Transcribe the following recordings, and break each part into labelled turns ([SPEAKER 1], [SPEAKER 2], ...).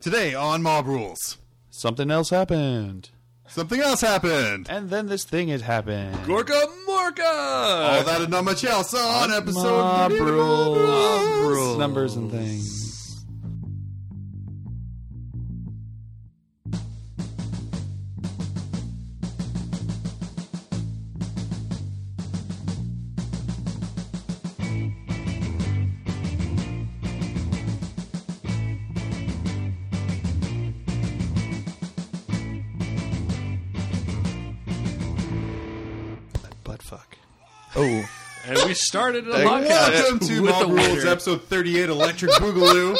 [SPEAKER 1] Today on Mob Rules,
[SPEAKER 2] Something else happened.
[SPEAKER 1] something else happened.
[SPEAKER 2] And then this thing had happened.
[SPEAKER 3] Gorka Morka!
[SPEAKER 1] All that and not much else on episode
[SPEAKER 2] Mob
[SPEAKER 1] Mob
[SPEAKER 2] rules.
[SPEAKER 1] Rules.
[SPEAKER 2] Numbers and things. Butt fuck. Oh.
[SPEAKER 3] and we started a podcast
[SPEAKER 1] Welcome to
[SPEAKER 3] with
[SPEAKER 1] Mob
[SPEAKER 3] a
[SPEAKER 1] Rules,
[SPEAKER 3] winner.
[SPEAKER 1] episode 38, Electric Boogaloo.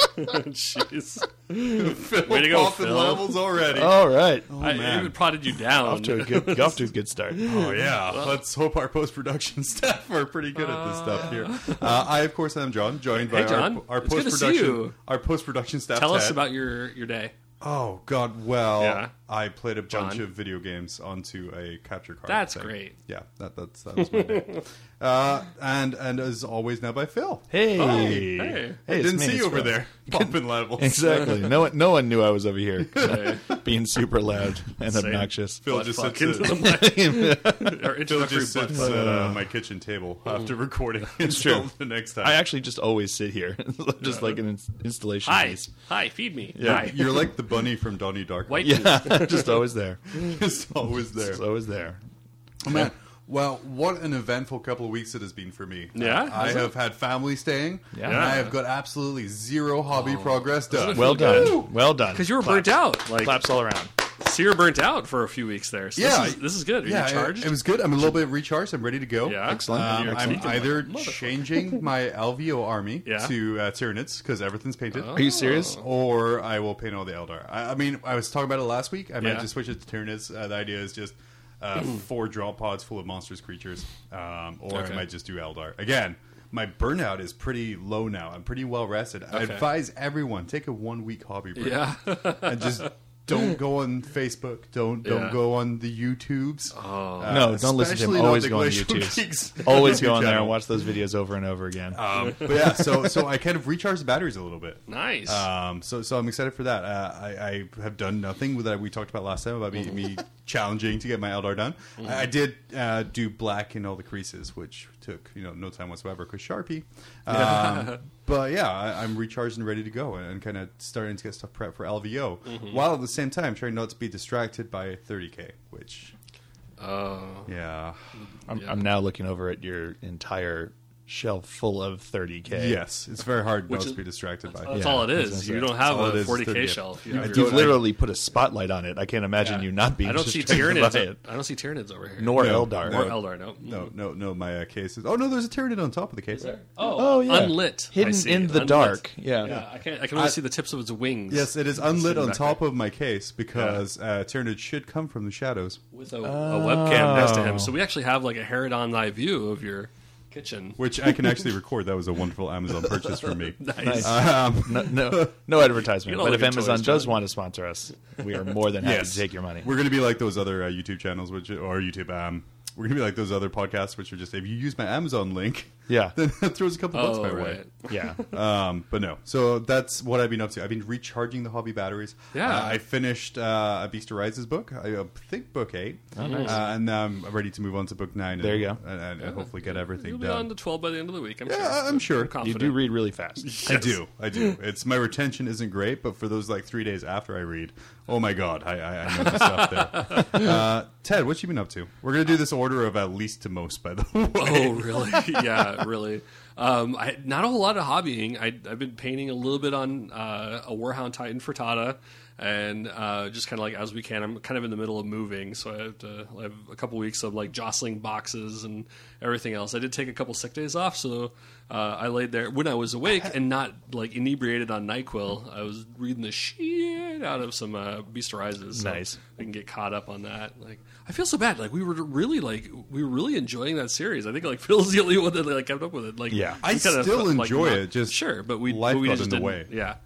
[SPEAKER 3] Jeez.
[SPEAKER 1] Way
[SPEAKER 3] to go, Phil. Oh,
[SPEAKER 1] levels already.
[SPEAKER 2] All right.
[SPEAKER 3] I even prodded you down.
[SPEAKER 2] Off Oh. to a good, off to a good start.
[SPEAKER 1] Oh yeah, let's hope our post-production staff are pretty good at this stuff here. Uh, I, of course, am John, joined by
[SPEAKER 3] Hey, John.
[SPEAKER 1] our, our
[SPEAKER 3] It's good to see
[SPEAKER 1] post-production
[SPEAKER 3] you.
[SPEAKER 1] our post-production staff.
[SPEAKER 3] Tell us
[SPEAKER 1] Tad.
[SPEAKER 3] about your, your day.
[SPEAKER 1] Oh God, well,
[SPEAKER 3] Yeah.
[SPEAKER 1] I played a bunch
[SPEAKER 3] John.
[SPEAKER 1] of video games onto a capture card.
[SPEAKER 3] That's
[SPEAKER 1] thing.
[SPEAKER 3] great.
[SPEAKER 1] Yeah, that, that's that was my day. uh, and and as always, now by Phil.
[SPEAKER 2] Hey.
[SPEAKER 3] hey.
[SPEAKER 2] Hey, it's
[SPEAKER 1] didn't
[SPEAKER 2] me,
[SPEAKER 1] see you
[SPEAKER 2] it's
[SPEAKER 1] over
[SPEAKER 2] Phil.
[SPEAKER 1] there bumping levels.
[SPEAKER 2] Exactly. No one, no one knew I was over here being super loud and
[SPEAKER 3] Same.
[SPEAKER 2] obnoxious.
[SPEAKER 1] Phil just
[SPEAKER 3] Butt
[SPEAKER 1] sits.
[SPEAKER 3] fuck into
[SPEAKER 1] At,
[SPEAKER 3] the
[SPEAKER 2] I
[SPEAKER 3] mic. Or
[SPEAKER 1] Phil
[SPEAKER 3] introductory
[SPEAKER 1] just
[SPEAKER 3] butt
[SPEAKER 1] sits
[SPEAKER 3] fuck.
[SPEAKER 1] at uh, my kitchen table after recording until
[SPEAKER 2] true.
[SPEAKER 1] the next time.
[SPEAKER 2] actually just always sit here, just like an ins- installation.
[SPEAKER 3] Hi.
[SPEAKER 2] piece.
[SPEAKER 3] Hi. Feed me.
[SPEAKER 2] Yeah.
[SPEAKER 3] Hi.
[SPEAKER 1] You're like the bunny from Donnie Darko.
[SPEAKER 3] White meat.
[SPEAKER 2] Yeah, just always there.
[SPEAKER 1] Just always there.
[SPEAKER 2] Just always there.
[SPEAKER 1] Oh, man. Well, what an eventful couple of weeks it has been for me.
[SPEAKER 3] Yeah?
[SPEAKER 1] I have had family staying,
[SPEAKER 2] Yeah.
[SPEAKER 1] and I have got absolutely zero hobby progress done.
[SPEAKER 2] Well
[SPEAKER 3] Feel Oh. good.
[SPEAKER 2] done. Well done.
[SPEAKER 3] Because you were
[SPEAKER 2] Claps.
[SPEAKER 3] burnt out. Like,
[SPEAKER 2] Claps all around.
[SPEAKER 3] so you were burnt out for a few weeks there. So
[SPEAKER 1] Yeah.
[SPEAKER 3] This is, this is good. Are
[SPEAKER 1] yeah,
[SPEAKER 3] you charged?
[SPEAKER 1] It, it was good. I'm a little bit recharged. I'm ready to go.
[SPEAKER 3] yeah.
[SPEAKER 2] Excellent.
[SPEAKER 1] Um,
[SPEAKER 3] You're
[SPEAKER 1] I'm
[SPEAKER 3] excellent.
[SPEAKER 1] either changing my LVO army
[SPEAKER 3] Yeah.
[SPEAKER 1] to uh, Tyranids because everything's painted, Oh.
[SPEAKER 2] Are you serious?
[SPEAKER 1] or I will paint all the Eldar. I, I mean, I was talking about it last week. I might
[SPEAKER 3] Yeah.
[SPEAKER 1] just switch it to Tyranids. Uh, the idea is just uh, four draw pods full of monsters, creatures, um, or
[SPEAKER 3] Okay.
[SPEAKER 1] I might just do Eldar again. My burnout is pretty low now. I'm pretty well rested. I
[SPEAKER 3] Okay.
[SPEAKER 1] advise everyone take a one week hobby break
[SPEAKER 3] Yeah.
[SPEAKER 1] and just don't go on Facebook. Don't don't
[SPEAKER 3] Yeah.
[SPEAKER 1] go on the YouTubes. Oh
[SPEAKER 2] no, don't listen to him. Always go on YouTube. Always go on there and watch those videos over and over again.
[SPEAKER 1] Um, but yeah, so so I kind of recharged the batteries a little bit.
[SPEAKER 3] nice.
[SPEAKER 1] Um, so so I'm excited for that. Uh, I, I have done nothing that we talked about last time about me, me
[SPEAKER 3] Mm-hmm.
[SPEAKER 1] challenging to get my Eldar done. I, I did uh, do black in all the creases, which took you know no time whatsoever because Sharpie. Um, but yeah, I, I'm recharged and ready to go, and, kind of starting to get stuff prepped for LVO,
[SPEAKER 3] Mm-hmm.
[SPEAKER 1] while at the same time trying not to be distracted by 30k, which
[SPEAKER 3] oh.
[SPEAKER 1] yeah,
[SPEAKER 2] I'm, I'm now looking over at your entire shelf full of 30k.
[SPEAKER 1] yes, it's very hard not
[SPEAKER 3] is-
[SPEAKER 1] to be distracted by.
[SPEAKER 3] That's
[SPEAKER 2] Yeah,
[SPEAKER 3] all it
[SPEAKER 2] I was gonna
[SPEAKER 3] is.
[SPEAKER 2] say.
[SPEAKER 3] You don't have
[SPEAKER 1] That's all it
[SPEAKER 3] a
[SPEAKER 1] is, 30.
[SPEAKER 3] 40k shelf. You
[SPEAKER 1] I
[SPEAKER 3] have
[SPEAKER 1] do
[SPEAKER 3] your-
[SPEAKER 2] You've literally put a spotlight on it. I can't imagine you not being.
[SPEAKER 3] I don't see
[SPEAKER 2] distracted by
[SPEAKER 3] Tyranids.
[SPEAKER 2] it.
[SPEAKER 3] I don't see Tyranids over here.
[SPEAKER 2] Nor
[SPEAKER 1] No,
[SPEAKER 2] Eldar.
[SPEAKER 1] no.
[SPEAKER 3] Or Eldar, no.
[SPEAKER 1] No, no, no. My uh, case is. Oh no, there's a Tyranid on top of the case.
[SPEAKER 2] Oh, yeah.
[SPEAKER 3] Unlit. I
[SPEAKER 2] hidden
[SPEAKER 3] see
[SPEAKER 2] in
[SPEAKER 3] it.
[SPEAKER 2] the
[SPEAKER 3] Unlit.
[SPEAKER 2] dark. Yeah.
[SPEAKER 3] Yeah, I can I can only see the tips of its wings.
[SPEAKER 1] Yes, it is unlit
[SPEAKER 3] Sitting
[SPEAKER 1] on
[SPEAKER 3] back
[SPEAKER 1] top of my case because uh, Tyranid should come from the shadows,
[SPEAKER 3] with a, a webcam next to him. So we actually have like a Herodon live view of your kitchen.
[SPEAKER 1] which I can actually record. That was a wonderful Amazon purchase for me.
[SPEAKER 3] Nice.
[SPEAKER 1] Oh,
[SPEAKER 2] no, no, no advertisement.
[SPEAKER 3] Get all
[SPEAKER 2] But
[SPEAKER 3] the
[SPEAKER 2] if
[SPEAKER 3] good
[SPEAKER 2] Amazon
[SPEAKER 3] toys,
[SPEAKER 2] does
[SPEAKER 3] John.
[SPEAKER 2] want to sponsor us, we are more than happy
[SPEAKER 1] Yes.
[SPEAKER 2] to take your money.
[SPEAKER 1] We're going to be like those other uh, YouTube channels, which or YouTube. Um, we're going to be like those other podcasts, which are just if you use my Amazon link,
[SPEAKER 2] Yeah.
[SPEAKER 1] then it throws a couple bucks
[SPEAKER 3] Oh,
[SPEAKER 1] my
[SPEAKER 3] right.
[SPEAKER 2] Yeah.
[SPEAKER 1] way. Um, but no, so that's what I've been up to. I've been recharging the hobby batteries.
[SPEAKER 3] Yeah.
[SPEAKER 1] Uh, I finished uh, A Beast Arises book. I uh, think book eight,
[SPEAKER 3] Oh,
[SPEAKER 1] uh, and now I'm ready to move on to book nine.
[SPEAKER 2] There
[SPEAKER 1] and,
[SPEAKER 2] you go.
[SPEAKER 1] and, and hopefully get everything
[SPEAKER 3] You'll be
[SPEAKER 1] done.
[SPEAKER 3] on to 12 by the end of the week, I'm
[SPEAKER 1] Yeah,
[SPEAKER 3] sure.
[SPEAKER 1] I'm sure.
[SPEAKER 3] I'm
[SPEAKER 2] You
[SPEAKER 3] confident.
[SPEAKER 2] do read really fast.
[SPEAKER 1] I do, I do. It's my retention isn't great, but for those like three days after I read, oh my god, I, I, I know the stuff there. Uh, Ted, what you been up to? We're gonna do this order of at least to most, by the way.
[SPEAKER 3] Oh, really? yeah, really. Um, I, not a whole lot of hobbying. I, I've been painting a little bit on uh, a Warhound Titan frittata, and uh, just kind of like as we can. I'm kind of in the middle of moving, so I have to I have a couple weeks of like jostling boxes and everything else. I did take a couple sick days off, so uh, I laid there when I was awake and not like inebriated on Nyquil. I was reading the shit out of some uh, Beast Arises. So
[SPEAKER 2] Nice.
[SPEAKER 3] I can get caught up on that. Like, I feel so bad. Like, we were really like we were really enjoying that series. I think like Phil's the only one that like kept up with it. Like,
[SPEAKER 2] Yeah.
[SPEAKER 3] we
[SPEAKER 1] I
[SPEAKER 3] kinda
[SPEAKER 1] still
[SPEAKER 3] felt like
[SPEAKER 1] enjoy
[SPEAKER 3] not-
[SPEAKER 1] it, just
[SPEAKER 3] sure, but we
[SPEAKER 1] life
[SPEAKER 3] but we
[SPEAKER 1] got
[SPEAKER 3] just
[SPEAKER 1] in the
[SPEAKER 3] didn't-
[SPEAKER 1] way.
[SPEAKER 3] Yeah,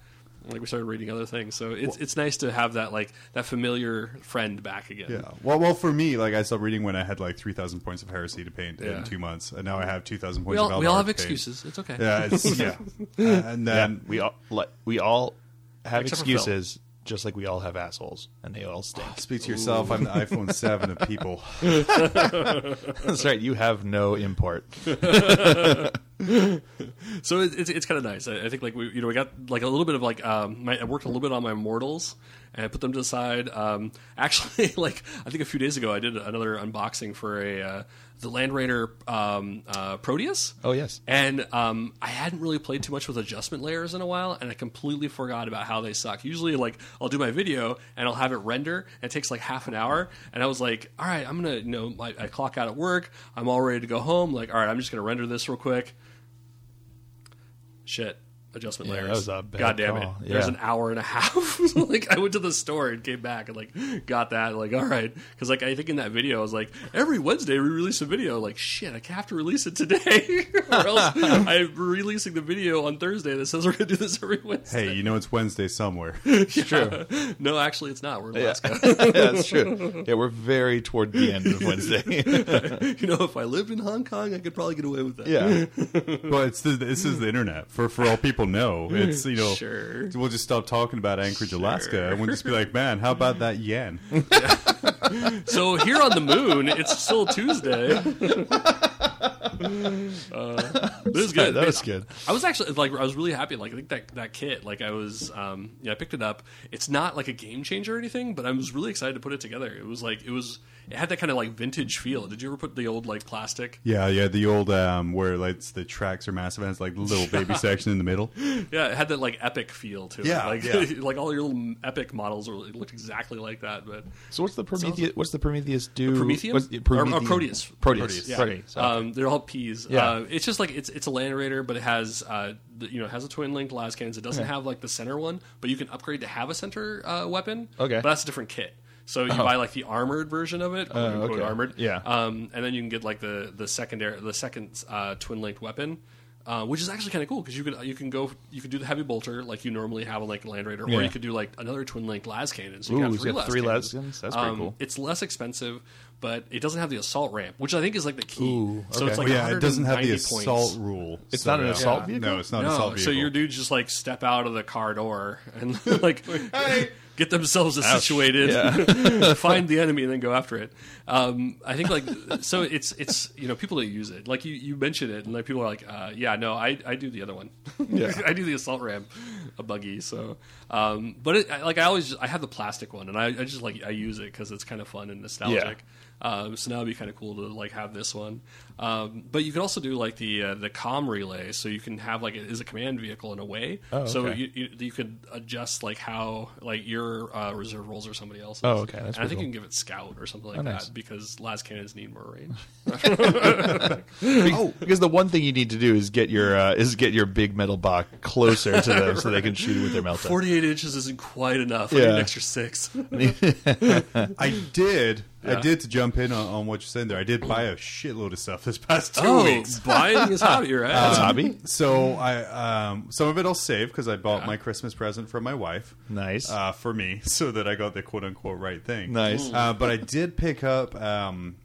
[SPEAKER 3] like we started reading other things. So it's it's nice to have that like that familiar friend back again.
[SPEAKER 1] Yeah. Well, well, for me, like I stopped reading when I had like three thousand points of heresy to paint
[SPEAKER 3] Yeah.
[SPEAKER 1] in two months, and now I have two thousand points.
[SPEAKER 3] We
[SPEAKER 1] of
[SPEAKER 3] all we all
[SPEAKER 1] Eldar
[SPEAKER 3] have
[SPEAKER 1] to paint.
[SPEAKER 3] excuses. It's okay.
[SPEAKER 1] Yeah, it's, yeah. Uh, and
[SPEAKER 2] Yeah,
[SPEAKER 1] then
[SPEAKER 2] we all like, we all have
[SPEAKER 3] Except for Phil.
[SPEAKER 2] excuses just like we all have assholes, and they all stink.
[SPEAKER 1] Speak to yourself. I'm the iPhone 7 of people.
[SPEAKER 2] That's right. You have no import.
[SPEAKER 3] so it, it's it's kind of nice. I, I think like we you know we got like a little bit of like um my, I worked a little bit on my mortals and I put them to the side. Um, actually, like I think a few days ago I did another unboxing for a uh, the Land Raider um, uh, Proteus.
[SPEAKER 2] Oh, yes.
[SPEAKER 3] And um, I hadn't really played too much with adjustment layers in a while, and I completely forgot about how they suck. Usually, like I'll do my video and I'll have it render, and it takes like half an hour. And I was like, all right, I'm gonna you know I, I clock out at work. I'm all ready to go home. Like all right, I'm just gonna render this real quick. Shit. Adjustment
[SPEAKER 2] Yeah,
[SPEAKER 3] layers.
[SPEAKER 2] that was a bad
[SPEAKER 3] God damn it!
[SPEAKER 2] call.
[SPEAKER 3] There's
[SPEAKER 2] Yeah.
[SPEAKER 3] an hour and a half. So, like I went to the store and came back and like got that. Like all right, because like I think in that video I was like every Wednesday we release a video. Like shit, I have to release it today, or else I'm releasing the video on Thursday that says we're gonna do this every Wednesday.
[SPEAKER 1] Hey, you know it's Wednesday somewhere.
[SPEAKER 2] It's true.
[SPEAKER 3] No, actually, it's not. We're in
[SPEAKER 2] Yeah.
[SPEAKER 3] Alaska.
[SPEAKER 2] That's true. Yeah, we're very toward the end of Wednesday.
[SPEAKER 3] you know, if I lived in Hong Kong, I could probably get away with that.
[SPEAKER 2] yeah.
[SPEAKER 1] well, it's the, this is the internet for for all people know. It's you know
[SPEAKER 3] Sure.
[SPEAKER 1] we'll just stop talking about Anchorage, Alaska, and we'll just be like, man, how about that yen?
[SPEAKER 3] So here on the moon, it's still Tuesday. Uh, this is good.
[SPEAKER 2] that was good.
[SPEAKER 3] I was actually like, I was really happy. Like, I think that that kit, like, I was, um, yeah, I picked it up. It's not like a game changer or anything, but I was really excited to put it together. It was like, it was, it had that kind of like vintage feel. Did you ever put the old like plastic?
[SPEAKER 1] Yeah, yeah, the old um where like it's- the tracks are massive and it's like the little baby section in the middle.
[SPEAKER 3] Yeah, it had that like epic feel to
[SPEAKER 1] Yeah,
[SPEAKER 3] it. Like,
[SPEAKER 1] yeah.
[SPEAKER 3] like all your little epic models were, looked exactly like that, but.
[SPEAKER 2] So what's the Prometheus? What's the Prometheus do?
[SPEAKER 3] Prometheum?
[SPEAKER 2] What's, yeah,
[SPEAKER 3] Or- or
[SPEAKER 2] Prometheum.
[SPEAKER 3] Proteus.
[SPEAKER 2] Proteus.
[SPEAKER 3] Yeah.
[SPEAKER 2] Proteus. Okay.
[SPEAKER 3] Um, they're all P's.
[SPEAKER 2] Yeah.
[SPEAKER 3] Uh, it's just like it's it's a land raider, but it has uh, the, you know it has a twin linked las cannons. It doesn't have like the center one, but you can upgrade to have a center uh, weapon.
[SPEAKER 2] Okay. Oh.
[SPEAKER 3] but that's a different kit. So you buy like the armored version of it, quote unquote
[SPEAKER 2] okay.
[SPEAKER 3] armored.
[SPEAKER 2] Yeah.
[SPEAKER 3] um, and then you can get like the the secondary the second uh, twin linked weapon. Uh, which is actually kind of cool because you can you can go you can do the heavy bolter like you normally have on like Land Raider,
[SPEAKER 2] Yeah.
[SPEAKER 3] or you could do like another twin linked las cannon. So
[SPEAKER 2] Ooh,
[SPEAKER 3] you
[SPEAKER 2] so
[SPEAKER 3] can have three,
[SPEAKER 2] you have
[SPEAKER 3] las,
[SPEAKER 2] three las
[SPEAKER 3] cannons.
[SPEAKER 2] cannons? That's pretty
[SPEAKER 3] Um,
[SPEAKER 2] cool.
[SPEAKER 3] It's less expensive, but it doesn't have the assault ramp, which I think is like the key.
[SPEAKER 2] Ooh,
[SPEAKER 3] So
[SPEAKER 2] okay.
[SPEAKER 3] it's like
[SPEAKER 1] yeah, it doesn't have the
[SPEAKER 3] 190 points.
[SPEAKER 1] assault rule.
[SPEAKER 2] It's not an
[SPEAKER 1] yeah.
[SPEAKER 2] assault vehicle?
[SPEAKER 1] No, it's not an
[SPEAKER 3] No,
[SPEAKER 1] assault
[SPEAKER 3] so
[SPEAKER 1] vehicle.
[SPEAKER 3] your dudes just like step out of the car door and like get themselves situated, find the enemy, and then go after it. Um, I think like so it's it's you know people that use it like you you mentioned it and like people are like uh, yeah no I I do the other one
[SPEAKER 2] Yeah.
[SPEAKER 3] I do the assault ramp a buggy so um, but it, I- like I always I have the plastic one and I, I just like I use it because it's kind of fun and nostalgic. Um, so now it'd be kind of cool to like have this one, um, but you could also do like the uh, the com relay, so you can have like it is a command vehicle in a way.
[SPEAKER 2] Oh,
[SPEAKER 3] So
[SPEAKER 2] okay.
[SPEAKER 3] you, you, you could adjust like how like your uh, reserve rolls or somebody else's.
[SPEAKER 2] Oh, okay. That's
[SPEAKER 3] and I
[SPEAKER 2] pretty
[SPEAKER 3] think
[SPEAKER 2] cool.
[SPEAKER 3] you can give it scout or something like
[SPEAKER 2] Oh,
[SPEAKER 3] that
[SPEAKER 2] nice.
[SPEAKER 3] because las cannons need more range.
[SPEAKER 2] Because- Oh, because the one thing you need to do is get your uh, is get your big metal box closer to them so they can shoot it with their meltdown.
[SPEAKER 3] Forty eight inches isn't quite enough. I need
[SPEAKER 2] Yeah.
[SPEAKER 3] an extra six.
[SPEAKER 1] I did.
[SPEAKER 3] Yeah.
[SPEAKER 1] I did to jump in on, on what you said there. I did buy a shitload of stuff this past two
[SPEAKER 3] oh,
[SPEAKER 1] weeks.
[SPEAKER 3] buying is hobby, right?
[SPEAKER 2] That's hobby.
[SPEAKER 1] So I um, some of it I'll save because I bought my Christmas present from my wife.
[SPEAKER 2] Nice.
[SPEAKER 1] uh, for me, so that I got the quote unquote right thing.
[SPEAKER 2] Nice. Mm.
[SPEAKER 1] Uh, but I did pick up um,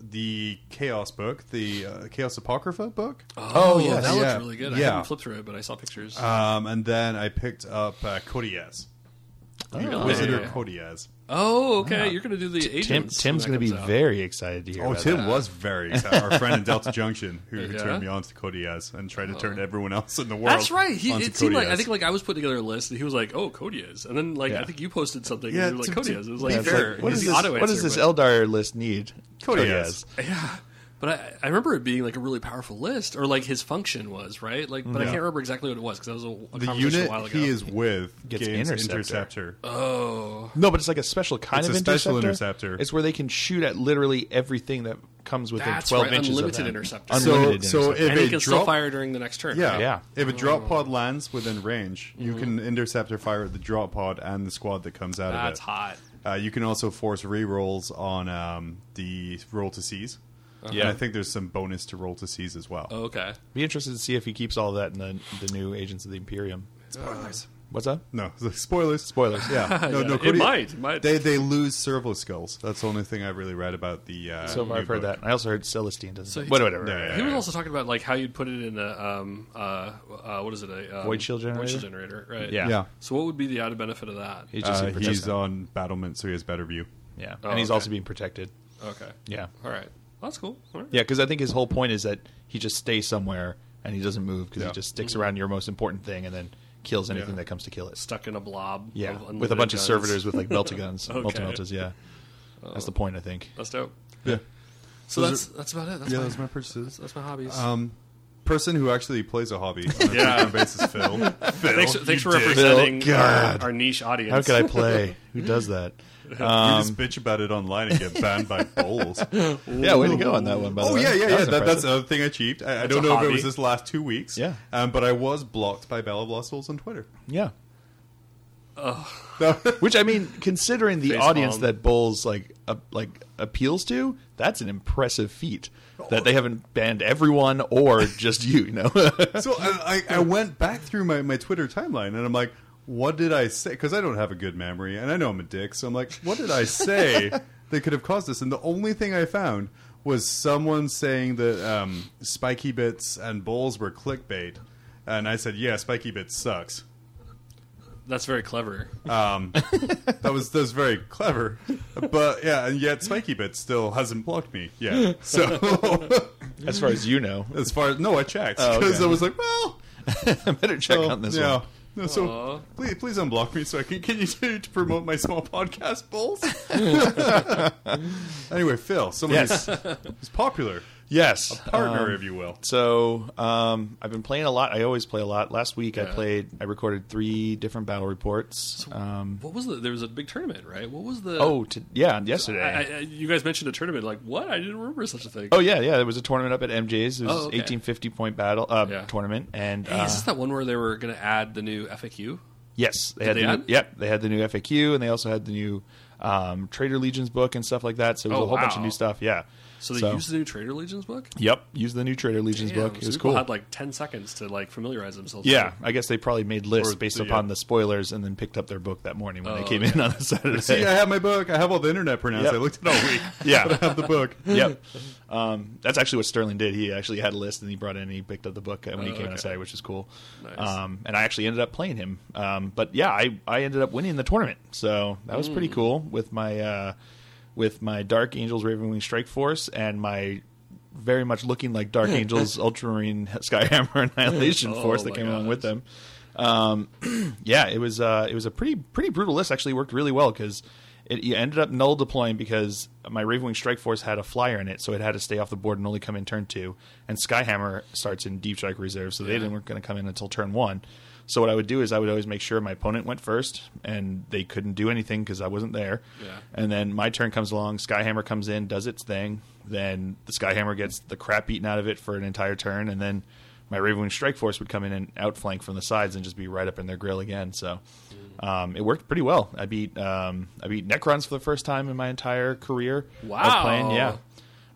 [SPEAKER 1] the Chaos book, the uh, Chaos Apocrypha book,
[SPEAKER 3] Ah.
[SPEAKER 2] Oh, yes.
[SPEAKER 3] that looks
[SPEAKER 1] yeah,
[SPEAKER 3] really good. I
[SPEAKER 1] yeah.
[SPEAKER 3] haven't flipped through it, but I saw pictures.
[SPEAKER 2] Uh,
[SPEAKER 1] um, and then I picked up uh, Codiaz,
[SPEAKER 3] Oh.
[SPEAKER 1] Wizard
[SPEAKER 3] Yeah.
[SPEAKER 1] Codiaz.
[SPEAKER 3] oh, okay. You're gonna do the agents.
[SPEAKER 2] Tim,
[SPEAKER 3] when
[SPEAKER 2] Tim's
[SPEAKER 3] that
[SPEAKER 2] going to be
[SPEAKER 3] comes out.
[SPEAKER 2] very excited to hear.
[SPEAKER 1] Oh,
[SPEAKER 2] about
[SPEAKER 1] Tim
[SPEAKER 2] that.
[SPEAKER 1] was very excited. Our friend in Delta Junction who, who
[SPEAKER 3] Yeah. Oh.
[SPEAKER 1] turned me on to Codiaz and tried to turn everyone else in the world.
[SPEAKER 3] That's right. He,
[SPEAKER 1] onto
[SPEAKER 3] it seemed like I
[SPEAKER 1] Codiaz.
[SPEAKER 3] think like I was putting together a list, and he was like, "Oh, Cody is," and then like
[SPEAKER 2] Yeah.
[SPEAKER 3] I think you posted something,
[SPEAKER 1] Yeah,
[SPEAKER 3] and you were like,
[SPEAKER 1] to-
[SPEAKER 3] "Cody
[SPEAKER 1] to
[SPEAKER 3] is." It was
[SPEAKER 1] be
[SPEAKER 3] like,
[SPEAKER 2] Yeah, it's
[SPEAKER 1] fair,
[SPEAKER 2] like, what
[SPEAKER 3] he's
[SPEAKER 2] is
[SPEAKER 3] the
[SPEAKER 2] this?
[SPEAKER 3] auto
[SPEAKER 2] What does
[SPEAKER 3] answer,
[SPEAKER 2] this
[SPEAKER 3] but-
[SPEAKER 2] Eldar list need?
[SPEAKER 1] Codiaz.
[SPEAKER 3] Yeah, but I, I remember it being like a really powerful list, or like his function was right. Like, but I
[SPEAKER 1] Yeah.
[SPEAKER 3] can't remember exactly what it was because that was a, a
[SPEAKER 1] the
[SPEAKER 3] conversation
[SPEAKER 1] unit
[SPEAKER 3] a while ago.
[SPEAKER 1] he is with
[SPEAKER 2] Gets
[SPEAKER 1] gains
[SPEAKER 2] Interceptor.
[SPEAKER 1] interceptor.
[SPEAKER 3] oh,
[SPEAKER 2] No, but it's like a special kind
[SPEAKER 1] It's
[SPEAKER 2] of
[SPEAKER 1] a special interceptor.
[SPEAKER 2] It's where they can shoot at literally everything that comes within
[SPEAKER 3] That's
[SPEAKER 2] twelve
[SPEAKER 3] right,
[SPEAKER 2] inches
[SPEAKER 3] unlimited
[SPEAKER 2] of them.
[SPEAKER 3] interceptor.
[SPEAKER 2] Unlimited
[SPEAKER 1] So- so
[SPEAKER 2] interceptor.
[SPEAKER 1] If
[SPEAKER 3] and he
[SPEAKER 1] it
[SPEAKER 3] can still
[SPEAKER 1] drop-
[SPEAKER 3] fire during the next turn.
[SPEAKER 1] Yeah.
[SPEAKER 2] Yeah.
[SPEAKER 1] If a drop pod lands within range, you
[SPEAKER 3] Mm-hmm.
[SPEAKER 1] can intercept or fire at the drop pod and the squad that comes out
[SPEAKER 3] that's
[SPEAKER 1] of it.
[SPEAKER 3] hot.
[SPEAKER 1] Uh, you can also force re-rolls on um, the roll to seize.
[SPEAKER 3] Uh-huh.
[SPEAKER 2] Yeah.
[SPEAKER 1] And I think there's some bonus to roll to seize as well.
[SPEAKER 3] Oh, Okay.
[SPEAKER 2] Be interested to see if he keeps all that in the the new Agents of the Imperium.
[SPEAKER 1] Spoilers.
[SPEAKER 2] What's that?
[SPEAKER 1] No, it's like, spoilers.
[SPEAKER 2] Spoilers.
[SPEAKER 1] Yeah, no,
[SPEAKER 3] Yeah,
[SPEAKER 1] no.
[SPEAKER 3] it
[SPEAKER 1] Cody,
[SPEAKER 3] might, it might.
[SPEAKER 1] They they lose servo skulls. That's the only thing I really read about the. Uh,
[SPEAKER 2] So far,
[SPEAKER 1] new
[SPEAKER 2] I've heard
[SPEAKER 1] book.
[SPEAKER 2] that. I also heard Celestine doesn't.
[SPEAKER 3] So-
[SPEAKER 2] What- whatever.
[SPEAKER 1] Yeah, yeah.
[SPEAKER 3] He was also talking about like how you'd put it in a um uh, uh what is it a um,
[SPEAKER 2] Void shield
[SPEAKER 3] void shield
[SPEAKER 2] generator?
[SPEAKER 3] generator right
[SPEAKER 2] Yeah.
[SPEAKER 1] Yeah,
[SPEAKER 3] So what would be the added benefit of that?
[SPEAKER 2] He's just
[SPEAKER 1] Uh,
[SPEAKER 2] in
[SPEAKER 1] he's
[SPEAKER 2] protest.
[SPEAKER 1] on battlement, so he has better view.
[SPEAKER 2] yeah, and
[SPEAKER 3] Oh,
[SPEAKER 2] he's
[SPEAKER 3] okay.
[SPEAKER 2] also being protected.
[SPEAKER 3] Okay.
[SPEAKER 2] Yeah,
[SPEAKER 3] All right. That's cool. All right.
[SPEAKER 2] yeah, because I think his whole point is that he just stays somewhere and he doesn't move because
[SPEAKER 1] Yeah.
[SPEAKER 2] he just sticks around your most important thing and then kills anything
[SPEAKER 1] Yeah.
[SPEAKER 2] that comes to kill it.
[SPEAKER 3] Stuck in a blob.
[SPEAKER 2] Yeah,
[SPEAKER 3] of
[SPEAKER 2] with a
[SPEAKER 3] unlimited
[SPEAKER 2] bunch
[SPEAKER 3] guns.
[SPEAKER 2] of servitors with like melta guns,
[SPEAKER 3] Okay. Oh.
[SPEAKER 2] multi meltas. Yeah, that's the point I think.
[SPEAKER 3] That's dope.
[SPEAKER 1] Yeah,
[SPEAKER 3] So
[SPEAKER 1] Those
[SPEAKER 3] that's that's about it. That's
[SPEAKER 1] yeah.
[SPEAKER 3] my,
[SPEAKER 1] Those are my purchases.
[SPEAKER 3] that's my hobbies.
[SPEAKER 1] Um, person who actually plays a hobby on a
[SPEAKER 3] Yeah.
[SPEAKER 1] frequent basis, Phil. Phil,
[SPEAKER 3] thanks thanks for
[SPEAKER 1] you dick.
[SPEAKER 3] representing
[SPEAKER 2] Phil,
[SPEAKER 3] our,
[SPEAKER 2] God.
[SPEAKER 3] our niche audience.
[SPEAKER 2] How could I play? Who does that?
[SPEAKER 1] you just bitch about it online and get banned by bowls.
[SPEAKER 2] Yeah, way to go on that one. By the
[SPEAKER 1] Oh
[SPEAKER 2] way.
[SPEAKER 1] yeah, yeah, yeah.
[SPEAKER 2] was
[SPEAKER 1] That, that's
[SPEAKER 2] impressive.
[SPEAKER 1] a thing I achieved. I, I
[SPEAKER 3] That's
[SPEAKER 1] don't
[SPEAKER 3] a
[SPEAKER 1] know if
[SPEAKER 3] hobby.
[SPEAKER 1] it was this last two weeks.
[SPEAKER 2] Yeah.
[SPEAKER 1] um, but I was blocked by Bella Blostels on Twitter.
[SPEAKER 2] yeah. Which I mean, considering the
[SPEAKER 3] Face
[SPEAKER 2] audience
[SPEAKER 3] palm.
[SPEAKER 2] that Bulls like a like appeals to, that's an impressive feat. That they haven't banned everyone or just you. You know,
[SPEAKER 1] so I, I, I went back through my, my Twitter timeline and I'm like, what did I say? Because I don't have a good memory and I know I'm a dick. So I'm like, what did I say that could have caused this? And the only thing I found was someone saying that um, spiky bits and bowls were clickbait. And I said, yeah, spiky bits sucks.
[SPEAKER 3] That's very clever.
[SPEAKER 2] Uh,
[SPEAKER 1] That was that was very clever, but yeah, and yet Spiky Bits still hasn't blocked me yet. So
[SPEAKER 2] as far as you know,
[SPEAKER 1] as far as no, I checked
[SPEAKER 2] Oh,
[SPEAKER 1] because
[SPEAKER 2] okay.
[SPEAKER 1] I was like, well,
[SPEAKER 2] I better check
[SPEAKER 1] Oh,
[SPEAKER 2] on this
[SPEAKER 1] yeah.
[SPEAKER 2] one.
[SPEAKER 1] No, so
[SPEAKER 3] Aw.
[SPEAKER 1] please, please unblock me so I can continue to promote my small podcast bulls. anyway, Phil, someone
[SPEAKER 2] Yes.
[SPEAKER 1] who's, who's popular,
[SPEAKER 2] Yes,
[SPEAKER 1] partner,
[SPEAKER 2] Um,
[SPEAKER 1] if you will.
[SPEAKER 2] So um, I've been playing a lot. I always play a lot. Last week I
[SPEAKER 3] Yeah.
[SPEAKER 2] played. I recorded three different battle reports. Um,
[SPEAKER 3] What was the? There was a big tournament, right? What was the?
[SPEAKER 2] oh, to, yeah,
[SPEAKER 3] I,
[SPEAKER 2] yesterday.
[SPEAKER 3] I, you guys mentioned a tournament. Like what? I didn't remember such a thing.
[SPEAKER 2] oh yeah, yeah. There was a tournament up at MJ's. It was
[SPEAKER 3] Oh, okay.
[SPEAKER 2] eighteen fifty point battle uh,
[SPEAKER 3] Yeah.
[SPEAKER 2] tournament, and
[SPEAKER 3] Hey,
[SPEAKER 2] uh,
[SPEAKER 3] is this that one where they were going to add the new FAQ?
[SPEAKER 2] Yes, they had
[SPEAKER 3] they
[SPEAKER 2] the
[SPEAKER 3] add?
[SPEAKER 2] new, yep, they had the new FAQ, and they also had the new um, Trader Legions book and stuff like that. So it was
[SPEAKER 3] Oh,
[SPEAKER 2] a whole bunch of
[SPEAKER 3] wow.
[SPEAKER 2] new stuff. Yeah.
[SPEAKER 3] So they used the new Trader Legions book.
[SPEAKER 2] Yep, used the new Trader Legions
[SPEAKER 3] Damn,
[SPEAKER 2] book. It
[SPEAKER 3] so
[SPEAKER 2] was
[SPEAKER 3] people
[SPEAKER 2] cool.
[SPEAKER 3] Had like ten seconds to like familiarize themselves.
[SPEAKER 2] yeah, I guess they probably made lists
[SPEAKER 1] Or
[SPEAKER 2] based
[SPEAKER 1] the,
[SPEAKER 2] upon
[SPEAKER 1] uh,
[SPEAKER 2] the spoilers and then picked up their book that morning when
[SPEAKER 3] Oh,
[SPEAKER 2] they came in on a Saturday.
[SPEAKER 1] See, I have my book. I have all the internet pronouns.
[SPEAKER 2] Yep.
[SPEAKER 1] I looked at all week.
[SPEAKER 2] Yeah.
[SPEAKER 1] but I have the book.
[SPEAKER 2] yep. Um, that's actually what Sterling did. He actually had a list and he brought in and he picked up the book when he
[SPEAKER 3] Oh,
[SPEAKER 2] came in on
[SPEAKER 3] okay.
[SPEAKER 2] Saturday, which is cool.
[SPEAKER 3] Nice.
[SPEAKER 2] Um, and I actually ended up playing him. Um, but yeah, I, I ended up winning the tournament. So that was
[SPEAKER 3] Hmm.
[SPEAKER 2] pretty cool with my uh, with my Dark Angels Ravenwing Strike Force and my very much looking like Dark Angels Ultramarine Skyhammer Annihilation
[SPEAKER 3] Oh
[SPEAKER 2] Force that
[SPEAKER 3] my
[SPEAKER 2] came along with
[SPEAKER 3] gosh.
[SPEAKER 2] them. Um, yeah, it was uh, it was a pretty pretty brutal list. Actually, worked really well because it, you ended up null deploying because my Ravenwing Strike Force had a flyer in it, so it had to stay off the board and only come in turn two. And Skyhammer starts in Deep Strike Reserve, so they
[SPEAKER 3] Yeah.
[SPEAKER 2] didn't weren't going to come in until turn one. So what I would do is I would always make sure my opponent went first, and they couldn't do anything because I wasn't there.
[SPEAKER 3] Yeah.
[SPEAKER 2] And then my turn comes along, Skyhammer comes in, does its thing. Then the Skyhammer gets the crap beaten out of it for an entire turn, and then my Ravenwing Strike Force would come in and outflank from the sides and just be right up in their grill again. So um, it worked pretty well. I beat um, I beat Necrons for the first time in my entire career.
[SPEAKER 3] Wow.
[SPEAKER 2] Of playing. Yeah.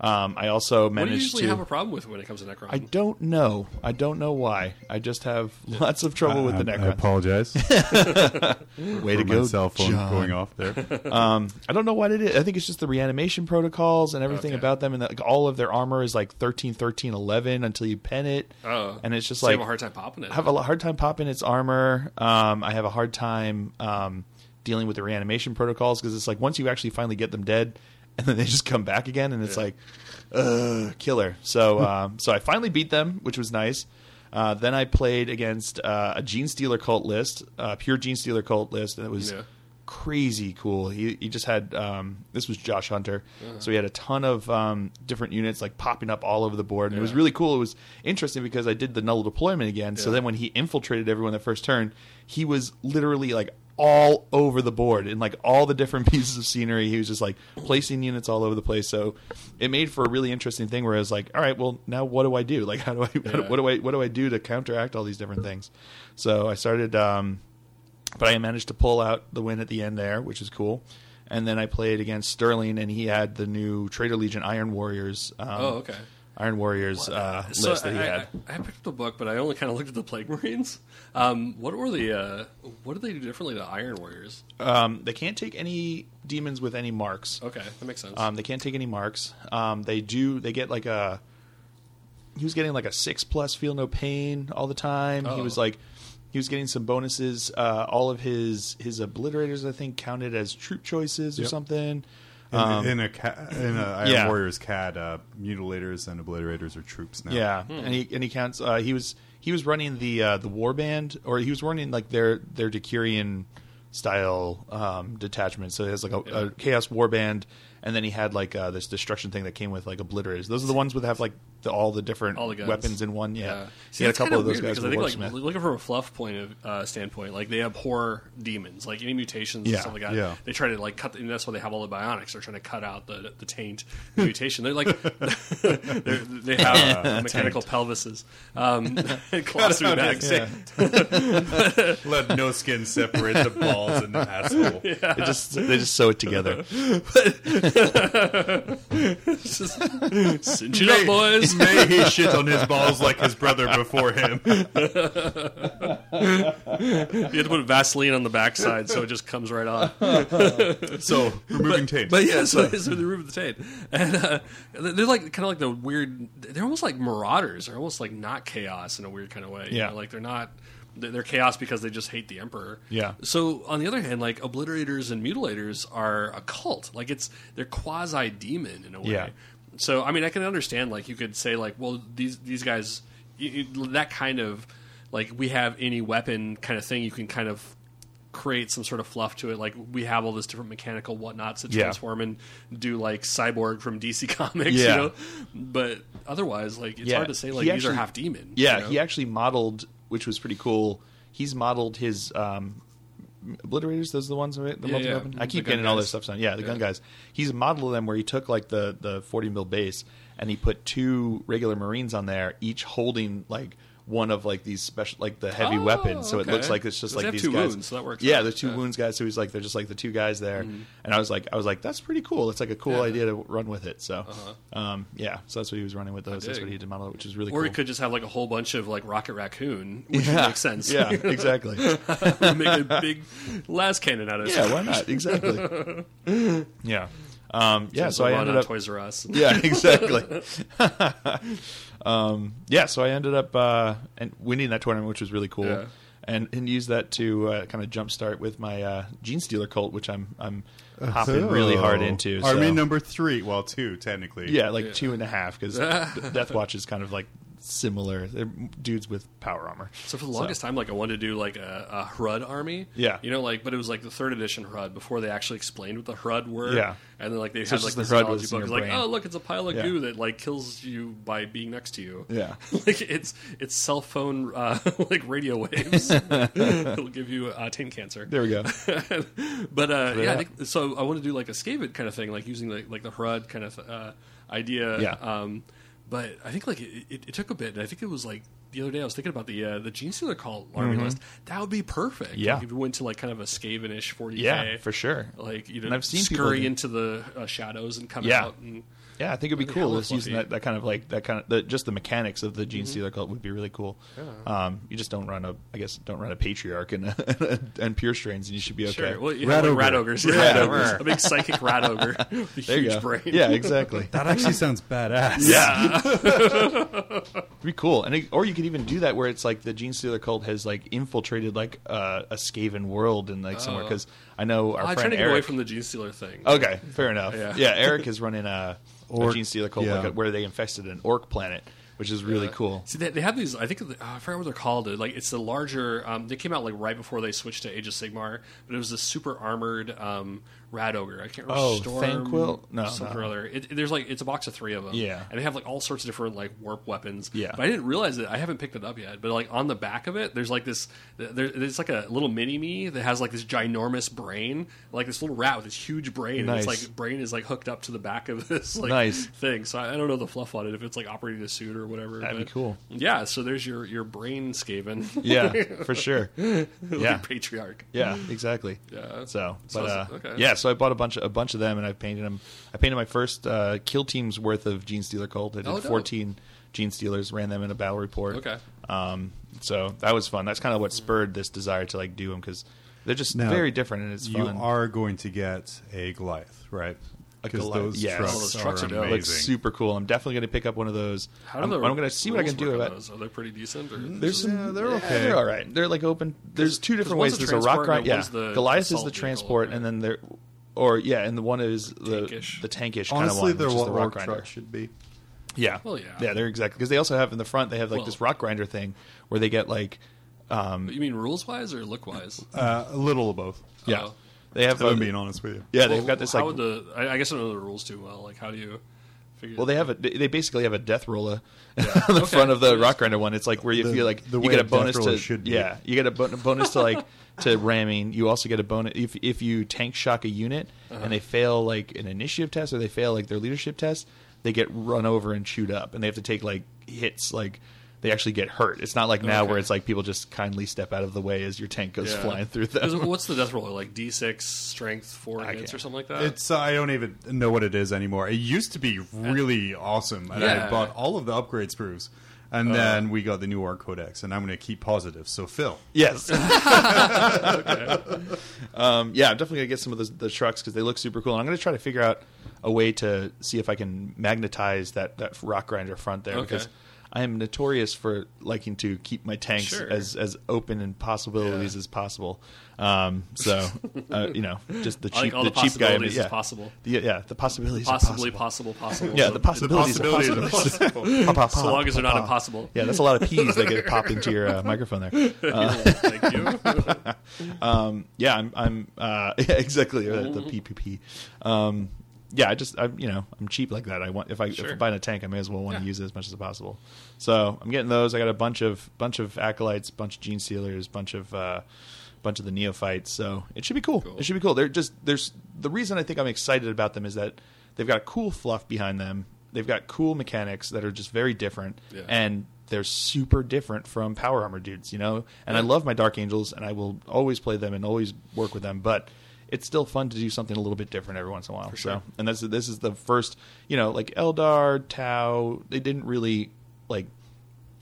[SPEAKER 2] Um, I also
[SPEAKER 3] What do
[SPEAKER 2] managed
[SPEAKER 3] you usually
[SPEAKER 2] to
[SPEAKER 3] have a problem with when it comes to Necron?
[SPEAKER 2] I don't know. I don't know why. I just have lots of trouble with the
[SPEAKER 1] I, I
[SPEAKER 2] Necron.
[SPEAKER 1] apologize
[SPEAKER 2] Way
[SPEAKER 1] for
[SPEAKER 2] to go,
[SPEAKER 1] my cell phone
[SPEAKER 2] John.
[SPEAKER 1] going off there.
[SPEAKER 2] I don't know what it is. I think it's just the reanimation protocols and everything
[SPEAKER 3] Okay.
[SPEAKER 2] about them, and like all of their armor is like 13, 13, 11 until you pen it.
[SPEAKER 3] Oh.
[SPEAKER 2] and it's just
[SPEAKER 3] So you
[SPEAKER 2] like
[SPEAKER 3] have a hard time popping it.
[SPEAKER 2] I have a lo- hard time popping its armor. Um, I have a hard time um, dealing with the reanimation protocols because it's like once you actually finally get them dead, and then they just come back again, and it's
[SPEAKER 3] Yeah.
[SPEAKER 2] like, ugh, killer. So, um, so I finally beat them, which was nice. Uh, then I played against uh, a Gene Stealer cult list, uh, pure Gene Stealer cult list, and it was
[SPEAKER 3] Yeah.
[SPEAKER 2] crazy cool. He he just had um, this was Josh Hunter,
[SPEAKER 3] Uh-huh.
[SPEAKER 2] so he had a ton of um, different units like popping up all over the board, and it was
[SPEAKER 3] Yeah.
[SPEAKER 2] really cool. It was interesting because I did the null deployment again. So
[SPEAKER 3] Yeah.
[SPEAKER 2] then when he infiltrated everyone the first turn, he was literally like all over the board in like all the different pieces of scenery. He was just like placing units all over the place. So it made for a really interesting thing where I was like, all right, well now what do I do? Like how do I
[SPEAKER 3] Yeah.
[SPEAKER 2] what do I what do I do to counteract all these different things? So I started. Um, but I managed to pull out the win at the end there, which is cool. And then I played against Sterling, and he had the new Trader Legion Iron Warriors. Um,
[SPEAKER 3] Oh, okay.
[SPEAKER 2] Iron Warriors uh, list
[SPEAKER 3] So
[SPEAKER 2] that he
[SPEAKER 3] I,
[SPEAKER 2] had.
[SPEAKER 3] I, I picked up the book, but I only kind of looked at the Plague Marines. Um, what were the uh, what did they do differently to Iron Warriors?
[SPEAKER 2] Um, they can't take any demons with any marks.
[SPEAKER 3] Okay, that makes sense.
[SPEAKER 2] Um, they can't take any marks. Um, they do. They get like a. He was getting like a six plus, feel no pain all the time. He
[SPEAKER 3] Oh.
[SPEAKER 2] was like, he was getting some bonuses. Uh, all of his his obliterators, I think, counted as troop choices or
[SPEAKER 1] Yep.
[SPEAKER 2] something.
[SPEAKER 1] In, in a ca- in a Iron
[SPEAKER 2] Um, yeah.
[SPEAKER 1] Warriors CAD, uh, mutilators and obliterators are troops now.
[SPEAKER 2] Yeah,
[SPEAKER 3] Hmm.
[SPEAKER 2] and he and he counts. Uh, he was he was running the uh, the war band, or he was running like their their Decurion style um, detachment. So he has like a, a chaos war band, and then he had like uh, this destruction thing that came with like obliterators. Those are the ones that have like the, all the different
[SPEAKER 3] All the guns.
[SPEAKER 2] weapons in one. Yeah,
[SPEAKER 3] See,
[SPEAKER 2] he had a
[SPEAKER 3] that's
[SPEAKER 2] couple
[SPEAKER 3] kinda
[SPEAKER 2] of those
[SPEAKER 3] weird
[SPEAKER 2] guys.
[SPEAKER 3] because
[SPEAKER 2] were
[SPEAKER 3] I think,
[SPEAKER 2] wordsmith.
[SPEAKER 3] like, looking from a fluff point of uh, standpoint, like they abhor demons, like any mutations
[SPEAKER 2] Yeah,
[SPEAKER 3] and stuff like that.
[SPEAKER 1] yeah.
[SPEAKER 3] They try to like cut, the, and that's why they have all the bionics. They're trying to cut out the the taint the mutation. They're like they're, they have uh, mechanical pelvises, um, and colostomy bags.
[SPEAKER 1] Let no skin separate the balls and the asshole.
[SPEAKER 2] it just they just sew it together.
[SPEAKER 3] It's just- Cinch it up, boys.
[SPEAKER 1] May he shit on his balls like his brother before him.
[SPEAKER 3] You have to put Vaseline on the backside so it just comes right off.
[SPEAKER 1] So removing taint.
[SPEAKER 3] But yeah, so, so the room of the Tate, and uh, they're like kind of like the weird. They're almost like marauders. They're almost like not chaos in a weird kind of way. you
[SPEAKER 2] Yeah.
[SPEAKER 3] know, like they're not. They're they're chaos because they just hate the emperor.
[SPEAKER 2] Yeah.
[SPEAKER 3] So on the other hand, like obliterators and mutilators are a cult. Like it's they're quasi demon in a way.
[SPEAKER 2] Yeah.
[SPEAKER 3] So I mean, I can understand like you could say like, well, these these guys, you, you- that kind of like we have any weapon kind of thing. You can kind of create some sort of fluff to it. Like we have all this different mechanical whatnots that
[SPEAKER 2] Yeah.
[SPEAKER 3] transform and do like cyborg from DC Comics.
[SPEAKER 2] Yeah.
[SPEAKER 3] You know? But otherwise, like it's
[SPEAKER 2] Yeah.
[SPEAKER 3] hard to say like
[SPEAKER 2] He
[SPEAKER 3] these are
[SPEAKER 2] actually-
[SPEAKER 3] half demon.
[SPEAKER 2] Yeah,
[SPEAKER 3] you know?
[SPEAKER 2] he actually modeled, which was pretty cool. He's modeled his um, obliterators. Those are the ones with the
[SPEAKER 3] Yeah,
[SPEAKER 2] multi
[SPEAKER 3] yeah.
[SPEAKER 2] weapon. I
[SPEAKER 3] The
[SPEAKER 2] keep
[SPEAKER 3] gun
[SPEAKER 2] getting all
[SPEAKER 3] guys.
[SPEAKER 2] their stuff done. Yeah, the gun guys. He's modeled them where he took like the the forty mil base and he put two regular marines on there, each holding like one of like these special like the heavy
[SPEAKER 3] Oh,
[SPEAKER 2] weapons. So it looks
[SPEAKER 3] okay.
[SPEAKER 2] like it's just
[SPEAKER 3] Does it
[SPEAKER 2] like
[SPEAKER 3] have
[SPEAKER 2] these
[SPEAKER 3] two
[SPEAKER 2] guys.
[SPEAKER 3] wounds? So that works
[SPEAKER 2] Yeah,
[SPEAKER 3] out.
[SPEAKER 2] there's two
[SPEAKER 3] Yeah. Mm-hmm.
[SPEAKER 2] wounds guys. So he's like they're just like the two guys there. And I was like I was like that's pretty cool. It's like a cool
[SPEAKER 3] Yeah. Uh-huh.
[SPEAKER 2] idea to run with it. So um, yeah, so that's what he was running with those. That's
[SPEAKER 3] dig.
[SPEAKER 2] what he did model, it, which is really
[SPEAKER 3] Or
[SPEAKER 2] cool.
[SPEAKER 3] he could just have like a whole bunch of like Rocket Raccoon, which would make sense.
[SPEAKER 2] Yeah, exactly.
[SPEAKER 3] make a big last cannon out of it.
[SPEAKER 2] yeah, why not? Exactly. Yeah. Um, yeah, so I
[SPEAKER 3] run
[SPEAKER 2] ended
[SPEAKER 3] on
[SPEAKER 2] up.
[SPEAKER 3] Toys R Us.
[SPEAKER 2] Yeah, exactly. um, yeah, so I ended up uh, and winning that tournament, which was really cool,
[SPEAKER 3] Yeah.
[SPEAKER 2] and and used that to uh, kind of jumpstart with my uh, Gene Stealer cult, which I'm I'm
[SPEAKER 1] Oh.
[SPEAKER 2] hopping really hard into.
[SPEAKER 1] Army
[SPEAKER 2] so.
[SPEAKER 1] number three, well, two technically.
[SPEAKER 2] yeah, like two and a half because Death Watch is kind of like similar. They're dudes with power armor.
[SPEAKER 3] So for the longest time, like I wanted to do like a, a HRUD army.
[SPEAKER 2] Yeah.
[SPEAKER 3] You know, like but it was like the third edition HRUD before they actually explained what the HRUD were.
[SPEAKER 2] Yeah.
[SPEAKER 3] And then like they
[SPEAKER 2] So
[SPEAKER 3] had like
[SPEAKER 2] just
[SPEAKER 3] the
[SPEAKER 2] the HRUD
[SPEAKER 3] HRUD
[SPEAKER 2] was
[SPEAKER 3] book.
[SPEAKER 2] in
[SPEAKER 3] It's
[SPEAKER 2] your
[SPEAKER 3] like,
[SPEAKER 2] brain.
[SPEAKER 3] oh look, it's a pile of
[SPEAKER 2] Yeah.
[SPEAKER 3] goo that like kills you by being next to you.
[SPEAKER 2] Yeah.
[SPEAKER 3] like it's it's cell phone uh, like radio waves. It'll give you uh, tin cancer.
[SPEAKER 2] There we go.
[SPEAKER 3] but uh, yeah, I
[SPEAKER 2] that.
[SPEAKER 3] think, so I want to do like a scavid kind of thing, like using like, like the HRUD kind of uh, idea.
[SPEAKER 2] Yeah.
[SPEAKER 3] Um, but I think like it, it, it took a bit, and I think it was like the other day I was thinking about the uh, the Gene Stealer call army list. That would be perfect.
[SPEAKER 2] Mm-hmm. Yeah.
[SPEAKER 3] Like, if you went to like kind of a scavenish forty k.
[SPEAKER 2] Yeah, for sure.
[SPEAKER 3] Like you know,
[SPEAKER 2] And I've seen people
[SPEAKER 3] scurry
[SPEAKER 2] do-
[SPEAKER 3] into the uh, shadows and come
[SPEAKER 2] Yeah.
[SPEAKER 3] out. And,
[SPEAKER 2] Yeah, I think it'd be
[SPEAKER 3] That'd be
[SPEAKER 2] cool.
[SPEAKER 3] hella Mm-hmm.
[SPEAKER 2] Just using
[SPEAKER 3] fluffy.
[SPEAKER 2] that, that kind of like that kind of the, just the mechanics of the Gene Stealer cult would be really cool. Um, you just don't run a, I guess, don't run a patriarch and and pure strains, and you should be okay.
[SPEAKER 3] Sure. Well, you have, like, rat
[SPEAKER 1] Rat
[SPEAKER 3] ogres.
[SPEAKER 1] ogre.
[SPEAKER 3] Yeah,
[SPEAKER 1] Rat
[SPEAKER 3] ogres.
[SPEAKER 1] ogre.
[SPEAKER 3] A big psychic rat ogre. with a
[SPEAKER 2] There you
[SPEAKER 3] huge
[SPEAKER 2] go.
[SPEAKER 3] brain.
[SPEAKER 2] Yeah, exactly.
[SPEAKER 1] That actually sounds badass.
[SPEAKER 2] yeah, it'd be cool. And it, or you could even do that where it's like the Gene Stealer cult has like infiltrated like uh, a Skaven world and like somewhere 'cause somewhere because I know our
[SPEAKER 3] Oh. I'm trying
[SPEAKER 2] friend
[SPEAKER 3] to get
[SPEAKER 2] Eric.
[SPEAKER 3] away from the Gene Stealer thing.
[SPEAKER 2] Okay, fair enough.
[SPEAKER 3] Yeah.
[SPEAKER 2] Yeah, Eric is running a, a
[SPEAKER 1] Orc,
[SPEAKER 2] Gene Stealer cult
[SPEAKER 1] yeah.
[SPEAKER 2] like, where they infested an orc planet, which is really
[SPEAKER 3] Yeah.
[SPEAKER 2] cool.
[SPEAKER 3] See, they, they have these. I think oh, I forgot what they're called. Like it's the larger. Um, they came out like right before they switched to Age of Sigmar, but it was this super armored um, Rad Ogre. I can't remember.
[SPEAKER 2] Oh,
[SPEAKER 3] Storm,
[SPEAKER 2] Thanquil? No,
[SPEAKER 3] something
[SPEAKER 2] no.
[SPEAKER 3] or other. It, it- there's like it's a box of three of them.
[SPEAKER 2] Yeah.
[SPEAKER 3] and they have like all sorts of different like warp weapons.
[SPEAKER 2] Yeah.
[SPEAKER 3] but I didn't realize it. I haven't picked it up yet. But like on the back of it, there's like this. There, there's like a little mini me that has like this ginormous brain, like this little rat with this huge brain. And
[SPEAKER 2] Nice.
[SPEAKER 3] it's like brain is like hooked up to the back of this like
[SPEAKER 2] Nice.
[SPEAKER 3] thing. So I, I don't know the fluff on it if it's like operating a suit or whatever.
[SPEAKER 2] That'd be cool.
[SPEAKER 3] Yeah, so there's your your brain scaven,
[SPEAKER 2] Yeah, for sure. Yeah,
[SPEAKER 3] patriarch.
[SPEAKER 2] yeah, exactly.
[SPEAKER 3] Yeah.
[SPEAKER 2] So,
[SPEAKER 3] So
[SPEAKER 2] but uh,
[SPEAKER 3] it's- okay.
[SPEAKER 2] yeah, so I bought a bunch of a bunch of them, and I've painted them. I painted my first uh, kill team's worth of Gene Stealer Cult. I did
[SPEAKER 3] Oh, dope.
[SPEAKER 2] fourteen Gene Stealers, ran them in a battle report.
[SPEAKER 3] Okay.
[SPEAKER 2] Um, so that was fun. That's kind of what spurred this desire to like do them because they're just
[SPEAKER 1] Now,
[SPEAKER 2] very different, and it's
[SPEAKER 1] you
[SPEAKER 2] fun.
[SPEAKER 1] are going to get a Goliath, right?
[SPEAKER 2] A
[SPEAKER 1] Because
[SPEAKER 2] Goliath,
[SPEAKER 1] those
[SPEAKER 2] yes.
[SPEAKER 1] trucks,
[SPEAKER 2] Oh,
[SPEAKER 3] those trucks are
[SPEAKER 1] are
[SPEAKER 3] dope.
[SPEAKER 1] amazing.
[SPEAKER 2] looks super cool. I'm definitely going to pick up one of those.
[SPEAKER 3] How do
[SPEAKER 2] I'm,
[SPEAKER 3] the
[SPEAKER 2] I'm going to see what I
[SPEAKER 3] rules
[SPEAKER 2] can do
[SPEAKER 3] work on
[SPEAKER 2] about.
[SPEAKER 3] those? Are they pretty decent? Or?
[SPEAKER 2] There's some.
[SPEAKER 1] Yeah, they're
[SPEAKER 2] yeah,
[SPEAKER 1] okay.
[SPEAKER 2] They're all right. They're like open. There's two different
[SPEAKER 3] one's
[SPEAKER 2] ways.
[SPEAKER 3] the
[SPEAKER 2] There's a rock
[SPEAKER 3] transport
[SPEAKER 2] ride.
[SPEAKER 3] and
[SPEAKER 2] Yeah,
[SPEAKER 3] one's the
[SPEAKER 2] Goliath is
[SPEAKER 3] assault
[SPEAKER 2] the
[SPEAKER 3] vehicle,
[SPEAKER 2] transport,
[SPEAKER 3] right?
[SPEAKER 2] and then there, or yeah, and the one is the
[SPEAKER 3] Tankish.
[SPEAKER 2] the tankish kind of
[SPEAKER 1] Honestly,
[SPEAKER 2] one.
[SPEAKER 1] they're
[SPEAKER 2] which is
[SPEAKER 1] what
[SPEAKER 2] the rock
[SPEAKER 1] rock
[SPEAKER 2] grinder.
[SPEAKER 1] trucks should be.
[SPEAKER 2] Yeah.
[SPEAKER 3] Well, yeah.
[SPEAKER 2] Yeah, they're exactly because they also have in the front they have like
[SPEAKER 3] Well-
[SPEAKER 2] this rock grinder thing where they get like
[SPEAKER 3] you mean rules wise or look wise?
[SPEAKER 1] Uh, a little of both.
[SPEAKER 2] yeah
[SPEAKER 3] Oh.
[SPEAKER 2] they have
[SPEAKER 1] If I'm
[SPEAKER 2] a-
[SPEAKER 1] being honest with you.
[SPEAKER 2] yeah they've got this
[SPEAKER 3] how
[SPEAKER 2] like
[SPEAKER 3] would the? I, I guess I don't know the rules too well. Like, how do you figure?
[SPEAKER 2] well they have a they they basically have a death roller on the
[SPEAKER 3] Okay.
[SPEAKER 2] front of the rock grinder one it's like where you
[SPEAKER 1] The-
[SPEAKER 2] feel like
[SPEAKER 1] the
[SPEAKER 2] you
[SPEAKER 1] way
[SPEAKER 2] get a
[SPEAKER 1] a death
[SPEAKER 2] bonus
[SPEAKER 1] roller
[SPEAKER 2] to
[SPEAKER 1] should be.
[SPEAKER 2] yeah you get a bon- bonus to like to ramming you also get a bonus if if you tank shock a unit
[SPEAKER 3] Uh-huh.
[SPEAKER 2] and they fail like an initiative test or they fail like their leadership test they get run over and chewed up and they have to take like hits like they actually get hurt. It's not like now where
[SPEAKER 3] Oh, Okay.
[SPEAKER 2] it's like people just kindly step out of the way as your tank goes
[SPEAKER 3] Yeah.
[SPEAKER 2] flying through
[SPEAKER 3] Is it-
[SPEAKER 2] them.
[SPEAKER 3] What's the death roller like? D six strength four
[SPEAKER 2] I
[SPEAKER 3] hits
[SPEAKER 2] can't-
[SPEAKER 3] or something like that.
[SPEAKER 1] It's uh, I don't even know what it is anymore. It used to be really awesome, and
[SPEAKER 3] Yeah.
[SPEAKER 1] I bought all of the upgrade sprues,
[SPEAKER 2] Uh.
[SPEAKER 1] and then we got the new art codex, and I'm going to keep positive. So Phil,
[SPEAKER 2] Yes. um, yeah, I'm definitely gonna get some of those, the trucks because they look super cool. And I'm gonna try to figure out a way to see if I can magnetize that that rock grinder front there
[SPEAKER 3] Okay.
[SPEAKER 2] because I am notorious for liking to keep my tanks
[SPEAKER 3] Sure.
[SPEAKER 2] as as open in possibilities
[SPEAKER 3] Yeah.
[SPEAKER 2] as possible. Um, so uh, you know, just the
[SPEAKER 3] I like
[SPEAKER 2] cheap
[SPEAKER 3] all
[SPEAKER 2] the,
[SPEAKER 3] the
[SPEAKER 2] cheap guy. in me-
[SPEAKER 3] possibilities is
[SPEAKER 2] yeah.
[SPEAKER 3] possible.
[SPEAKER 2] The, yeah, the possibilities. are
[SPEAKER 3] possibly
[SPEAKER 2] possible.
[SPEAKER 3] possible, possible.
[SPEAKER 2] Yeah,
[SPEAKER 3] So-
[SPEAKER 2] the possibilities. are
[SPEAKER 1] possibility is
[SPEAKER 2] possible.
[SPEAKER 1] possible.
[SPEAKER 2] Pop, pop,
[SPEAKER 3] So
[SPEAKER 2] pop,
[SPEAKER 3] long as they're not
[SPEAKER 2] pop, pop.
[SPEAKER 3] impossible.
[SPEAKER 2] Yeah, that's a lot of P's that get popped into your uh, microphone there.
[SPEAKER 3] Thank
[SPEAKER 2] Uh.
[SPEAKER 3] you.
[SPEAKER 2] Mm-hmm. Um, yeah, I'm, I'm, uh, yeah, exactly or the, the
[SPEAKER 3] Mm-hmm.
[SPEAKER 2] PPP. Um, yeah, I just, I'm, you know, I'm cheap like that. I want if I if
[SPEAKER 3] Sure.
[SPEAKER 2] I'm buying a tank, I may as well want
[SPEAKER 3] Yeah.
[SPEAKER 2] to use it as much as possible. So I'm getting those. I got a bunch of bunch of acolytes, bunch of gene sealers, bunch of uh, bunch of the neophytes. So it should be cool.
[SPEAKER 3] Cool.
[SPEAKER 2] It should be cool. They're just there's the reason I think I'm excited about them is that they've got a cool fluff behind them. They've got cool mechanics that are just very different
[SPEAKER 3] Yeah.
[SPEAKER 2] and they're super different from power armor dudes, you know. And I love my dark angels, and I will always play them and always work with them. But it's still fun to do something a little bit different every once in a while. So,
[SPEAKER 3] sure.
[SPEAKER 2] and that's this is the first, you know, like Eldar, Tau. They didn't really like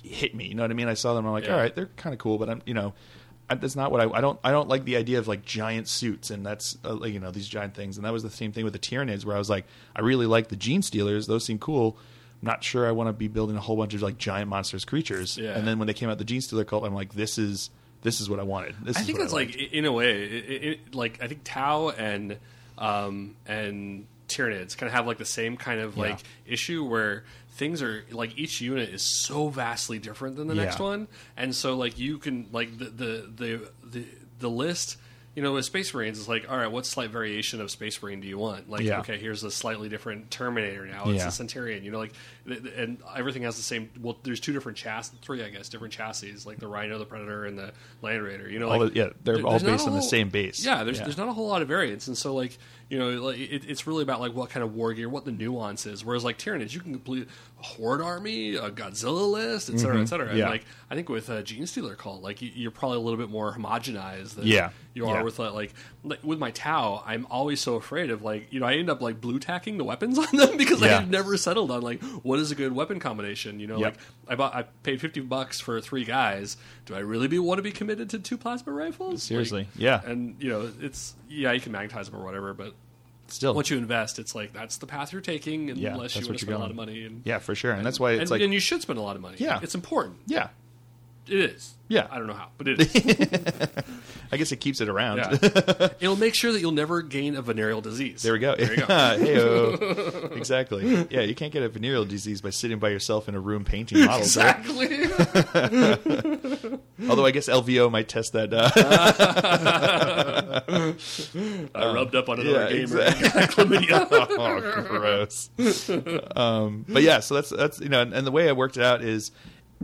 [SPEAKER 2] hit me. You know what I mean? I saw them. I'm like,
[SPEAKER 3] Yeah.
[SPEAKER 2] all right, they're kind of cool, but I'm, you know, I, that's not what I. I don't. I don't like the idea of like giant suits and that's uh, like, you know these giant things. And that was the same thing with the Tyranids, where I was like, I really like the Gene Stealers. Those seem cool. I'm not sure I want to be building a whole bunch of like giant monstrous creatures.
[SPEAKER 3] Yeah.
[SPEAKER 2] And then when they came out the Gene Stealer cult, I'm like, this is this is what I wanted. This
[SPEAKER 3] I
[SPEAKER 2] is
[SPEAKER 3] think
[SPEAKER 2] what
[SPEAKER 3] that's
[SPEAKER 2] liked.
[SPEAKER 3] like i- in a way, it, it, it- like I think Tau and um, and Tyranids kind of have like the same kind of like issue where things are like each unit is so vastly different than the next
[SPEAKER 2] Yeah.
[SPEAKER 3] one, and so like you can like the the the the, the list. You know, with Space Marines, it's like, all right, what slight variation of Space Marine do you want? Like,
[SPEAKER 2] Yeah.
[SPEAKER 3] okay, here's a slightly different Terminator now. It's
[SPEAKER 2] Yeah.
[SPEAKER 3] a Centurion, you know, like, th- th- and everything has the same. Well, there's two different chassis, three, I guess, different chassis, like the Rhino, the Predator, and the Land Raider. You know,
[SPEAKER 2] All
[SPEAKER 3] like,
[SPEAKER 2] the- yeah, they're all
[SPEAKER 3] there's not
[SPEAKER 2] based
[SPEAKER 3] a
[SPEAKER 2] on the same base.
[SPEAKER 3] Yeah, there's
[SPEAKER 2] Yeah.
[SPEAKER 3] there's not a whole lot of variance, and so like you know, like it, it's really about like what kind of war gear, what the nuance is. Whereas like Tyranids, you can complete a horde army, a Godzilla list, et cetera, et cetera.
[SPEAKER 2] Mm-hmm. Yeah.
[SPEAKER 3] And, like I think with uh, Gene Stealer Cult, like you, you're probably a little bit more homogenized than
[SPEAKER 2] Yeah.
[SPEAKER 3] you are
[SPEAKER 2] Yeah.
[SPEAKER 3] with uh, like, like like, with my Tau. I'm always so afraid of like you know I end up like blue tacking the weapons on them because
[SPEAKER 2] Yeah.
[SPEAKER 3] I've never settled on like what is a good weapon combination. You know,
[SPEAKER 2] Yep.
[SPEAKER 3] like I bought I paid fifty bucks for three guys. Do I really be want to be committed to two plasma rifles?
[SPEAKER 2] Seriously,
[SPEAKER 3] Like,
[SPEAKER 2] yeah.
[SPEAKER 3] And you know, it's yeah, you can magnetize them or whatever, but
[SPEAKER 2] still
[SPEAKER 3] once you invest, it's like that's the path you're taking, unless
[SPEAKER 2] Yeah,
[SPEAKER 3] you want
[SPEAKER 2] that's
[SPEAKER 3] to
[SPEAKER 2] what you're
[SPEAKER 3] spend a lot
[SPEAKER 2] going.
[SPEAKER 3] of money. And,
[SPEAKER 2] yeah for sure, and that's why it's
[SPEAKER 3] and,
[SPEAKER 2] like
[SPEAKER 3] and you should spend a lot of money.
[SPEAKER 2] Yeah.
[SPEAKER 3] it's important.
[SPEAKER 2] yeah.
[SPEAKER 3] It is.
[SPEAKER 2] Yeah.
[SPEAKER 3] I don't know how, but it is.
[SPEAKER 2] I guess it keeps it around.
[SPEAKER 3] Yeah. It'll make sure that you'll never gain a venereal disease.
[SPEAKER 2] There we go.
[SPEAKER 3] There you go.
[SPEAKER 2] Heyo. exactly. Yeah, you can't get a venereal disease by sitting by yourself in a room painting models. right?
[SPEAKER 3] Exactly.
[SPEAKER 2] Although I guess LVO might test that. Uh,
[SPEAKER 3] I rubbed up on another
[SPEAKER 2] yeah,
[SPEAKER 3] gamer.
[SPEAKER 2] exactly.
[SPEAKER 3] Chlamydia.
[SPEAKER 2] oh, gross. Um, but yeah, so that's that's you know, and, and the way I worked it out is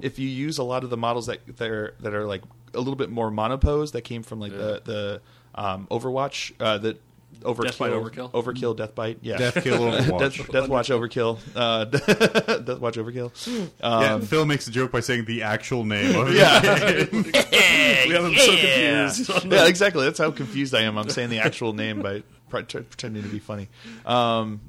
[SPEAKER 2] if you use a lot of the models that that are that are like a little bit more monopose that came from like the the um, Overwatch uh, that Overkill,
[SPEAKER 3] Death Bite Overkill?
[SPEAKER 2] Overkill, Death Bite, yeah,
[SPEAKER 1] Death Kill and Watch.
[SPEAKER 2] Death, Death Watch Overkill, uh, Death Watch Overkill.
[SPEAKER 1] yeah, Phil makes a joke by saying the actual name of it.
[SPEAKER 2] Um, Yeah,
[SPEAKER 3] We have him so confused. on the-
[SPEAKER 2] yeah, exactly. That's how confused I am. I'm saying the actual name by pr- t- pretending to be funny. Um,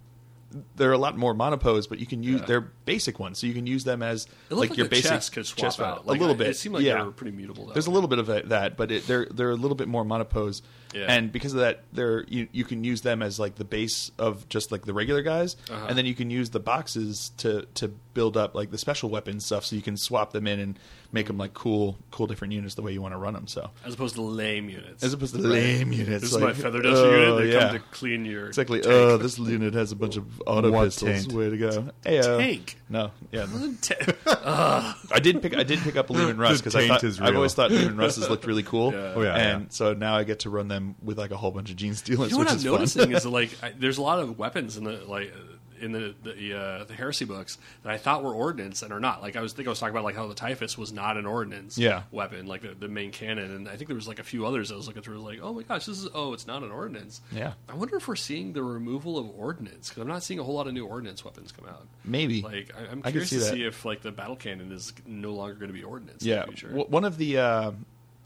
[SPEAKER 2] there are a lot more monopodes, but you can use they're basic ones, so you can use them as
[SPEAKER 3] It looked like,
[SPEAKER 2] your
[SPEAKER 3] the
[SPEAKER 2] basic
[SPEAKER 3] chess could swap
[SPEAKER 2] chess
[SPEAKER 3] out.
[SPEAKER 2] a
[SPEAKER 3] Like,
[SPEAKER 2] little
[SPEAKER 3] I-
[SPEAKER 2] bit.
[SPEAKER 3] It seemed like
[SPEAKER 2] yeah.
[SPEAKER 3] they were pretty mutable. That
[SPEAKER 2] There's a
[SPEAKER 3] way.
[SPEAKER 2] little bit of that- that, but it, they're they're a little bit more monopose,
[SPEAKER 3] Yeah.
[SPEAKER 2] and because of that, they're you, you can use them as like the base of just like the regular guys,
[SPEAKER 3] Uh-huh.
[SPEAKER 2] and then you can use the boxes to to build up like the special weapon stuff, so you can swap them in and make them like cool cool different units the way you want to run them. So
[SPEAKER 3] as opposed to lame units.
[SPEAKER 2] as opposed to lame units,
[SPEAKER 3] this
[SPEAKER 2] like,
[SPEAKER 3] is my feather duster
[SPEAKER 2] oh,
[SPEAKER 3] unit. They
[SPEAKER 2] yeah.
[SPEAKER 3] come to clean your
[SPEAKER 2] exactly.
[SPEAKER 3] tank.
[SPEAKER 2] Oh, this unit has a bunch of auto
[SPEAKER 1] What
[SPEAKER 2] pistols.
[SPEAKER 1] taint?
[SPEAKER 2] Way to go, Ayo.
[SPEAKER 3] Tank?
[SPEAKER 2] No, yeah. no.
[SPEAKER 3] Ta-
[SPEAKER 2] I did pick. I did pick up Lehman Russ because I
[SPEAKER 1] taint
[SPEAKER 2] thought,
[SPEAKER 1] is
[SPEAKER 2] I've
[SPEAKER 1] real.
[SPEAKER 2] always thought Lehman Russes looked really cool.
[SPEAKER 3] Yeah.
[SPEAKER 1] Oh, yeah,
[SPEAKER 2] and
[SPEAKER 1] yeah.
[SPEAKER 2] so now I get to run them with like a whole bunch of gene stealers,
[SPEAKER 3] you know
[SPEAKER 2] which
[SPEAKER 3] what I'm
[SPEAKER 2] is
[SPEAKER 3] noticing
[SPEAKER 2] fun.
[SPEAKER 3] is that, like I, there's a lot of weapons in the like uh, in the the, uh, the heresy books that I thought were ordnance and are not. Like I was think I was talking about like how the typhus was not an ordnance
[SPEAKER 2] Yeah.
[SPEAKER 3] weapon, like the, the main cannon, and I think there was like a few others I was looking through, like oh my gosh, this is oh it's not an ordnance.
[SPEAKER 2] Yeah.
[SPEAKER 3] I wonder if we're seeing the removal of ordnance because I'm not seeing a whole lot of new ordnance weapons come out.
[SPEAKER 2] Maybe.
[SPEAKER 3] Like I, I'm
[SPEAKER 2] I can
[SPEAKER 3] curious
[SPEAKER 2] see
[SPEAKER 3] to
[SPEAKER 2] that.
[SPEAKER 3] see if like the battle cannon is no longer going to be ordnance.
[SPEAKER 2] yeah,
[SPEAKER 3] in the future.
[SPEAKER 2] W- one of the. Uh,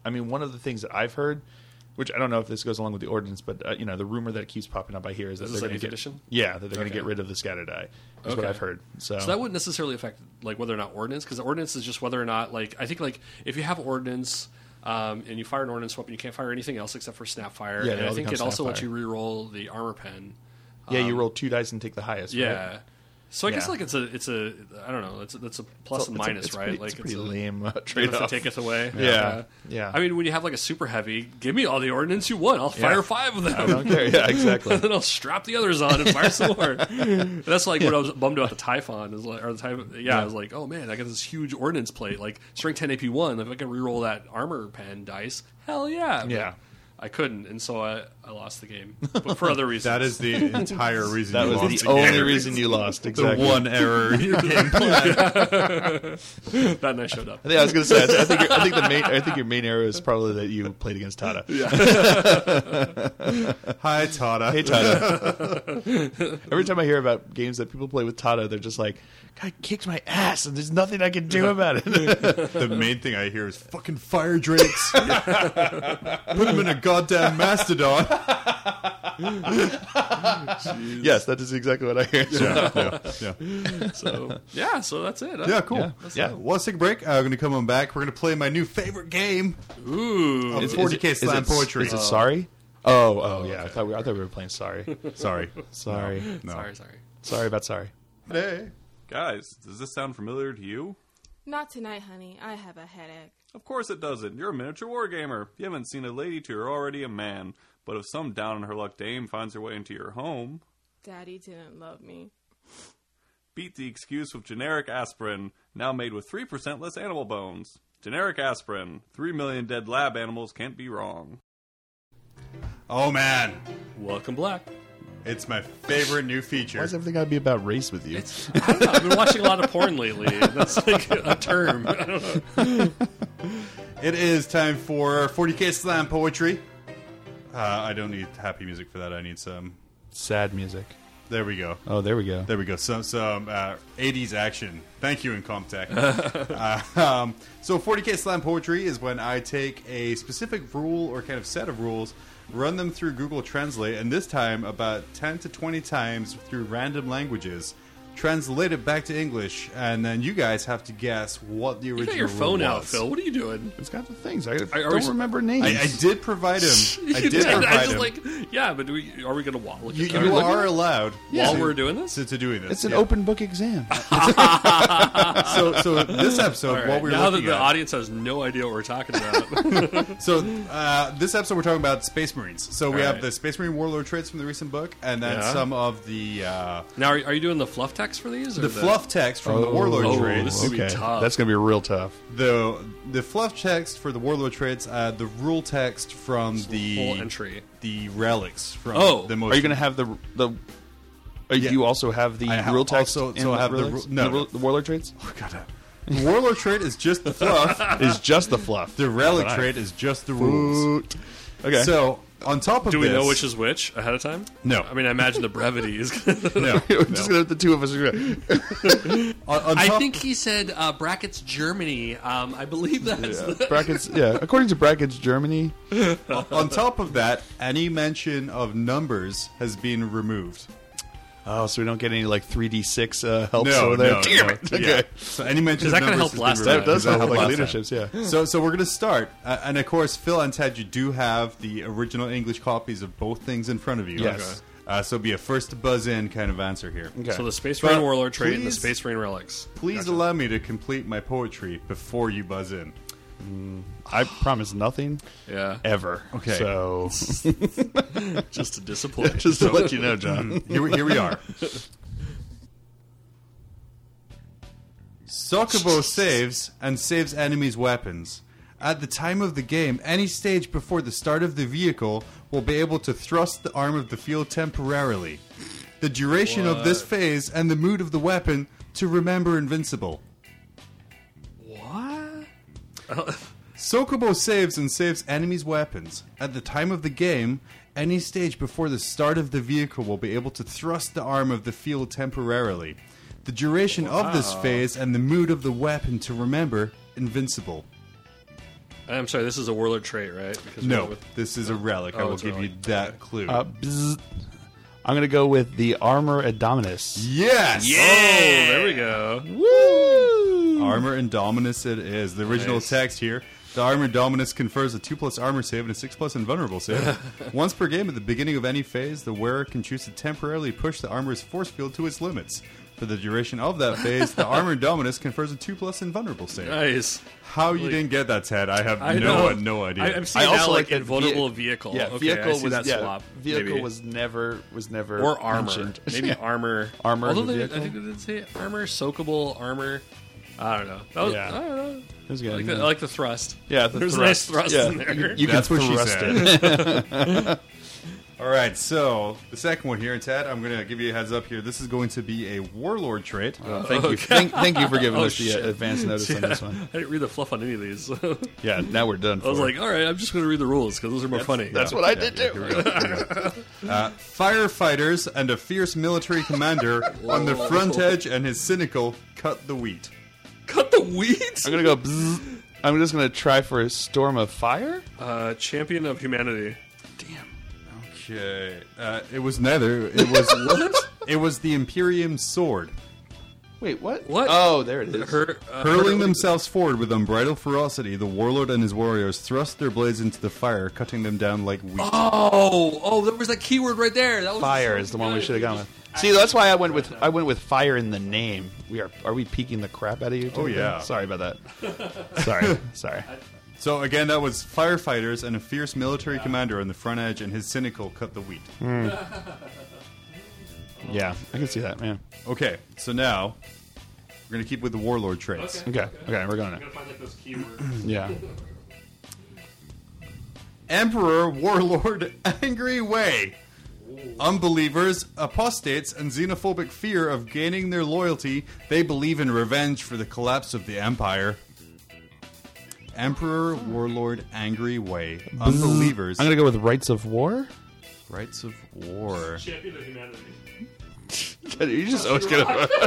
[SPEAKER 2] I mean, one of the things that I've heard, which I don't know if this goes along with the ordinance, but uh, you know, the rumor that keeps popping up I hear is that
[SPEAKER 3] Is
[SPEAKER 2] they're
[SPEAKER 3] this
[SPEAKER 2] going
[SPEAKER 3] like
[SPEAKER 2] to
[SPEAKER 3] eighth
[SPEAKER 2] get
[SPEAKER 3] edition?
[SPEAKER 2] yeah that they're going to
[SPEAKER 3] Okay.
[SPEAKER 2] get rid of the scatter die. Is what
[SPEAKER 3] Okay.
[SPEAKER 2] I've heard. So,
[SPEAKER 3] So that wouldn't necessarily affect like whether or not ordinance, because the ordinance is just whether or not like I think like if you have ordinance um, and you fire an ordinance weapon, you can't fire anything else except for snapfire.
[SPEAKER 2] Yeah, they
[SPEAKER 3] and I
[SPEAKER 2] all
[SPEAKER 3] think
[SPEAKER 2] become
[SPEAKER 3] it also lets
[SPEAKER 2] Snapfire.
[SPEAKER 3] you reroll the armor pen.
[SPEAKER 2] yeah, you roll two dice and take the highest. right?
[SPEAKER 3] um, Yeah. So I guess
[SPEAKER 2] Yeah.
[SPEAKER 3] like it's a it's a I don't know that's a, that's a plus
[SPEAKER 2] It's a-
[SPEAKER 3] and
[SPEAKER 2] it's a-
[SPEAKER 3] minus
[SPEAKER 2] it's
[SPEAKER 3] right
[SPEAKER 2] pretty-
[SPEAKER 3] like
[SPEAKER 2] it's a pretty
[SPEAKER 3] a-
[SPEAKER 2] lame uh,
[SPEAKER 3] giveth
[SPEAKER 2] trade
[SPEAKER 3] and
[SPEAKER 2] off.
[SPEAKER 3] taketh away Uh,
[SPEAKER 2] Yeah. Yeah.
[SPEAKER 3] I mean when you have like a super heavy give me all the ordnance you want I'll fire five of them
[SPEAKER 2] I don't care. Yeah, exactly.
[SPEAKER 3] and then I'll strap the others on and fire some more. And that's like what I was bummed about the Typhon is like, or the Typhon. Yeah, I was like, oh man, I got this huge ordnance plate, like strength ten AP one. If I can reroll that armor pen dice, hell yeah, But
[SPEAKER 2] Yeah.
[SPEAKER 3] I couldn't, and so I, I lost the game, but for other reasons.
[SPEAKER 1] That is the entire reason
[SPEAKER 2] That
[SPEAKER 1] you
[SPEAKER 2] was
[SPEAKER 1] lost
[SPEAKER 2] the only
[SPEAKER 1] game.
[SPEAKER 2] reason you lost.
[SPEAKER 1] The
[SPEAKER 2] Exactly.
[SPEAKER 1] one error. in your game.
[SPEAKER 3] that night showed up.
[SPEAKER 2] I think I was going to say. I th- I think, your- I think the main. I think your main error is probably that you played against Tata.
[SPEAKER 1] Hi, Tada.
[SPEAKER 2] Hey Tata. Every time I hear about games that people play with Tata, they're just like, "Guy kicked my ass, and there's nothing I can do about it."
[SPEAKER 1] the main thing I hear is fucking fire drakes. Put him in a goddamn mastodon.
[SPEAKER 2] yes, that is exactly what I hear.
[SPEAKER 1] Yeah, yeah, yeah.
[SPEAKER 3] So yeah, so that's it.
[SPEAKER 1] Yeah, cool.
[SPEAKER 2] Yeah,
[SPEAKER 1] Yeah,
[SPEAKER 2] yeah.
[SPEAKER 1] Well, let's take a break. I'm going to come on back. We're going to play my new favorite game.
[SPEAKER 3] Ooh,
[SPEAKER 1] Of
[SPEAKER 2] Is- is
[SPEAKER 1] 40K
[SPEAKER 2] it- is
[SPEAKER 1] slam
[SPEAKER 2] it-
[SPEAKER 1] poetry.
[SPEAKER 2] Is it sorry? Oh, oh yeah. I thought we, I thought we were playing sorry.
[SPEAKER 1] Sorry.
[SPEAKER 2] Sorry.
[SPEAKER 1] No.
[SPEAKER 3] sorry, sorry.
[SPEAKER 2] Sorry about sorry.
[SPEAKER 1] Hey.
[SPEAKER 4] Guys, does this sound familiar to you?
[SPEAKER 5] Not tonight, honey. I have a headache.
[SPEAKER 4] Of course it doesn't. You're a miniature wargamer. You haven't seen a lady till you're already a man. But if some down on her luck dame finds her way into your home,
[SPEAKER 5] Daddy didn't love me.
[SPEAKER 4] beat the excuse with generic aspirin, now made with 3% less animal bones. Generic aspirin. 3 million dead lab animals can't be wrong.
[SPEAKER 1] Oh, man.
[SPEAKER 3] Welcome back.
[SPEAKER 1] It's my favorite new feature.
[SPEAKER 2] Why does everything got to be about race with you?
[SPEAKER 3] It's, I don't know. I've been watching a lot of porn lately. That's like a term. I don't know.
[SPEAKER 1] It is time for 40K slam poetry. Uh, I don't need happy music for that. I need some.
[SPEAKER 2] Sad music.
[SPEAKER 1] There we go.
[SPEAKER 2] Oh, there we go.
[SPEAKER 1] There we go. Some some uh, 80s action. Thank you, Incomtech. uh, um, so 40k slam poetry is when I take a specific rule or kind of set of rules, run them through Google Translate, and this time about 10 to 20 times through random languages, translate it back to English, and then you guys have to guess what the
[SPEAKER 3] You
[SPEAKER 1] original
[SPEAKER 3] got your
[SPEAKER 1] rule
[SPEAKER 3] phone out,
[SPEAKER 1] was.
[SPEAKER 3] Phil. What are you doing?
[SPEAKER 2] It's got the things. I,
[SPEAKER 3] I
[SPEAKER 2] don't
[SPEAKER 3] always-
[SPEAKER 2] remember names.
[SPEAKER 1] I, I did provide him. I
[SPEAKER 3] You
[SPEAKER 1] did
[SPEAKER 3] did.
[SPEAKER 1] provide
[SPEAKER 3] I just
[SPEAKER 1] him.
[SPEAKER 3] like, yeah, but do we, are we going to walk? Look
[SPEAKER 1] you
[SPEAKER 3] at
[SPEAKER 1] you
[SPEAKER 3] are we looking
[SPEAKER 1] are allowed
[SPEAKER 3] while
[SPEAKER 1] to-
[SPEAKER 3] we're doing this?
[SPEAKER 1] to, to doing this.
[SPEAKER 2] It's an
[SPEAKER 1] yeah.
[SPEAKER 2] open book exam.
[SPEAKER 1] So so this episode,
[SPEAKER 3] All right,
[SPEAKER 1] while we were
[SPEAKER 3] now that
[SPEAKER 1] looking
[SPEAKER 3] the
[SPEAKER 1] at,
[SPEAKER 3] audience has no idea what we're talking about,
[SPEAKER 1] So uh, this episode, we're talking about Space Marines. So we
[SPEAKER 3] All
[SPEAKER 1] have
[SPEAKER 3] right.
[SPEAKER 1] the Space Marine warlord traits from the recent book, and then
[SPEAKER 3] Yeah.
[SPEAKER 1] some of the uh,
[SPEAKER 3] now are, are you doing the fluff text for these? Or
[SPEAKER 1] the fluff text from the warlord
[SPEAKER 3] Oh,
[SPEAKER 1] traits.
[SPEAKER 3] this is gonna be tough.
[SPEAKER 2] That's going to be real tough.
[SPEAKER 1] The the fluff text for the warlord traits, uh, the rule text from the
[SPEAKER 3] whole entry.
[SPEAKER 1] the relics from
[SPEAKER 3] Oh.
[SPEAKER 1] the most.
[SPEAKER 2] Are you going to have the the? Are,
[SPEAKER 1] Yeah.
[SPEAKER 2] Do you also have the
[SPEAKER 1] I have
[SPEAKER 2] rule text?
[SPEAKER 1] also-
[SPEAKER 2] and
[SPEAKER 1] so I have the
[SPEAKER 2] relics?
[SPEAKER 1] ru- no,
[SPEAKER 2] the, ru-
[SPEAKER 1] no.
[SPEAKER 2] the warlord traits
[SPEAKER 1] Oh, God, uh, the warlord trait is just the fluff.
[SPEAKER 2] is just the fluff.
[SPEAKER 1] The relic
[SPEAKER 2] Right.
[SPEAKER 1] trait is just the rules.
[SPEAKER 2] Okay.
[SPEAKER 1] So On top of
[SPEAKER 3] Do we
[SPEAKER 1] this,
[SPEAKER 3] know which is which ahead of time?
[SPEAKER 1] No.
[SPEAKER 3] I mean, I imagine the brevity is. Gonna...
[SPEAKER 1] no.
[SPEAKER 2] We're just gonna, the two of us are gonna.
[SPEAKER 1] on, on
[SPEAKER 3] I
[SPEAKER 1] top-
[SPEAKER 3] think he said uh, brackets Germany. Um, I believe that's. the-
[SPEAKER 2] Brackets, yeah. According to brackets, Germany.
[SPEAKER 1] on top of that, any mention of numbers has been removed.
[SPEAKER 2] Oh, so we don't get any like 3d6 uh, helps
[SPEAKER 1] No,
[SPEAKER 2] over there.
[SPEAKER 1] no,
[SPEAKER 2] Damn
[SPEAKER 1] no.
[SPEAKER 2] it. Okay,
[SPEAKER 1] Yeah. So any mention
[SPEAKER 3] Is that
[SPEAKER 1] of
[SPEAKER 3] gonna
[SPEAKER 1] numbers has
[SPEAKER 3] help
[SPEAKER 1] been
[SPEAKER 3] last
[SPEAKER 1] removed.
[SPEAKER 3] time?
[SPEAKER 2] that does
[SPEAKER 1] Does
[SPEAKER 2] sound
[SPEAKER 1] help
[SPEAKER 2] like
[SPEAKER 1] last time?
[SPEAKER 2] leaderships. Yeah.
[SPEAKER 1] So, so we're going to start, uh, and of course, Phil and Ted, you do have the original English copies of both things in front of you.
[SPEAKER 2] Yes.
[SPEAKER 1] Uh, so, be a first to buzz in kind of answer here.
[SPEAKER 2] Okay.
[SPEAKER 3] So the Space Marine
[SPEAKER 1] But
[SPEAKER 3] Warlord trait and the
[SPEAKER 1] please-
[SPEAKER 3] Space Marine relics.
[SPEAKER 1] Please allow me to complete my poetry before you buzz in.
[SPEAKER 2] I promise nothing
[SPEAKER 3] Yeah.
[SPEAKER 2] ever.
[SPEAKER 1] Okay.
[SPEAKER 2] So
[SPEAKER 3] Just to disappoint.
[SPEAKER 2] just to let you know, John.
[SPEAKER 1] Here, we- here we are. Sokobo saves and saves enemies' weapons. At the time of the game, any stage before the start of the vehicle will be able to thrust the arm of the field temporarily. The duration of this phase and the mood of the weapon to remember invincible.
[SPEAKER 3] what?
[SPEAKER 1] Sokobo saves and saves enemies' weapons. At the time of the game, any stage before the start of the vehicle will be able to thrust the arm of the field temporarily. The duration of this phase and the mood of the weapon to remember invincible.
[SPEAKER 3] I'm sorry. This is a Warlord trait, right? Because we're
[SPEAKER 1] No,
[SPEAKER 3] with-
[SPEAKER 1] this is a relic. I
[SPEAKER 3] Oh,
[SPEAKER 1] will
[SPEAKER 3] it's a
[SPEAKER 1] give you
[SPEAKER 3] relic.
[SPEAKER 1] that clue.
[SPEAKER 2] Uh, bzz. I'm gonna go with the armor Adominus.
[SPEAKER 1] yes!
[SPEAKER 3] Oh, there we go.
[SPEAKER 2] Woo!
[SPEAKER 1] Armor and Dominus it is. The original
[SPEAKER 3] Nice.
[SPEAKER 1] text here. The Armor Dominus confers a 2 plus armor save and a 6 plus invulnerable save. Once per game at the beginning of any phase, the wearer can choose to temporarily push the armor's force field to its limits. For the duration of that phase, the Armor Dominus confers a 2 plus invulnerable save.
[SPEAKER 3] Nice.
[SPEAKER 1] How you didn't get that, Ted, I have
[SPEAKER 3] I
[SPEAKER 1] no,
[SPEAKER 3] know.
[SPEAKER 1] no idea.
[SPEAKER 3] I- I'm seeing now, like,
[SPEAKER 2] that
[SPEAKER 3] invulnerable
[SPEAKER 2] vehi-
[SPEAKER 3] vehicle.
[SPEAKER 2] Yeah,
[SPEAKER 3] Okay,
[SPEAKER 2] vehicle
[SPEAKER 3] I see
[SPEAKER 2] was
[SPEAKER 3] that
[SPEAKER 2] yeah,
[SPEAKER 3] swap,
[SPEAKER 2] Vehicle
[SPEAKER 3] maybe.
[SPEAKER 2] was never was never
[SPEAKER 3] Or armor.
[SPEAKER 2] mentioned.
[SPEAKER 3] Maybe
[SPEAKER 2] Yeah.
[SPEAKER 3] armor.
[SPEAKER 2] Armor
[SPEAKER 3] Although
[SPEAKER 2] is a
[SPEAKER 3] they, I
[SPEAKER 2] vehicle.
[SPEAKER 3] think they did say armor, soakable armor. I don't know. That was,
[SPEAKER 2] Yeah.
[SPEAKER 3] I don't know.
[SPEAKER 2] It was
[SPEAKER 3] I
[SPEAKER 2] good.
[SPEAKER 3] like, the, I like the thrust.
[SPEAKER 2] Mm. yeah, the
[SPEAKER 3] There's a nice thrust
[SPEAKER 2] Yeah,
[SPEAKER 3] in there.
[SPEAKER 2] You, you
[SPEAKER 1] That's
[SPEAKER 2] can
[SPEAKER 1] what she
[SPEAKER 2] thrust
[SPEAKER 1] said.
[SPEAKER 2] it.
[SPEAKER 1] All right, so the second one here, Ted, I'm going to give you a heads up here. This is going to be a Warlord trait.
[SPEAKER 3] Uh-huh.
[SPEAKER 2] Thank you. Thank, thank you for giving
[SPEAKER 3] Oh,
[SPEAKER 2] us the
[SPEAKER 3] shit.
[SPEAKER 2] uh, advance notice on this one.
[SPEAKER 3] I didn't read the fluff on any of these. I
[SPEAKER 2] Yeah, now we're done. For.
[SPEAKER 3] was like, all right, I'm just going to read the rules because those are more funny.
[SPEAKER 2] that's what I did
[SPEAKER 1] Here
[SPEAKER 2] too.
[SPEAKER 1] we go, here we go. Uh, firefighters and a fierce military commander on the front edge and his cynical cut the wheat.
[SPEAKER 3] Cut the weeds.
[SPEAKER 2] I'm gonna go. Bzz. I'm just gonna try for a storm of fire.
[SPEAKER 3] Uh, champion of humanity. Damn.
[SPEAKER 1] Okay. Uh, it was neither. It was it was the Imperium sword.
[SPEAKER 2] Wait, what?
[SPEAKER 3] What?
[SPEAKER 2] Oh, there it is.
[SPEAKER 3] Her, uh,
[SPEAKER 1] Hurling themselves forward with unbridled ferocity, the warlord and his warriors thrust their blades into the fire, cutting them down like wheat.
[SPEAKER 2] Ah!
[SPEAKER 3] Oh, oh, there was that keyword right there. That was
[SPEAKER 2] Fire is the one we should have gone with. See, that's why I went with I went with fire in the name. We are are we peeking the crap out of you?
[SPEAKER 1] Oh, yeah.
[SPEAKER 2] Sorry about that. sorry, sorry.
[SPEAKER 1] So again, that was firefighters and a fierce military commander on the front edge and his cynical cut the wheat.
[SPEAKER 2] Hmm. Yeah, I can see that. Man.
[SPEAKER 1] Okay, so now we're gonna keep with the warlord traits.
[SPEAKER 2] Okay, okay, we're going. To,
[SPEAKER 3] find like those keywords.
[SPEAKER 2] yeah.
[SPEAKER 1] Emperor, Warlord, Angry Way. Unbelievers, apostates, and xenophobic fear of gaining their loyalty, they believe in revenge for the collapse of the Empire. Emperor, Warlord, Angry Way. Unbelievers,
[SPEAKER 2] I'm gonna go with rights of war.
[SPEAKER 1] rights of war.
[SPEAKER 3] champion of humanity.
[SPEAKER 2] you just always gonna.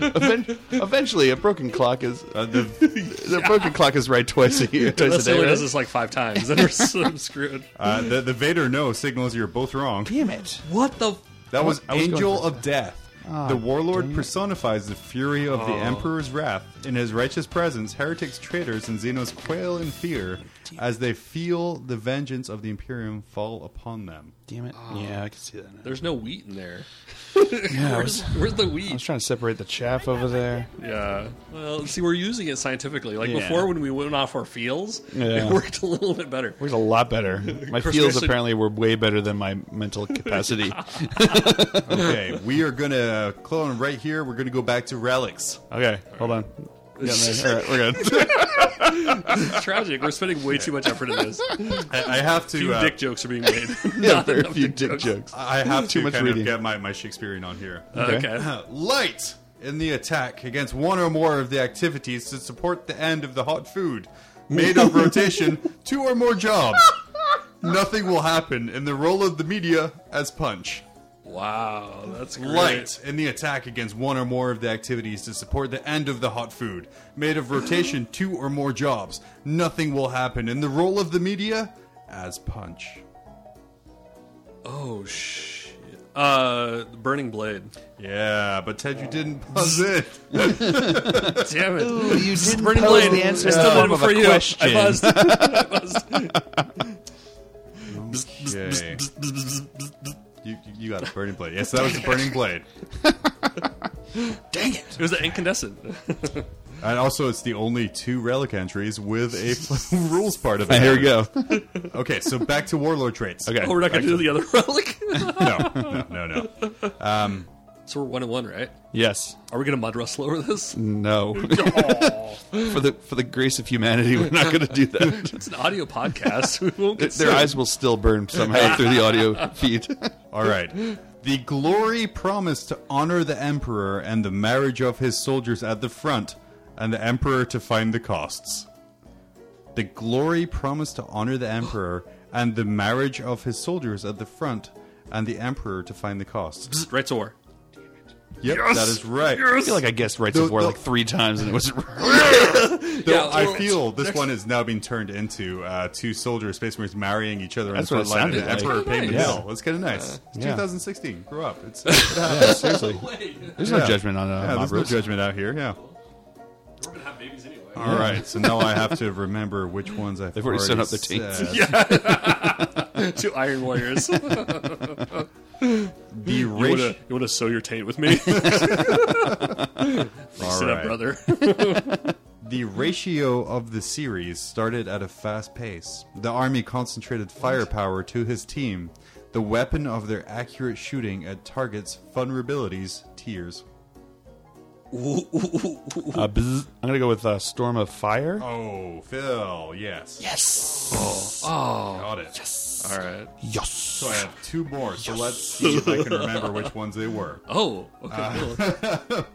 [SPEAKER 2] Even- Eventually, a broken clock is
[SPEAKER 1] Uh, the,
[SPEAKER 2] the broken clock is right twice a year, twice
[SPEAKER 3] Unless
[SPEAKER 2] a day.
[SPEAKER 3] he only
[SPEAKER 2] right?
[SPEAKER 3] does this like five times, then we're so screwed.
[SPEAKER 1] uh, the, the Vader no signals you're both wrong.
[SPEAKER 2] Damn it!
[SPEAKER 3] What the?
[SPEAKER 1] That was,
[SPEAKER 2] I was going
[SPEAKER 1] Angel
[SPEAKER 2] for- Ah,
[SPEAKER 1] of Death. the warlord personifies the fury of the emperor's wrath. In his righteous presence, heretics, traitors, and Xenos quail in fear as they feel the vengeance of the Imperium fall upon them.
[SPEAKER 2] Damn it! Yeah, I can see that. Now.
[SPEAKER 3] There's no wheat in there.
[SPEAKER 2] Yeah, I
[SPEAKER 3] Where's,
[SPEAKER 2] was,
[SPEAKER 3] where's the
[SPEAKER 2] I was
[SPEAKER 3] wheat?
[SPEAKER 2] trying to separate the chaff over there.
[SPEAKER 3] Yeah. Well, see, we're using it scientifically. Like
[SPEAKER 2] Yeah.
[SPEAKER 3] before, when we went off our fields,
[SPEAKER 2] Yeah.
[SPEAKER 3] it worked a little bit better.
[SPEAKER 2] Works a lot better. My feels
[SPEAKER 3] course, we actually-
[SPEAKER 2] apparently were way better than my mental capacity.
[SPEAKER 1] Okay, we are going to clone right here. We're going to go back to relics.
[SPEAKER 2] Okay, hold on. Yeah, man, all right, we're good.
[SPEAKER 3] It's tragic. We're spending way too much effort in this.
[SPEAKER 1] I, I have
[SPEAKER 3] Few
[SPEAKER 1] to. Uh,
[SPEAKER 3] dick jokes are being made.
[SPEAKER 2] yeah,
[SPEAKER 3] Not
[SPEAKER 2] very
[SPEAKER 3] enough
[SPEAKER 2] few dick jokes.
[SPEAKER 1] I have
[SPEAKER 2] Too
[SPEAKER 1] to
[SPEAKER 2] much
[SPEAKER 1] kind
[SPEAKER 2] reading. Uh,
[SPEAKER 1] of get my, my Shakespearean on here.
[SPEAKER 3] Uh, Okay.
[SPEAKER 1] light in the attack against one or more of the activities to support the end of the hot food made of rotation two or more jobs nothing will happen, and the role of the media as punch.
[SPEAKER 3] Wow, that's great.
[SPEAKER 1] Light in the attack against one or more of the activities to support the end of the hot food. Made of rotation, two or more jobs. Nothing will happen, and the role of the media as punch.
[SPEAKER 3] Oh shit. Uh, Burning Blade.
[SPEAKER 1] Yeah, but Ted, you didn't buzz it.
[SPEAKER 3] Damn it.
[SPEAKER 2] You didn't
[SPEAKER 3] Burning
[SPEAKER 2] pose
[SPEAKER 3] Blade.
[SPEAKER 2] the answer in
[SPEAKER 3] I still
[SPEAKER 2] the form
[SPEAKER 3] did it
[SPEAKER 2] of a
[SPEAKER 3] for you.
[SPEAKER 2] question.
[SPEAKER 3] I buzzed. I buzzed.
[SPEAKER 1] Okay. You, you got a burning blade. Yes, that was a burning blade.
[SPEAKER 2] Dang it!
[SPEAKER 3] It was an incandescent.
[SPEAKER 1] And also, it's the only two relic entries with a rules part of it.
[SPEAKER 2] Ah, Here we go.
[SPEAKER 1] Okay, so back to warlord traits.
[SPEAKER 2] Okay.
[SPEAKER 3] Oh, we're not going to do the other relic.
[SPEAKER 1] No, no, no, no.
[SPEAKER 3] so we're one and one, right?
[SPEAKER 2] Yes.
[SPEAKER 3] Are we going to mud wrestle over this?
[SPEAKER 2] No. for the for the grace of humanity, we're not going to do that.
[SPEAKER 3] It's an audio podcast. We won't get
[SPEAKER 2] Their
[SPEAKER 3] sued.
[SPEAKER 2] eyes will still burn somehow through the audio feed.
[SPEAKER 1] All right. The glory promised to honor the emperor and the marriage of his soldiers at the front, and the emperor to find the costs. The glory promised to honor the emperor and the marriage of his soldiers at the front, and the emperor to find the costs.
[SPEAKER 3] Right to war.
[SPEAKER 1] Yep, that is right.
[SPEAKER 2] I feel like I guessed rights
[SPEAKER 1] The-
[SPEAKER 2] of war
[SPEAKER 1] the-
[SPEAKER 2] like three times and it wasn't
[SPEAKER 1] Though
[SPEAKER 3] Yeah,
[SPEAKER 1] I
[SPEAKER 3] well,
[SPEAKER 1] feel this
[SPEAKER 3] next-
[SPEAKER 1] one is now being turned into uh, two soldiers, space marines marrying each other.
[SPEAKER 2] That's
[SPEAKER 1] in
[SPEAKER 2] what
[SPEAKER 1] the
[SPEAKER 2] it
[SPEAKER 1] front line,
[SPEAKER 2] sounded
[SPEAKER 1] and
[SPEAKER 2] like.
[SPEAKER 1] Emperor
[SPEAKER 3] Kinda
[SPEAKER 1] paying the
[SPEAKER 2] nice.
[SPEAKER 1] bill. It's kind of nice. It's
[SPEAKER 2] Yeah.
[SPEAKER 1] 2016. Grow up. It's
[SPEAKER 2] Yeah, seriously. There's no
[SPEAKER 1] Yeah.
[SPEAKER 2] judgment on uh,
[SPEAKER 1] yeah,
[SPEAKER 2] mob
[SPEAKER 1] there's no
[SPEAKER 2] rules.
[SPEAKER 1] judgment out here. Yeah.
[SPEAKER 3] We're going to have babies anyway.
[SPEAKER 1] All right, so now I have to remember which ones I've
[SPEAKER 2] They've already set up their
[SPEAKER 1] said.
[SPEAKER 2] teams.
[SPEAKER 3] Two Iron Warriors. you
[SPEAKER 1] The
[SPEAKER 3] want
[SPEAKER 1] ratio.
[SPEAKER 3] to you wanna sew your taint with me?
[SPEAKER 1] All
[SPEAKER 3] Sit up,
[SPEAKER 1] right.
[SPEAKER 3] brother.
[SPEAKER 1] The ratio of the series started at a fast pace. The army concentrated firepower to his team, the weapon of their accurate shooting at targets, vulnerabilities, tears.
[SPEAKER 2] Uh, bzz. I'm going to go with uh, Storm of Fire.
[SPEAKER 1] Oh, Phil, yes. Yes. Oh, got it.
[SPEAKER 3] All right.
[SPEAKER 2] Yes.
[SPEAKER 1] So I have two more, so let's see if I can remember which ones they were.
[SPEAKER 3] Oh, okay. cool.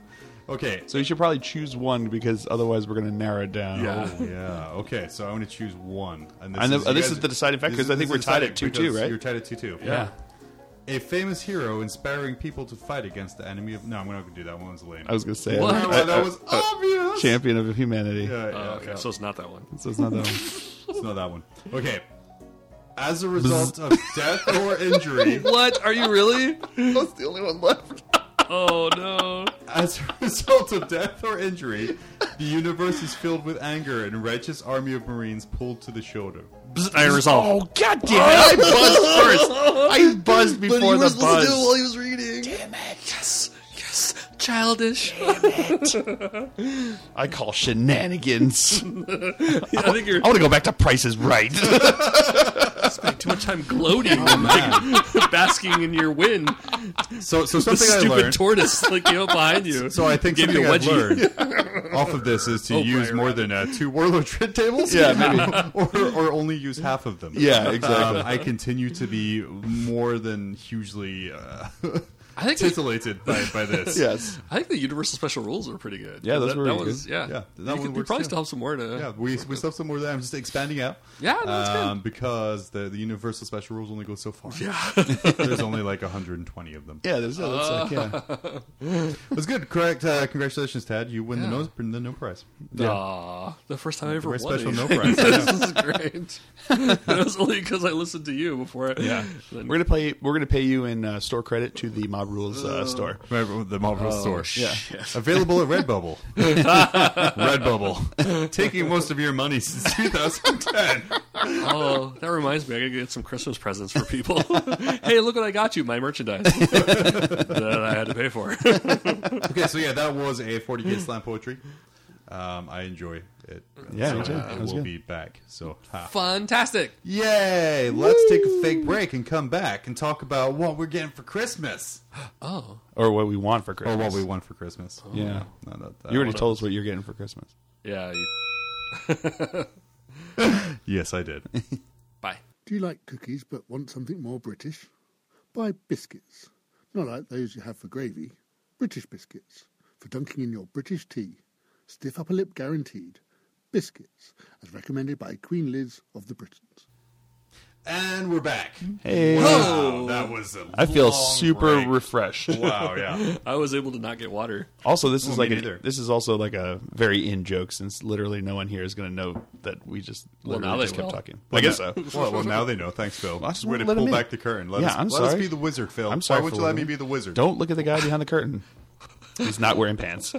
[SPEAKER 1] Okay.
[SPEAKER 2] So you should probably choose one because otherwise we're going to narrow it down.
[SPEAKER 3] Yeah.
[SPEAKER 1] Yeah. Okay. So I'm going to choose one, and
[SPEAKER 2] And the- uh,
[SPEAKER 1] you
[SPEAKER 2] this is the deciding factor, 'cause I
[SPEAKER 1] this
[SPEAKER 2] think we're
[SPEAKER 1] is
[SPEAKER 2] tied
[SPEAKER 1] deciding
[SPEAKER 2] at 2-2,
[SPEAKER 1] because
[SPEAKER 2] right?
[SPEAKER 1] You're tied at two two.
[SPEAKER 2] Yeah.
[SPEAKER 1] A famous hero inspiring people to fight against the enemy of. No, I'm not going to do that one. Was lame.
[SPEAKER 2] I was going to say.
[SPEAKER 3] What?
[SPEAKER 2] I-
[SPEAKER 1] Oh,
[SPEAKER 2] I-
[SPEAKER 1] that was
[SPEAKER 2] uh,
[SPEAKER 1] obvious.
[SPEAKER 2] champion of humanity.
[SPEAKER 1] Yeah, yeah,
[SPEAKER 3] Uh, okay, so it's not that one.
[SPEAKER 2] So it's not that one.
[SPEAKER 1] it's not that one. Okay. As a result of death or injury,
[SPEAKER 3] What? Are you really?
[SPEAKER 2] That's the only one left.
[SPEAKER 3] Oh, no.
[SPEAKER 1] As a result of death or injury, the universe is filled with anger, and a righteous army of marines pulled to the shoulder.
[SPEAKER 3] Iron Resolve.
[SPEAKER 2] Oh god damn it! I buzzed first. I buzzed before the buzz.
[SPEAKER 3] Oh, he was reading. Damn it! Yes, yes, childish.
[SPEAKER 2] I call shenanigans.
[SPEAKER 3] I think you're
[SPEAKER 2] I want to go back to prices right.
[SPEAKER 3] spending too much time gloating,
[SPEAKER 1] Oh,
[SPEAKER 3] and, like, basking in your win.
[SPEAKER 1] So, so
[SPEAKER 3] The
[SPEAKER 1] something I
[SPEAKER 3] stupid
[SPEAKER 1] learned.
[SPEAKER 3] tortoise, like you know, behind you.
[SPEAKER 1] So I think
[SPEAKER 3] Gave you
[SPEAKER 1] something
[SPEAKER 3] a
[SPEAKER 1] I've
[SPEAKER 3] wedgie.
[SPEAKER 1] learned off of this is to use
[SPEAKER 3] right,
[SPEAKER 1] more
[SPEAKER 3] right.
[SPEAKER 1] than uh, two warlord trait tables.
[SPEAKER 2] Yeah, maybe.
[SPEAKER 1] or, or only use half of them.
[SPEAKER 2] Yeah, exactly.
[SPEAKER 1] Um, I continue to be more than hugely uh,
[SPEAKER 3] I think
[SPEAKER 1] titillated by, by this.
[SPEAKER 2] yes.
[SPEAKER 3] I think the universal special rules were pretty good.
[SPEAKER 2] Yeah, those
[SPEAKER 3] that,
[SPEAKER 2] were
[SPEAKER 3] that
[SPEAKER 2] really
[SPEAKER 3] was
[SPEAKER 2] good.
[SPEAKER 3] yeah.
[SPEAKER 1] Yeah, that
[SPEAKER 3] you,
[SPEAKER 1] one
[SPEAKER 3] could, you
[SPEAKER 1] works,
[SPEAKER 3] probably
[SPEAKER 1] yeah.
[SPEAKER 3] still have some more to.
[SPEAKER 1] Yeah, we we stuff some more there. I'm just expanding out.
[SPEAKER 3] Yeah, no, that's good.
[SPEAKER 1] um, because the the universal special rules only go so far.
[SPEAKER 3] Yeah.
[SPEAKER 1] There's only like 120 of them.
[SPEAKER 2] Yeah. There's, that's like yeah.
[SPEAKER 1] That's good. Correct. Uh, congratulations, Tad. You win
[SPEAKER 3] Yeah.
[SPEAKER 1] the no the no prize.
[SPEAKER 3] Aw, the first time I ever
[SPEAKER 1] Very
[SPEAKER 3] won.
[SPEAKER 1] special no
[SPEAKER 3] anything.
[SPEAKER 1] prize.
[SPEAKER 3] this is great. That was only because I listened to you before. I, yeah,
[SPEAKER 2] We're gonna play. We're gonna pay you in uh, store credit to the Mob Rules uh, store.
[SPEAKER 1] Remember the Marvel store.
[SPEAKER 2] Yeah.
[SPEAKER 1] Oh, Available at Redbubble. Redbubble. Taking most of your money since 2010.
[SPEAKER 3] Oh, that reminds me. I gotta get some Christmas presents for people. hey, look what I got you! My merchandise that I had to pay for.
[SPEAKER 1] okay, so yeah, that was a 40k slam poetry. Um, I enjoy it.
[SPEAKER 2] Yeah,
[SPEAKER 1] so
[SPEAKER 2] me too.
[SPEAKER 1] uh,
[SPEAKER 2] That was
[SPEAKER 1] we'll
[SPEAKER 2] good.
[SPEAKER 1] be back. So, ha.
[SPEAKER 3] Fantastic!
[SPEAKER 1] yay! Let's take a fake break and come back and talk about what we're getting for Christmas
[SPEAKER 3] Oh,
[SPEAKER 2] Or what we want for Christmas.
[SPEAKER 1] or what we want for Christmas.
[SPEAKER 2] Oh. Yeah.
[SPEAKER 1] Not that- that
[SPEAKER 2] You already
[SPEAKER 1] one.
[SPEAKER 2] told us what you're getting for Christmas.
[SPEAKER 3] yeah. You,
[SPEAKER 1] Yes, I did.
[SPEAKER 3] bye.
[SPEAKER 6] Do you like cookies but want something more British? Buy biscuits. Not like those you have for gravy. British biscuits. For dunking in your British tea. Stiff upper lip guaranteed. Biscuits, as recommended by Queen Liz of the Britons.
[SPEAKER 1] And we're back.
[SPEAKER 2] Hey.
[SPEAKER 1] Wow, that was a
[SPEAKER 2] I feel
[SPEAKER 1] long
[SPEAKER 2] super
[SPEAKER 1] break.
[SPEAKER 2] refreshed.
[SPEAKER 1] wow, yeah.
[SPEAKER 3] I was able to not get water.
[SPEAKER 2] Also, this
[SPEAKER 1] Oh,
[SPEAKER 2] is
[SPEAKER 1] me
[SPEAKER 2] like a,
[SPEAKER 1] neither.
[SPEAKER 2] this is also like a very in joke since literally no one here is going to know that we just
[SPEAKER 3] Well,
[SPEAKER 2] literally
[SPEAKER 3] now they
[SPEAKER 2] just kept
[SPEAKER 3] will.
[SPEAKER 2] talking.
[SPEAKER 1] Well,
[SPEAKER 2] I guess
[SPEAKER 1] now-
[SPEAKER 2] so.
[SPEAKER 1] Well, well, now they know. Thanks, Phil.
[SPEAKER 2] uh, I just
[SPEAKER 1] Way
[SPEAKER 2] won't
[SPEAKER 1] to
[SPEAKER 2] let
[SPEAKER 1] pull
[SPEAKER 2] him
[SPEAKER 1] back
[SPEAKER 2] in.
[SPEAKER 1] the curtain. Let
[SPEAKER 2] Yeah,
[SPEAKER 1] us,
[SPEAKER 2] I'm
[SPEAKER 1] let us
[SPEAKER 2] sorry.
[SPEAKER 1] be the wizard, Phil.
[SPEAKER 2] I'm sorry
[SPEAKER 1] Why would
[SPEAKER 2] for
[SPEAKER 1] you let
[SPEAKER 2] letting
[SPEAKER 1] me
[SPEAKER 2] him.
[SPEAKER 1] be the wizard?
[SPEAKER 2] Don't look at the guy behind the curtain. He's not wearing pants.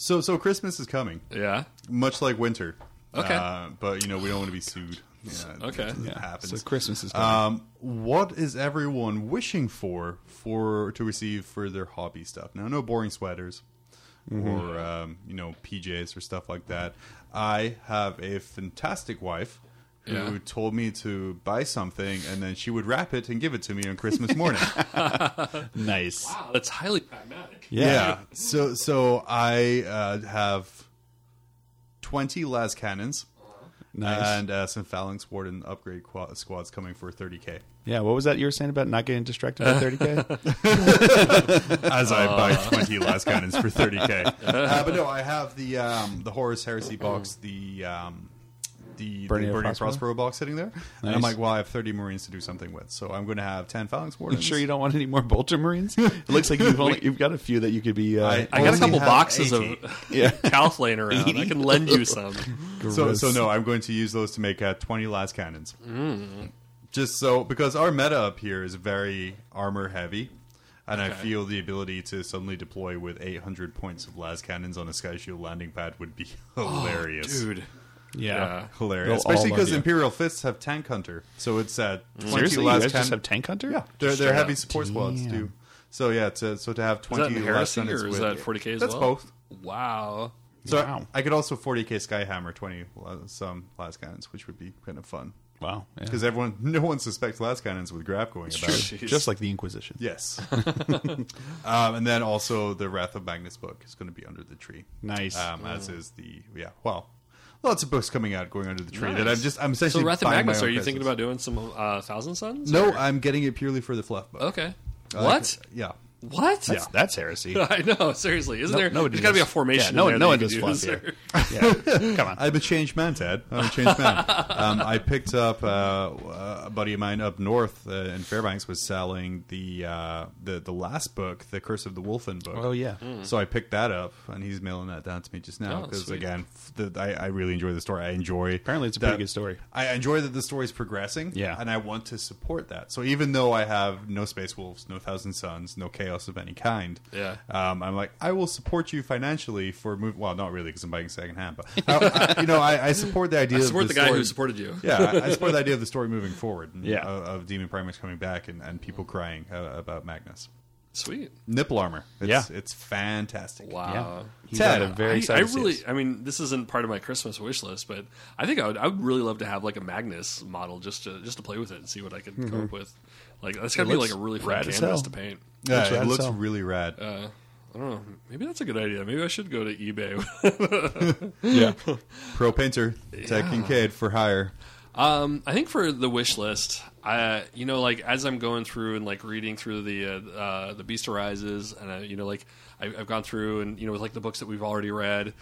[SPEAKER 1] So, so Christmas is coming,
[SPEAKER 3] Yeah.
[SPEAKER 1] much like winter.
[SPEAKER 3] Okay.
[SPEAKER 1] Uh, but you know we don't want to be sued. Yeah,
[SPEAKER 3] Okay.
[SPEAKER 1] It
[SPEAKER 2] Yeah.
[SPEAKER 1] happens.
[SPEAKER 2] So Christmas is coming.
[SPEAKER 1] Um, what is everyone wishing for for to receive for their hobby stuff? Now, no boring sweaters or um, you know PJs or stuff like that. I have a fantastic wife who
[SPEAKER 3] Yeah.
[SPEAKER 1] told me to buy something and then she would wrap it and give it to me on Christmas morning.
[SPEAKER 2] nice.
[SPEAKER 3] Wow, that's highly pragmatic.
[SPEAKER 1] yeah. So so I uh, have twenty las cannons
[SPEAKER 2] Nice.
[SPEAKER 1] and uh, some phalanx warden upgrade qua- squads coming for thirty k.
[SPEAKER 2] yeah. What was that you were saying about not getting distracted by 30K?
[SPEAKER 1] as I buy 20 last cannons for 30k. Uh, but no, I have the um, the Horus Heresy box, the um, the Burning, the
[SPEAKER 2] Burning of
[SPEAKER 1] Burning
[SPEAKER 2] Prospero?
[SPEAKER 1] Prospero box sitting there. And I'm
[SPEAKER 2] Nice.
[SPEAKER 1] like, well, I have 30 Marines to do something with, so I'm going to have 10 Phalanx
[SPEAKER 2] I'm
[SPEAKER 1] Wardens.
[SPEAKER 2] sure you don't want any more Boltermarines. It looks like you've only, you've got a few that you could be. Uh,
[SPEAKER 3] I got a
[SPEAKER 1] Only
[SPEAKER 3] couple
[SPEAKER 1] have
[SPEAKER 3] boxes
[SPEAKER 1] 80.
[SPEAKER 3] of
[SPEAKER 2] yeah.
[SPEAKER 3] calf laying around. I can lend you some.
[SPEAKER 1] So, so
[SPEAKER 2] Gross.
[SPEAKER 1] no, I'm going to use those to make uh, 20 last cannons. Just so because our meta up here is very armor heavy. And I feel the ability to suddenly deploy with 800 points of las cannons on a sky shield landing pad would be hilarious.
[SPEAKER 3] Dude.
[SPEAKER 2] Yeah.
[SPEAKER 1] Hilarious,
[SPEAKER 2] They'll
[SPEAKER 1] especially
[SPEAKER 2] all
[SPEAKER 1] because
[SPEAKER 2] love you.
[SPEAKER 1] Imperial Fists have tank hunter, so it's uh,
[SPEAKER 3] Mm.
[SPEAKER 1] twenty
[SPEAKER 2] Seriously, you
[SPEAKER 1] last
[SPEAKER 2] guys just
[SPEAKER 1] can-
[SPEAKER 2] have Tank Hunter?
[SPEAKER 1] yeah, they're, they're
[SPEAKER 3] Straight
[SPEAKER 1] heavy
[SPEAKER 3] up.
[SPEAKER 1] support squads
[SPEAKER 2] Damn.
[SPEAKER 1] too. So yeah, to, so to have
[SPEAKER 3] Is
[SPEAKER 1] twenty
[SPEAKER 3] that in
[SPEAKER 1] last
[SPEAKER 3] heresy
[SPEAKER 1] cannons
[SPEAKER 3] or is
[SPEAKER 1] with-
[SPEAKER 3] that 40k as
[SPEAKER 1] That's
[SPEAKER 3] well?
[SPEAKER 1] both.
[SPEAKER 3] Wow.
[SPEAKER 1] So
[SPEAKER 2] Wow.
[SPEAKER 1] I could also forty k Skyhammer twenty la- some last cannons, which would be kind of fun
[SPEAKER 2] Wow. Yeah.
[SPEAKER 1] because everyone no one suspects last cannons with grab going about. it.
[SPEAKER 3] Jeez.
[SPEAKER 2] Just like the Inquisition.
[SPEAKER 1] Yes, um, and then also the Wrath of Magnus book is going to be under the tree.
[SPEAKER 2] Nice.
[SPEAKER 1] um, as is the yeah. Well, lots of books coming out going under the tree that
[SPEAKER 3] Nice.
[SPEAKER 1] I'm just I'm
[SPEAKER 3] So
[SPEAKER 1] essentially
[SPEAKER 3] Wrath of
[SPEAKER 1] buying my
[SPEAKER 3] Magnus,
[SPEAKER 1] own
[SPEAKER 3] are you thinking
[SPEAKER 1] presents.
[SPEAKER 3] about doing some uh, Thousand Sons?
[SPEAKER 1] No,
[SPEAKER 3] Or-
[SPEAKER 1] I'm getting it purely for the fluff book.
[SPEAKER 3] Okay.
[SPEAKER 1] I like
[SPEAKER 3] Oh, what?
[SPEAKER 1] it. Yeah.
[SPEAKER 3] What?
[SPEAKER 2] That's, that's heresy.
[SPEAKER 3] I know. Seriously, isn't
[SPEAKER 2] No-
[SPEAKER 3] there?
[SPEAKER 2] nobody
[SPEAKER 3] there's got to be a
[SPEAKER 2] does-
[SPEAKER 3] formation.
[SPEAKER 2] yeah, no
[SPEAKER 3] in there
[SPEAKER 2] one- no
[SPEAKER 3] that
[SPEAKER 2] one
[SPEAKER 3] you
[SPEAKER 2] does
[SPEAKER 3] could
[SPEAKER 2] fluff
[SPEAKER 3] use.
[SPEAKER 2] Yeah. Come on.
[SPEAKER 1] I'm a changed man, Tad. I'm a changed man. um, I picked up uh, a buddy of mine up north uh, in Fairbanks was selling the uh, the the last book, the Curse of the Wolfen book.
[SPEAKER 2] Oh, yeah.
[SPEAKER 3] Mm.
[SPEAKER 1] So I picked that up, and he's mailing that down to me just now
[SPEAKER 3] Hmm. Oh,
[SPEAKER 1] because
[SPEAKER 3] sweet.
[SPEAKER 1] again, f- the, I, I really enjoy the story. I enjoy
[SPEAKER 2] Apparently it's a
[SPEAKER 1] that-
[SPEAKER 2] pretty good story.
[SPEAKER 1] I enjoy that the story's progressing,
[SPEAKER 2] Yeah.
[SPEAKER 1] and I want to support that. So even though I have no Space Wolves, no Thousand Suns, no Chaos of any kind,
[SPEAKER 3] Yeah.
[SPEAKER 1] um, I'm like, I will support you financially for move. Well, not really because I'm buying secondhand, but I, I- you know, I, I support the idea.
[SPEAKER 3] I support
[SPEAKER 1] of
[SPEAKER 3] the
[SPEAKER 1] the,
[SPEAKER 3] guy
[SPEAKER 1] story.
[SPEAKER 3] who supported you.
[SPEAKER 1] Yeah, I, I support the idea of the story moving forward. And, uh,
[SPEAKER 2] Yeah.
[SPEAKER 1] of, of Demon Primax coming back and, and people crying uh, about Magnus.
[SPEAKER 3] Sweet.
[SPEAKER 1] Nipple armor. It's,
[SPEAKER 2] Yeah.
[SPEAKER 1] it's fantastic.
[SPEAKER 3] Wow.
[SPEAKER 2] He's
[SPEAKER 1] Ted,
[SPEAKER 2] had a very
[SPEAKER 3] Uh, I, I
[SPEAKER 2] excited to see
[SPEAKER 3] really,
[SPEAKER 2] us.
[SPEAKER 3] I mean, this isn't part of my Christmas wish list, but I think I would, I would really love to have like a Magnus model just to just to play with it and see what I could come up with. Like that's gotta
[SPEAKER 2] Mm-hmm. It
[SPEAKER 3] be
[SPEAKER 2] looks
[SPEAKER 3] like a really fun
[SPEAKER 2] rad as
[SPEAKER 3] canvas
[SPEAKER 2] hell.
[SPEAKER 3] to paint.
[SPEAKER 1] Yeah,
[SPEAKER 2] Looks rad
[SPEAKER 1] it
[SPEAKER 2] as
[SPEAKER 1] looks
[SPEAKER 2] hell.
[SPEAKER 1] really rad.
[SPEAKER 3] I don't know. Maybe that's a good idea. Maybe I should go to eBay.
[SPEAKER 2] Yeah.
[SPEAKER 1] Pro painter, Ted Kincaid for hire.
[SPEAKER 3] um, I think for the wish list, I you know like as I'm going through and like reading through the uh, uh, the Beast Arises and I, you know like I, I've gone through and you know with like the books that we've already read.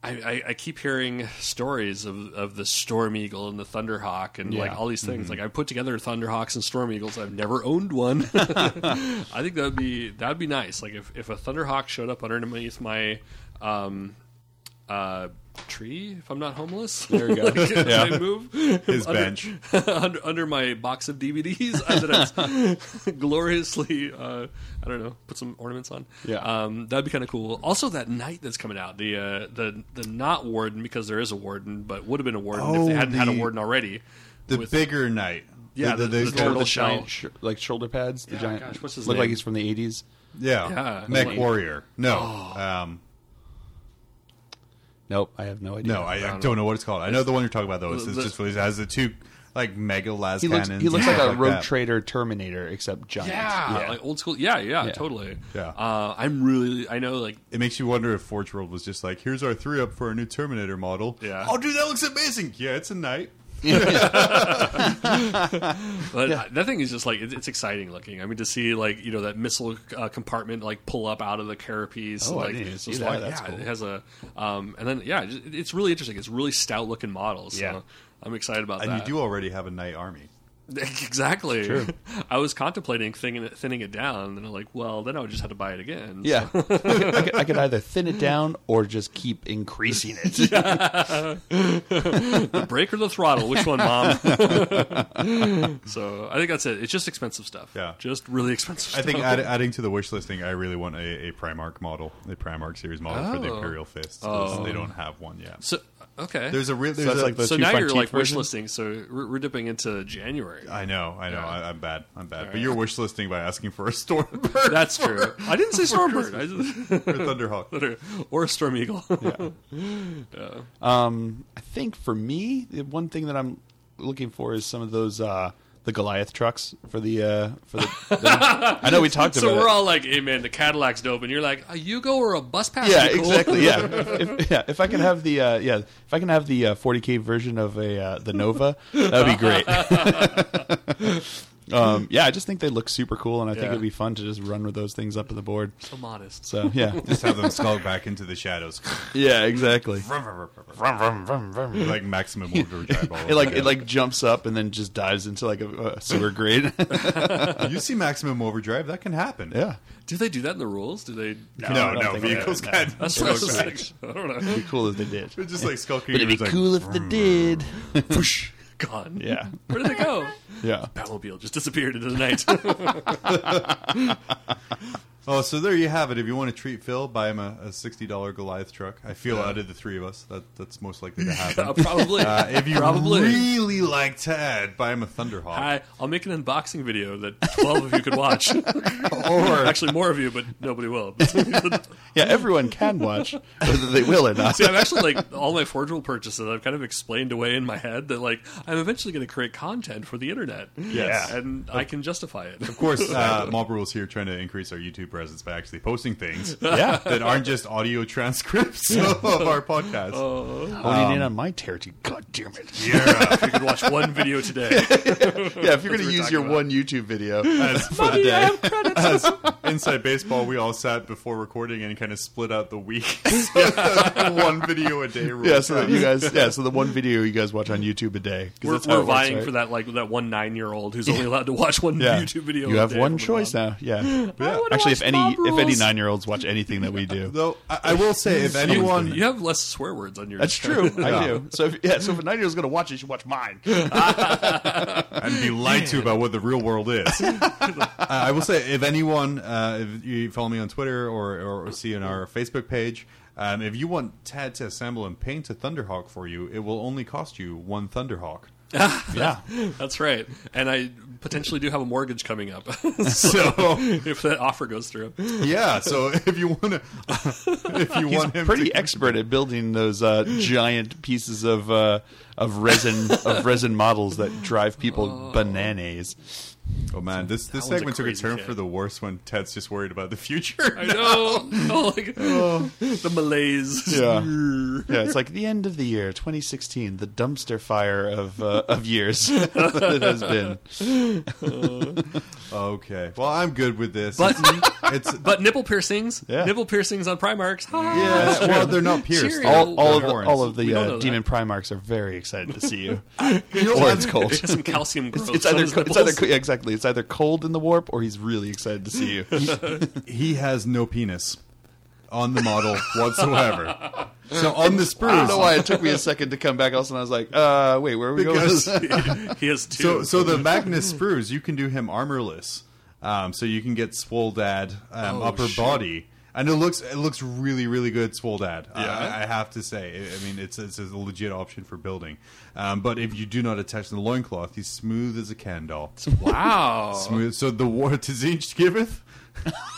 [SPEAKER 3] I, I, I keep hearing stories of, of the Storm Eagle and the Thunderhawk and like
[SPEAKER 2] Yeah.
[SPEAKER 3] all these things. Like I put together Thunderhawks and Storm Eagles. I've never owned one. I think that'd be that'd be nice. Like if, if a Thunderhawk showed up underneath my um, uh, tree, if I'm not homeless, there you go. like, if I move
[SPEAKER 1] His
[SPEAKER 3] under,
[SPEAKER 1] bench.
[SPEAKER 3] under, under my box of DVDs uh, that I've gloriously, uh, I don't know, put some ornaments on.
[SPEAKER 2] Yeah.
[SPEAKER 3] um, that'd be kind of cool. Also, that knight that's coming out, the uh, the the not warden because there is a warden, but would have been a warden if
[SPEAKER 1] Oh,
[SPEAKER 3] they hadn't had a
[SPEAKER 1] the-
[SPEAKER 3] warden already.
[SPEAKER 1] The
[SPEAKER 3] With-
[SPEAKER 1] bigger knight.
[SPEAKER 3] Yeah, the- the
[SPEAKER 1] gold-
[SPEAKER 3] turtle shell.
[SPEAKER 2] giant, sh- like shoulder pads. The
[SPEAKER 3] Yeah,
[SPEAKER 2] giant.
[SPEAKER 3] gosh, what's his
[SPEAKER 2] look
[SPEAKER 3] name?
[SPEAKER 2] like he's from the 80s.
[SPEAKER 1] Yeah.
[SPEAKER 3] Yeah.
[SPEAKER 1] Mech
[SPEAKER 3] Like-
[SPEAKER 1] Warrior. No. Um,
[SPEAKER 2] Nope, I have no idea.
[SPEAKER 1] no, I, I don't know what it's called. I know the one you're talking about, though. It's, it's
[SPEAKER 3] The-
[SPEAKER 1] just released. It has the two, like, mega las
[SPEAKER 2] he looks,
[SPEAKER 1] cannons.
[SPEAKER 2] he looks
[SPEAKER 1] and
[SPEAKER 2] like a
[SPEAKER 1] stuff
[SPEAKER 2] road
[SPEAKER 1] that.
[SPEAKER 2] trader Terminator, except giant.
[SPEAKER 3] Yeah, like old school. Yeah, yeah, totally.
[SPEAKER 1] Yeah.
[SPEAKER 3] uh, I'm really. I know, like,
[SPEAKER 1] It makes you wonder if Forge World was just like, here's our three up for our new Terminator model.
[SPEAKER 3] Yeah.
[SPEAKER 1] Oh, dude, that looks amazing. Yeah, it's a knight.
[SPEAKER 3] But uh, that thing is just like it, it's exciting looking. I mean, to see like you know that missile uh, compartment like pull up out of the carapace.
[SPEAKER 2] Oh, I
[SPEAKER 3] and, like,
[SPEAKER 2] didn't even see
[SPEAKER 3] just
[SPEAKER 2] that.
[SPEAKER 3] like-
[SPEAKER 2] That's
[SPEAKER 3] yeah,
[SPEAKER 2] cool.
[SPEAKER 3] It has a um, and then yeah, it- it's really interesting. It's really stout looking models. So
[SPEAKER 2] Yeah.
[SPEAKER 3] I'm excited about
[SPEAKER 1] And
[SPEAKER 3] that.
[SPEAKER 1] you do already have a knight army.
[SPEAKER 3] exactly. I was contemplating thinning it, thinning it down, and I'm like, well, then I would just have to buy it again. So-
[SPEAKER 2] Yeah, I, could, I could- I could either thin it down or just keep increasing it.
[SPEAKER 3] the brake or the throttle? Which one, mom? so I think that's it. It's just expensive stuff.
[SPEAKER 1] Yeah.
[SPEAKER 3] just really expensive.
[SPEAKER 1] I
[SPEAKER 3] stuff.
[SPEAKER 1] think add, adding to the wish listing, I really want a, a Primarch model, a Primarch series model for the
[SPEAKER 3] Oh.
[SPEAKER 1] Imperial Fist.
[SPEAKER 3] Oh.
[SPEAKER 1] They don't have one yet.
[SPEAKER 3] So okay.
[SPEAKER 1] There's a real. There's
[SPEAKER 2] that's
[SPEAKER 1] a-
[SPEAKER 2] like the
[SPEAKER 3] so
[SPEAKER 2] two
[SPEAKER 3] now
[SPEAKER 2] front
[SPEAKER 3] you're
[SPEAKER 2] teeth
[SPEAKER 3] like wish
[SPEAKER 2] version?
[SPEAKER 3] listing. So we're, we're dipping into January.
[SPEAKER 1] I know, I know.
[SPEAKER 3] Yeah.
[SPEAKER 1] I, I'm bad. I'm bad. But
[SPEAKER 3] right.
[SPEAKER 1] you're wish listing by asking for a Stormbird.
[SPEAKER 3] That's true. I didn't say Stormbird. I just,
[SPEAKER 1] or Thunderhawk.
[SPEAKER 3] or a Storm Eagle.
[SPEAKER 2] Um, I think for me, the one thing that I'm looking for is some of those uh, the Goliath trucks for the uh, for the. the- I know we talked
[SPEAKER 3] so
[SPEAKER 2] about.
[SPEAKER 3] we're
[SPEAKER 2] it.
[SPEAKER 3] all like, "Hey man, the Cadillac's dope," and you're like, "A Yugo or a bus pass?"
[SPEAKER 2] Yeah,
[SPEAKER 3] would be cool."
[SPEAKER 2] exactly. Yeah, if, if- yeah. If I can have the uh, yeah, if I can have the uh, 40k version of a uh, the Nova, that'd be great. um, yeah, I just think they look super cool, and I think
[SPEAKER 3] Yeah.
[SPEAKER 2] it'd be fun to just run with those things up on the board.
[SPEAKER 3] so modest.
[SPEAKER 2] So yeah,
[SPEAKER 1] Just have them skulk back into the shadows.
[SPEAKER 2] yeah, exactly.
[SPEAKER 1] Vroom, vroom, vroom, vroom. like maximum order drive all
[SPEAKER 2] It like
[SPEAKER 1] over.
[SPEAKER 2] it like jumps up and then just dives into like a, a sewer grate.
[SPEAKER 1] you see maximum overdrive that can happen
[SPEAKER 2] yeah,
[SPEAKER 3] Do they do that in the rules? Do they?
[SPEAKER 1] no no,
[SPEAKER 2] I don't think
[SPEAKER 1] vehicles
[SPEAKER 2] that-
[SPEAKER 1] can
[SPEAKER 3] That's what I was like. I don't know.
[SPEAKER 2] it'd be cool if they did.
[SPEAKER 1] They're just like skulking
[SPEAKER 2] But it'd be
[SPEAKER 1] it's like,
[SPEAKER 2] cool if they did.
[SPEAKER 3] Whoosh, gone.
[SPEAKER 2] Yeah,
[SPEAKER 3] Where did they go?
[SPEAKER 2] yeah.
[SPEAKER 3] Batmobile just disappeared into the night.
[SPEAKER 1] oh so there you have it if you want to treat phil buy him a, a $60 goliath truck i feel out of the three of us that that's most likely to
[SPEAKER 3] Uh,
[SPEAKER 1] happen
[SPEAKER 3] probably.
[SPEAKER 1] uh, if you
[SPEAKER 3] probably.
[SPEAKER 1] really like ted buy him a thunderhawk
[SPEAKER 3] I, I'll make an unboxing video that 12 of you could watch.
[SPEAKER 1] or
[SPEAKER 3] Actually, more of you, but nobody will.
[SPEAKER 2] Yeah, everyone can watch, whether they will or not.
[SPEAKER 3] See, I've actually, like, all my Forge World purchases, I've kind of explained away in my head that, like, I'm eventually going to create content for the internet.
[SPEAKER 2] Yes.
[SPEAKER 3] And I can justify it.
[SPEAKER 1] of course uh, marlboro is here trying to increase our youtube presence by actually posting things
[SPEAKER 2] Yeah.
[SPEAKER 1] that aren't just audio transcripts of our podcast
[SPEAKER 2] Oh. Honing in on my territory. God damn it.
[SPEAKER 3] Yeah. you could watch one video today.
[SPEAKER 2] Yeah, if you're
[SPEAKER 3] That's
[SPEAKER 2] going
[SPEAKER 3] what
[SPEAKER 2] to
[SPEAKER 3] we're
[SPEAKER 2] use your
[SPEAKER 3] talking
[SPEAKER 2] one YouTube video for the
[SPEAKER 3] Mommy, I
[SPEAKER 2] day.
[SPEAKER 3] have credits.
[SPEAKER 1] As inside baseball, we all sat before recording and kind of split out the week. So the one video a day rule.
[SPEAKER 2] Yeah, so that you guys, yeah, so the one video you guys watch on YouTube a day. 'cause
[SPEAKER 3] We're,
[SPEAKER 2] that's how
[SPEAKER 3] we're
[SPEAKER 2] it works,
[SPEAKER 3] vying
[SPEAKER 2] right?
[SPEAKER 3] for that, like, that one nine year old who's only allowed to watch one
[SPEAKER 2] Yeah.
[SPEAKER 3] YouTube video.
[SPEAKER 2] You
[SPEAKER 3] a
[SPEAKER 2] have
[SPEAKER 3] day
[SPEAKER 2] one
[SPEAKER 3] from
[SPEAKER 2] choice now. Yeah.
[SPEAKER 1] Yeah.
[SPEAKER 3] wanna
[SPEAKER 2] Actually,
[SPEAKER 3] watch
[SPEAKER 2] if any
[SPEAKER 3] Bob
[SPEAKER 2] if any
[SPEAKER 3] Rules.
[SPEAKER 2] nine year olds watch anything that we do,
[SPEAKER 1] Though I, I will say, if anyone,
[SPEAKER 3] You have less swear words on your
[SPEAKER 2] that's true. I do. So if, yeah, so if a nine year old's going to watch it, you should watch mine.
[SPEAKER 1] and be lied to about what the real world is. Uh, I will say, if anyone, uh, if you follow me on Twitter or, or see on our Facebook page, um, if you want Tad to assemble and paint a Thunderhawk for you, it will only cost you one Thunderhawk.
[SPEAKER 2] yeah.
[SPEAKER 3] That's right. And I potentially do have a mortgage coming up.
[SPEAKER 1] So
[SPEAKER 3] if that offer goes through.
[SPEAKER 1] yeah, so if you want to, if you want him
[SPEAKER 2] Pretty
[SPEAKER 1] to,
[SPEAKER 2] expert at building those uh, giant pieces of uh, of resin of resin models that drive people bananas.
[SPEAKER 1] Oh man, this this
[SPEAKER 3] one's a
[SPEAKER 1] segment took a
[SPEAKER 3] crazy
[SPEAKER 1] turn
[SPEAKER 3] kid.
[SPEAKER 1] for the worse when Ted's just worried about the future.
[SPEAKER 3] I know. Oh, like, the malaise.
[SPEAKER 2] Yeah. yeah, it's like the end of the year 2016, the dumpster fire of uh, of years that it has been.
[SPEAKER 1] Okay, well I'm good with this.
[SPEAKER 3] But-
[SPEAKER 1] it's
[SPEAKER 3] But nipple piercings.
[SPEAKER 2] Yeah.
[SPEAKER 3] Nipple piercings on Primarchs. Hi.
[SPEAKER 1] yeah, well they're not pierced.
[SPEAKER 3] Cheerio.
[SPEAKER 1] They're
[SPEAKER 2] All, all of the,
[SPEAKER 1] horns.
[SPEAKER 2] all of
[SPEAKER 3] We
[SPEAKER 2] the
[SPEAKER 3] don't know
[SPEAKER 2] uh,
[SPEAKER 3] that.
[SPEAKER 2] demon primarchs are very excited to see you,
[SPEAKER 1] You know
[SPEAKER 2] or
[SPEAKER 1] what?
[SPEAKER 2] it's cold.
[SPEAKER 3] It's some calcium growth.
[SPEAKER 2] It's
[SPEAKER 3] on
[SPEAKER 2] either
[SPEAKER 3] his
[SPEAKER 2] co- it's either
[SPEAKER 3] nipples.
[SPEAKER 2] co- yeah, exactly it's either cold in the warp or he's really excited to see you.
[SPEAKER 1] He has no penis on the model whatsoever. so on the
[SPEAKER 2] I don't
[SPEAKER 1] sprues.
[SPEAKER 2] know why it took me a second to come back. Also, and I was like, uh, wait, where are we
[SPEAKER 1] Because-
[SPEAKER 2] going? with
[SPEAKER 3] he has two.
[SPEAKER 1] So so the Magnus sprues, you can do him armorless. Um, so you can get Swole Dad um,
[SPEAKER 3] Oh,
[SPEAKER 1] upper
[SPEAKER 3] shit.
[SPEAKER 1] body. And it looks it looks really really good, Swole Dad. I-
[SPEAKER 3] Yeah.
[SPEAKER 1] I, I have to say, I I mean it's it's a legit option for building. Um, but if you do not attach the loincloth, he's smooth as a can doll.
[SPEAKER 3] wow.
[SPEAKER 1] Smooth. So the war to Zinj giveth.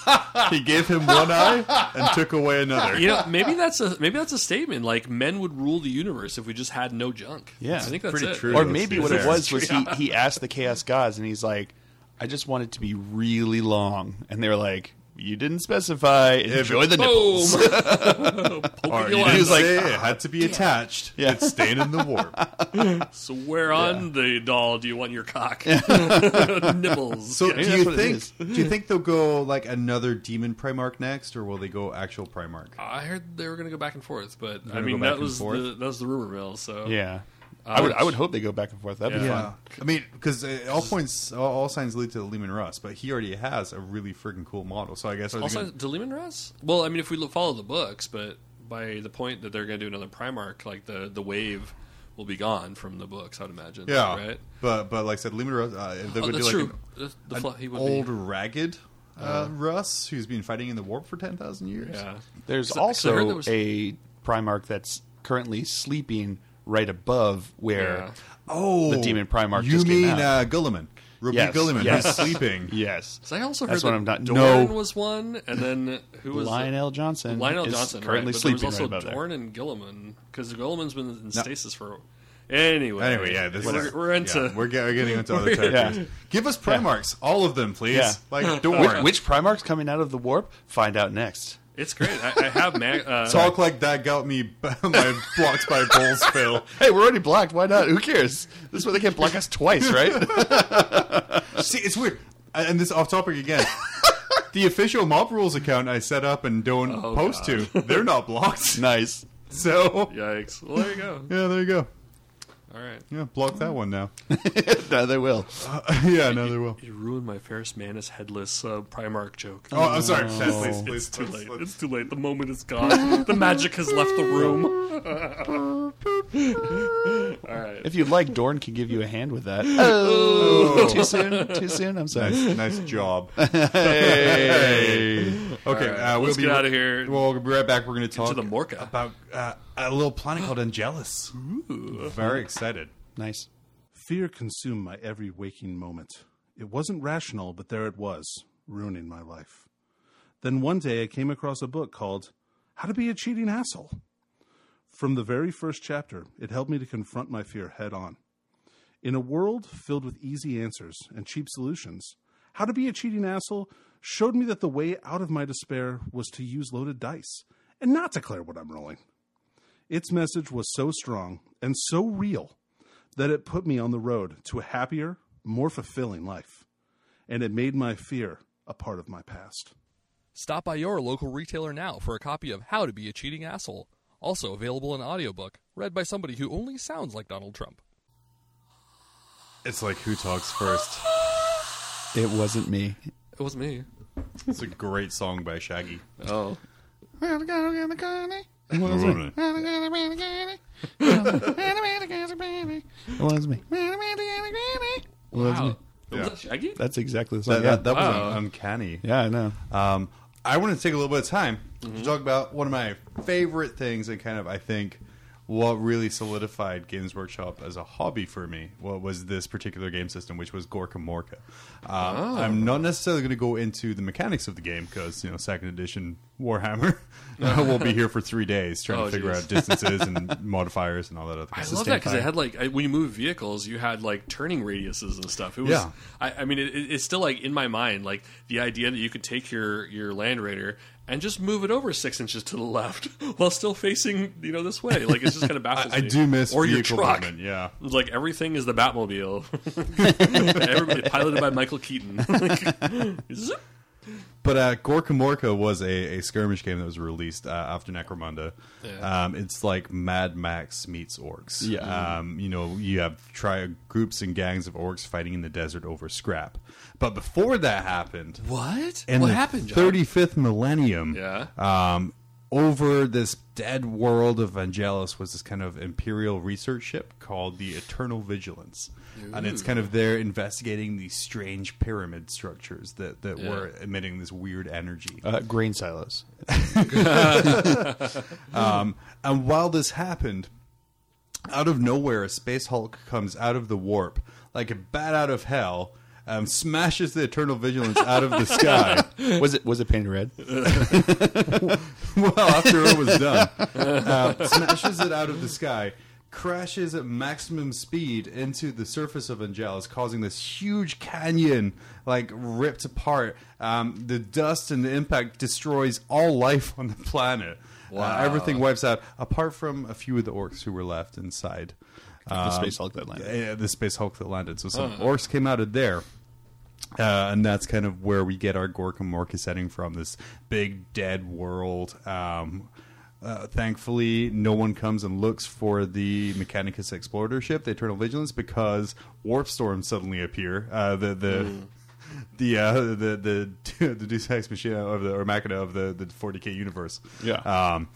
[SPEAKER 1] he gave him one eye and took away another.
[SPEAKER 3] You know, maybe that's a maybe that's a statement. Like men would rule the universe if we just had no junk.
[SPEAKER 2] Yeah.
[SPEAKER 3] I think that's
[SPEAKER 1] Pretty
[SPEAKER 3] it.
[SPEAKER 1] true.
[SPEAKER 2] or
[SPEAKER 1] Let's
[SPEAKER 2] maybe
[SPEAKER 1] do
[SPEAKER 2] what
[SPEAKER 1] this.
[SPEAKER 2] it was was he, he asked the chaos gods and he's like i just want it to be really long and they were like you didn't specify. Enjoy the
[SPEAKER 3] Boom!
[SPEAKER 2] nipples.
[SPEAKER 3] Poking
[SPEAKER 1] Or
[SPEAKER 3] your
[SPEAKER 1] you
[SPEAKER 3] eyes
[SPEAKER 1] didn't
[SPEAKER 2] was like,
[SPEAKER 1] say it had to be attached.
[SPEAKER 2] Yeah.
[SPEAKER 1] It's staying in the warp.
[SPEAKER 3] So where on the doll do you want your cock? Nibbles.
[SPEAKER 1] So
[SPEAKER 2] maybe
[SPEAKER 1] do
[SPEAKER 2] that's
[SPEAKER 1] you
[SPEAKER 2] what it
[SPEAKER 1] think?
[SPEAKER 2] is.
[SPEAKER 1] Do you think they'll go like another demon Primarch next, or will they go actual Primarch?
[SPEAKER 3] I heard they were going to go back and forth, but I
[SPEAKER 1] gonna
[SPEAKER 3] mean
[SPEAKER 1] go back
[SPEAKER 3] that
[SPEAKER 1] and
[SPEAKER 3] was
[SPEAKER 1] forth?
[SPEAKER 3] the, that was the rumor mill. So
[SPEAKER 2] Yeah, I would.
[SPEAKER 3] Ouch.
[SPEAKER 2] I would hope they go back and forth. That'd be
[SPEAKER 3] Yeah.
[SPEAKER 2] fun.
[SPEAKER 1] Uh, I mean, because all points, all, all signs lead to Lehman Russ, but he already has a really freaking cool model. So I guess are they
[SPEAKER 3] also
[SPEAKER 1] gonna-
[SPEAKER 3] did Lehman Russ? Well, I mean if we look, follow the books, but by the point that they're going to do another Primarch, like the the wave will be gone from the books. I'd imagine.
[SPEAKER 1] yeah,
[SPEAKER 3] Right.
[SPEAKER 1] but but like I said, Lehman Russ, uh, if they
[SPEAKER 3] Oh,
[SPEAKER 1] would do
[SPEAKER 3] that's
[SPEAKER 1] like
[SPEAKER 3] true.
[SPEAKER 1] an,
[SPEAKER 3] The- the
[SPEAKER 1] an
[SPEAKER 3] fl- he would
[SPEAKER 1] old
[SPEAKER 3] be.
[SPEAKER 1] ragged uh, Russ who's been fighting in the warp for ten thousand years.
[SPEAKER 3] Yeah.
[SPEAKER 2] There's
[SPEAKER 3] 'Cause I- 'cause I
[SPEAKER 2] also
[SPEAKER 3] heard there was-
[SPEAKER 2] a Primarch that's currently sleeping right above where.
[SPEAKER 3] Yeah.
[SPEAKER 1] Oh,
[SPEAKER 2] The demon Primarch
[SPEAKER 1] You
[SPEAKER 2] just came
[SPEAKER 1] mean
[SPEAKER 2] out.
[SPEAKER 1] Uh, Gulliman? Ruby
[SPEAKER 2] Yes,
[SPEAKER 1] Gulliman
[SPEAKER 2] yes.
[SPEAKER 1] who's sleeping.
[SPEAKER 2] Yes.
[SPEAKER 3] So I also heard
[SPEAKER 2] That's
[SPEAKER 3] that
[SPEAKER 2] what I'm not-
[SPEAKER 3] Dorn
[SPEAKER 2] no.
[SPEAKER 3] was one, and then who was the-
[SPEAKER 2] Lionel Johnson.
[SPEAKER 3] Lionel
[SPEAKER 2] is
[SPEAKER 3] Johnson
[SPEAKER 2] currently
[SPEAKER 3] right, but
[SPEAKER 2] sleeping
[SPEAKER 3] There was also
[SPEAKER 2] right above
[SPEAKER 3] Dorn and Gilliman because Gilliman's been in stasis for. Anyway,
[SPEAKER 1] Anyway, yeah, this
[SPEAKER 3] we're,
[SPEAKER 1] is,
[SPEAKER 3] we're into.
[SPEAKER 1] yeah, we're, get- we're getting into other characters.
[SPEAKER 2] Yeah.
[SPEAKER 1] Give us Primarchs, all of them, please.
[SPEAKER 2] Yeah.
[SPEAKER 1] Like
[SPEAKER 2] there.
[SPEAKER 1] Dorn.
[SPEAKER 2] Which, which Primarch's coming out of the warp? Find out next.
[SPEAKER 3] It's great. I, I have mag. Uh,
[SPEAKER 1] Talk like that got me b- my blocked by balls, Phil.
[SPEAKER 2] Hey, we're already blocked. Why not? Who cares? This way they can't block us twice, right?
[SPEAKER 1] See, it's weird. And this off topic again. the official Mob Rules account I set up and don't
[SPEAKER 3] Oh,
[SPEAKER 1] post to, they're not blocked.
[SPEAKER 2] nice.
[SPEAKER 1] So
[SPEAKER 3] yikes! Well, there you go.
[SPEAKER 1] yeah, there you go.
[SPEAKER 3] All right,
[SPEAKER 1] Yeah, block that one now.
[SPEAKER 2] no, they will.
[SPEAKER 1] yeah, no, they will.
[SPEAKER 3] you ruined my Ferris Manus headless uh, Primarch joke.
[SPEAKER 1] Oh, I'm sorry. Please, please,
[SPEAKER 3] It's too
[SPEAKER 1] please,
[SPEAKER 3] late.
[SPEAKER 1] please.
[SPEAKER 3] It's too late. The moment is gone. the magic has left the room. All right.
[SPEAKER 2] If you'd like, Dorn can give you a hand with that. Oh, too soon. Too soon. I'm sorry.
[SPEAKER 1] Nice, nice job. Okay, uh, we'll
[SPEAKER 3] let's
[SPEAKER 1] be
[SPEAKER 3] get out of here.
[SPEAKER 1] Well, we'll be right back. We're going to talk
[SPEAKER 3] the Morca.
[SPEAKER 1] about uh, a little planet called Angelus. Very excited.
[SPEAKER 2] Nice.
[SPEAKER 7] Fear consumed my every waking moment. It wasn't rational, but there it was, ruining my life. Then one day I came across a book called How to Be a Cheating Asshole. From the very first chapter, it helped me to confront my fear head on. In a world filled with easy answers and cheap solutions, How to Be a Cheating Asshole showed me that the way out of my despair was to use loaded dice and not declare what I'm rolling. Its message was so strong and so real that it put me on the road to a happier, more fulfilling life. And it made my fear a part of my past.
[SPEAKER 8] Stop by your local retailer now for a copy of How to Be a Cheating Asshole, also available in audiobook, read by somebody who only sounds like Donald Trump.
[SPEAKER 1] It's like who talks first.
[SPEAKER 2] It wasn't me.
[SPEAKER 8] It wasn't me.
[SPEAKER 1] It's a great song by Shaggy.
[SPEAKER 3] Oh,
[SPEAKER 1] It
[SPEAKER 2] It was me.
[SPEAKER 3] wow. Was that Shaggy?
[SPEAKER 2] That's exactly the
[SPEAKER 1] That,
[SPEAKER 2] song.
[SPEAKER 1] that, that was
[SPEAKER 3] Wow.
[SPEAKER 1] uncanny.
[SPEAKER 2] yeah. yeah, I know.
[SPEAKER 1] Um, I want to take a little bit of time
[SPEAKER 3] Mm-hmm.
[SPEAKER 1] to talk about one of my favorite things and kind of, I think, what really solidified Games Workshop as a hobby for me what was this particular game system, which was Gorka Morka. Um,
[SPEAKER 3] Oh.
[SPEAKER 1] I'm not necessarily going to go into the mechanics of the game because, you know, second edition Warhammer uh, will be here for three days trying
[SPEAKER 3] Oh,
[SPEAKER 1] to figure
[SPEAKER 3] geez.
[SPEAKER 1] out distances and modifiers and all that other
[SPEAKER 3] I
[SPEAKER 1] stuff.
[SPEAKER 3] love that because it had like I, when you move vehicles, you had like turning radiuses and stuff. It was,
[SPEAKER 1] Yeah.
[SPEAKER 3] I, I mean, it, it- it's still like in my mind, like the idea that you could take your your Land Raider and just move it over six inches to the left while still facing you know this way. Like it's just kind of baffles
[SPEAKER 1] I
[SPEAKER 3] me.
[SPEAKER 1] do miss
[SPEAKER 3] or your
[SPEAKER 1] vehicle
[SPEAKER 3] truck.
[SPEAKER 1] movement, yeah.
[SPEAKER 3] It's like everything is the Batmobile. Everybody piloted by Michael Keaton. Zip.
[SPEAKER 1] But uh, Gorka Morka was a, a skirmish game that was released uh, after Necromunda. Um, it's like Mad Max meets orcs.
[SPEAKER 2] Yeah.
[SPEAKER 1] Um, you know, you have tri- groups and gangs of orcs fighting in the desert over scrap. But before that happened,
[SPEAKER 3] what?
[SPEAKER 1] in
[SPEAKER 3] what
[SPEAKER 1] the
[SPEAKER 3] happened? John?
[SPEAKER 1] 35th millennium,
[SPEAKER 3] Yeah.
[SPEAKER 1] um, over this dead world of Vangelis was this kind of imperial research ship called the Eternal Vigilance, and it's kind of there investigating these strange pyramid structures that that were emitting this weird energy.
[SPEAKER 2] Uh, grain silos.
[SPEAKER 1] And while this happened, out of nowhere, a Space Hulk comes out of the warp like a bat out of hell. Um, smashes the Eternal Vigilance out of the sky.
[SPEAKER 2] Was it was it painted red?
[SPEAKER 1] well after it was done. Uh, smashes it out of the sky, crashes at maximum speed into the surface of Angelus, causing this huge canyon, like ripped apart. Um, the dust and the impact destroys all life on the planet. Wow. everything wipes out, apart from a few of the orcs who were left inside.
[SPEAKER 2] the Space Hulk that landed. Uh.
[SPEAKER 1] Yeah, the Space Hulk that landed. So some orcs came out of there. Uh, and that's kind of where we get our Gorka Morka setting from this big dead world. Um, uh, thankfully, no one comes and looks for the Mechanicus Explorer ship, the Eternal Vigilance, because warp storms suddenly appear. Uh, the the
[SPEAKER 2] Hmm.
[SPEAKER 1] the, uh, the the the Deus Ex Machina of the or Machina of the the 40k universe.
[SPEAKER 2] Yeah.
[SPEAKER 1] Um,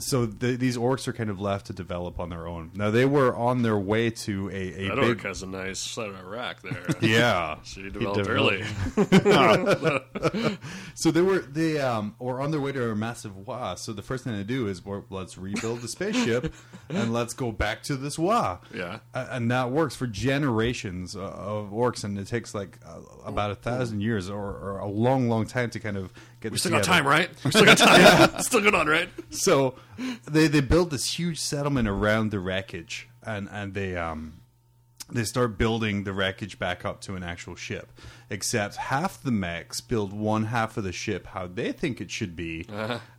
[SPEAKER 1] so the, these orcs are kind of left to develop on their own. Now they were on their way to a, a
[SPEAKER 3] That
[SPEAKER 1] big
[SPEAKER 3] orc has a nice set of rack there.
[SPEAKER 1] yeah.
[SPEAKER 3] She developed
[SPEAKER 2] developed.
[SPEAKER 3] early.
[SPEAKER 1] So they were they um were on their way to a massive wah. So the first thing to do is well, let's rebuild the spaceship and let's go back to this wah.
[SPEAKER 3] Yeah.
[SPEAKER 1] A- and that works for generations o- of orcs, and it takes like uh, about a thousand years or, or a long, long time to kind of get.
[SPEAKER 3] We still got time, right? We still got time. still good on, right?
[SPEAKER 1] so they they build this huge settlement around the wreckage and and they um they start building the wreckage back up to an actual ship except half the mechs build one half of the ship how they think it should be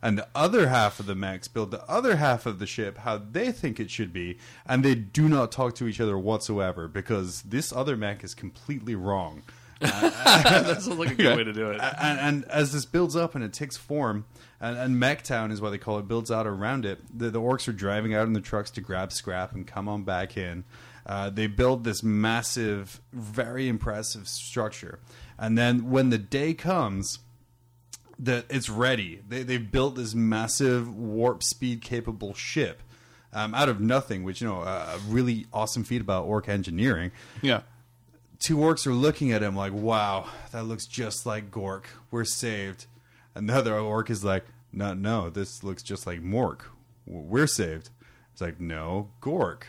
[SPEAKER 1] and the other half of the mechs build the other half of the ship how they think it should be and they do not talk to each other whatsoever because this other mech is completely wrong
[SPEAKER 3] That sounds like a good way to do it.
[SPEAKER 1] and, and as this builds up and it takes form, and, and Mech Town is what they call it, builds out around it. The, the orcs are driving out in the trucks to grab scrap and come on back in. Uh, they build this massive, very impressive structure. And then when the day comes, that it's ready. They they've built this massive warp speed capable ship um, out of nothing, which you know a a really awesome feat about orc engineering
[SPEAKER 2] Yeah.
[SPEAKER 1] two orcs are looking at him like, "Wow, that looks just like Gork. We're saved." Another orc is like, "No, no, this looks just like Mork. W- We're saved." It's like, "No, Gork.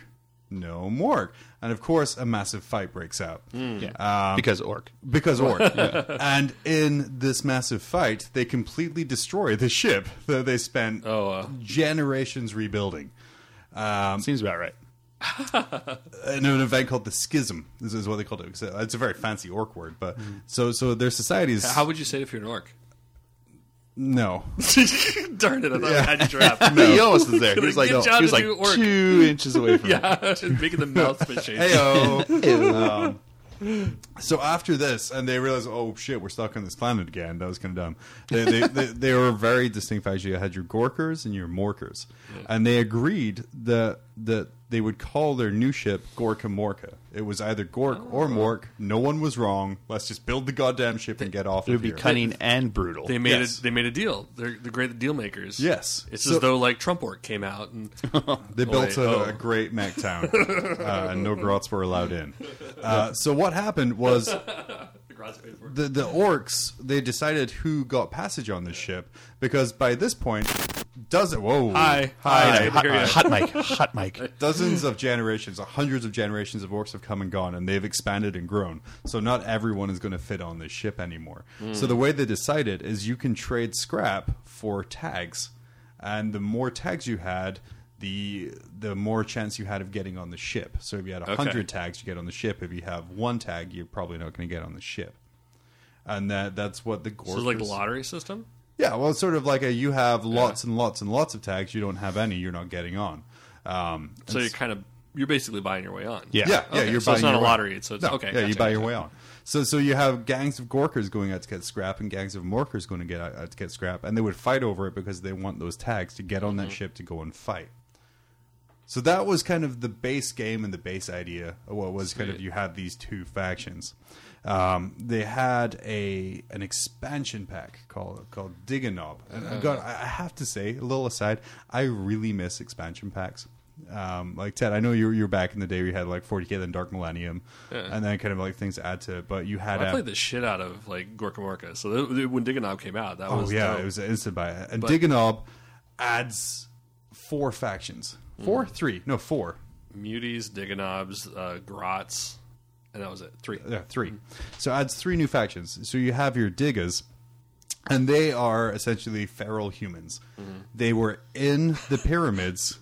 [SPEAKER 1] No, Mork." And of course, a massive fight breaks out
[SPEAKER 2] Yeah. Um, because orc.
[SPEAKER 1] because orc. And in this massive fight, they completely destroy the ship that they spent generations rebuilding.
[SPEAKER 2] Seems about right.
[SPEAKER 1] in an event called the Schism. This is what they called it. So It's a very fancy orc word, but so so their society is
[SPEAKER 3] How would you say it if you're an orc?
[SPEAKER 1] no.
[SPEAKER 3] Darn it! I thought I had you trapped.
[SPEAKER 2] He almost was there. He was like,
[SPEAKER 3] Good job
[SPEAKER 2] he was
[SPEAKER 3] to
[SPEAKER 2] like
[SPEAKER 3] do orc.
[SPEAKER 2] two inches away from it.
[SPEAKER 3] Making the mouth fishy.
[SPEAKER 1] Heyo. um, so after this, and they realize, oh shit, we're stuck on this planet again. That was kind of dumb. They they, they, they were very distinct. Actually, you had your Gorkers and your Morkers, and they agreed that that they would call their new ship Gorka Morka. It was either Gork or Mork. No one was wrong. Let's just build the goddamn ship and get off.
[SPEAKER 2] It
[SPEAKER 1] of
[SPEAKER 2] would be
[SPEAKER 1] here.
[SPEAKER 2] cunning and brutal.
[SPEAKER 3] They made
[SPEAKER 1] Yes.
[SPEAKER 3] a, they made a deal. They're the great deal makers.
[SPEAKER 1] Yes.
[SPEAKER 3] It's
[SPEAKER 1] So-
[SPEAKER 3] as though like Trump orc came out and
[SPEAKER 1] They built
[SPEAKER 3] wait,
[SPEAKER 1] a,
[SPEAKER 3] oh.
[SPEAKER 1] a great mech town, uh, and no grots were allowed in. Uh, so what happened was the the orcs they decided who got passage on this ship because by this point does it whoa
[SPEAKER 3] Hi.
[SPEAKER 1] hi,
[SPEAKER 3] Hi.
[SPEAKER 1] hi,
[SPEAKER 3] Here you
[SPEAKER 2] hot mic. Hot mic.
[SPEAKER 3] Hmm.
[SPEAKER 1] dozens of generations hundreds of generations of orcs have come and gone and they've expanded and grown so not everyone is going to fit on this ship anymore so
[SPEAKER 3] Hmm.
[SPEAKER 1] the way they decided is you can trade scrap for tags and the more tags you had the the more chance you had of getting on the ship so if you had 100 tags you get on the ship if you have one tag you're probably not going to get on the ship and that that's what the
[SPEAKER 3] so
[SPEAKER 1] gorkers
[SPEAKER 3] it's like the lottery system.
[SPEAKER 1] yeah, well, it's sort of like a you have lots and lots and lots of tags. You don't have any. You're not getting on. Um,
[SPEAKER 3] So you're kind of you're basically buying your way on.
[SPEAKER 2] Yeah.
[SPEAKER 1] yeah, yeah.
[SPEAKER 3] Okay,
[SPEAKER 1] You're
[SPEAKER 3] so
[SPEAKER 1] buying
[SPEAKER 3] it's not
[SPEAKER 1] your
[SPEAKER 3] a
[SPEAKER 1] way-
[SPEAKER 3] lottery. It's, it's
[SPEAKER 1] No,
[SPEAKER 3] okay.
[SPEAKER 1] Yeah, you
[SPEAKER 3] gotcha,
[SPEAKER 1] buy your
[SPEAKER 3] gotcha.
[SPEAKER 1] way on. So, so you have gangs of Gorkers going out to get scrap, and gangs of Morkers going to get out out to get scrap, and they would fight over it because they want those tags to get on
[SPEAKER 3] Mm-hmm.
[SPEAKER 1] that ship to go and fight. So that was kind of the base game and the base idea. of What was kind of you had these two factions. Um, they had a an expansion pack called called Diganob. And
[SPEAKER 3] Ah.
[SPEAKER 1] I've got- I I have to say, a little aside, I really miss expansion packs. Um, like Ted, I know you're you're back in the day. where you had like 40k, then Dark Millennium, and then kind of like things to add to it. But you had
[SPEAKER 3] I
[SPEAKER 1] um,
[SPEAKER 3] played the shit out of like Gorka Morka. So th- th- when Diganob came out, that
[SPEAKER 1] Oh
[SPEAKER 3] was
[SPEAKER 1] yeah,
[SPEAKER 3] dope.
[SPEAKER 1] it was an instant buy. And Diganob adds four factions,
[SPEAKER 3] Hmm.
[SPEAKER 1] four, three, no, four,
[SPEAKER 3] Muties, Diganobs, uh, Grots, and that was it. Three.
[SPEAKER 1] yeah, three. So adds three new factions. So you have your Diggers, and they are essentially feral humans. They were in the pyramids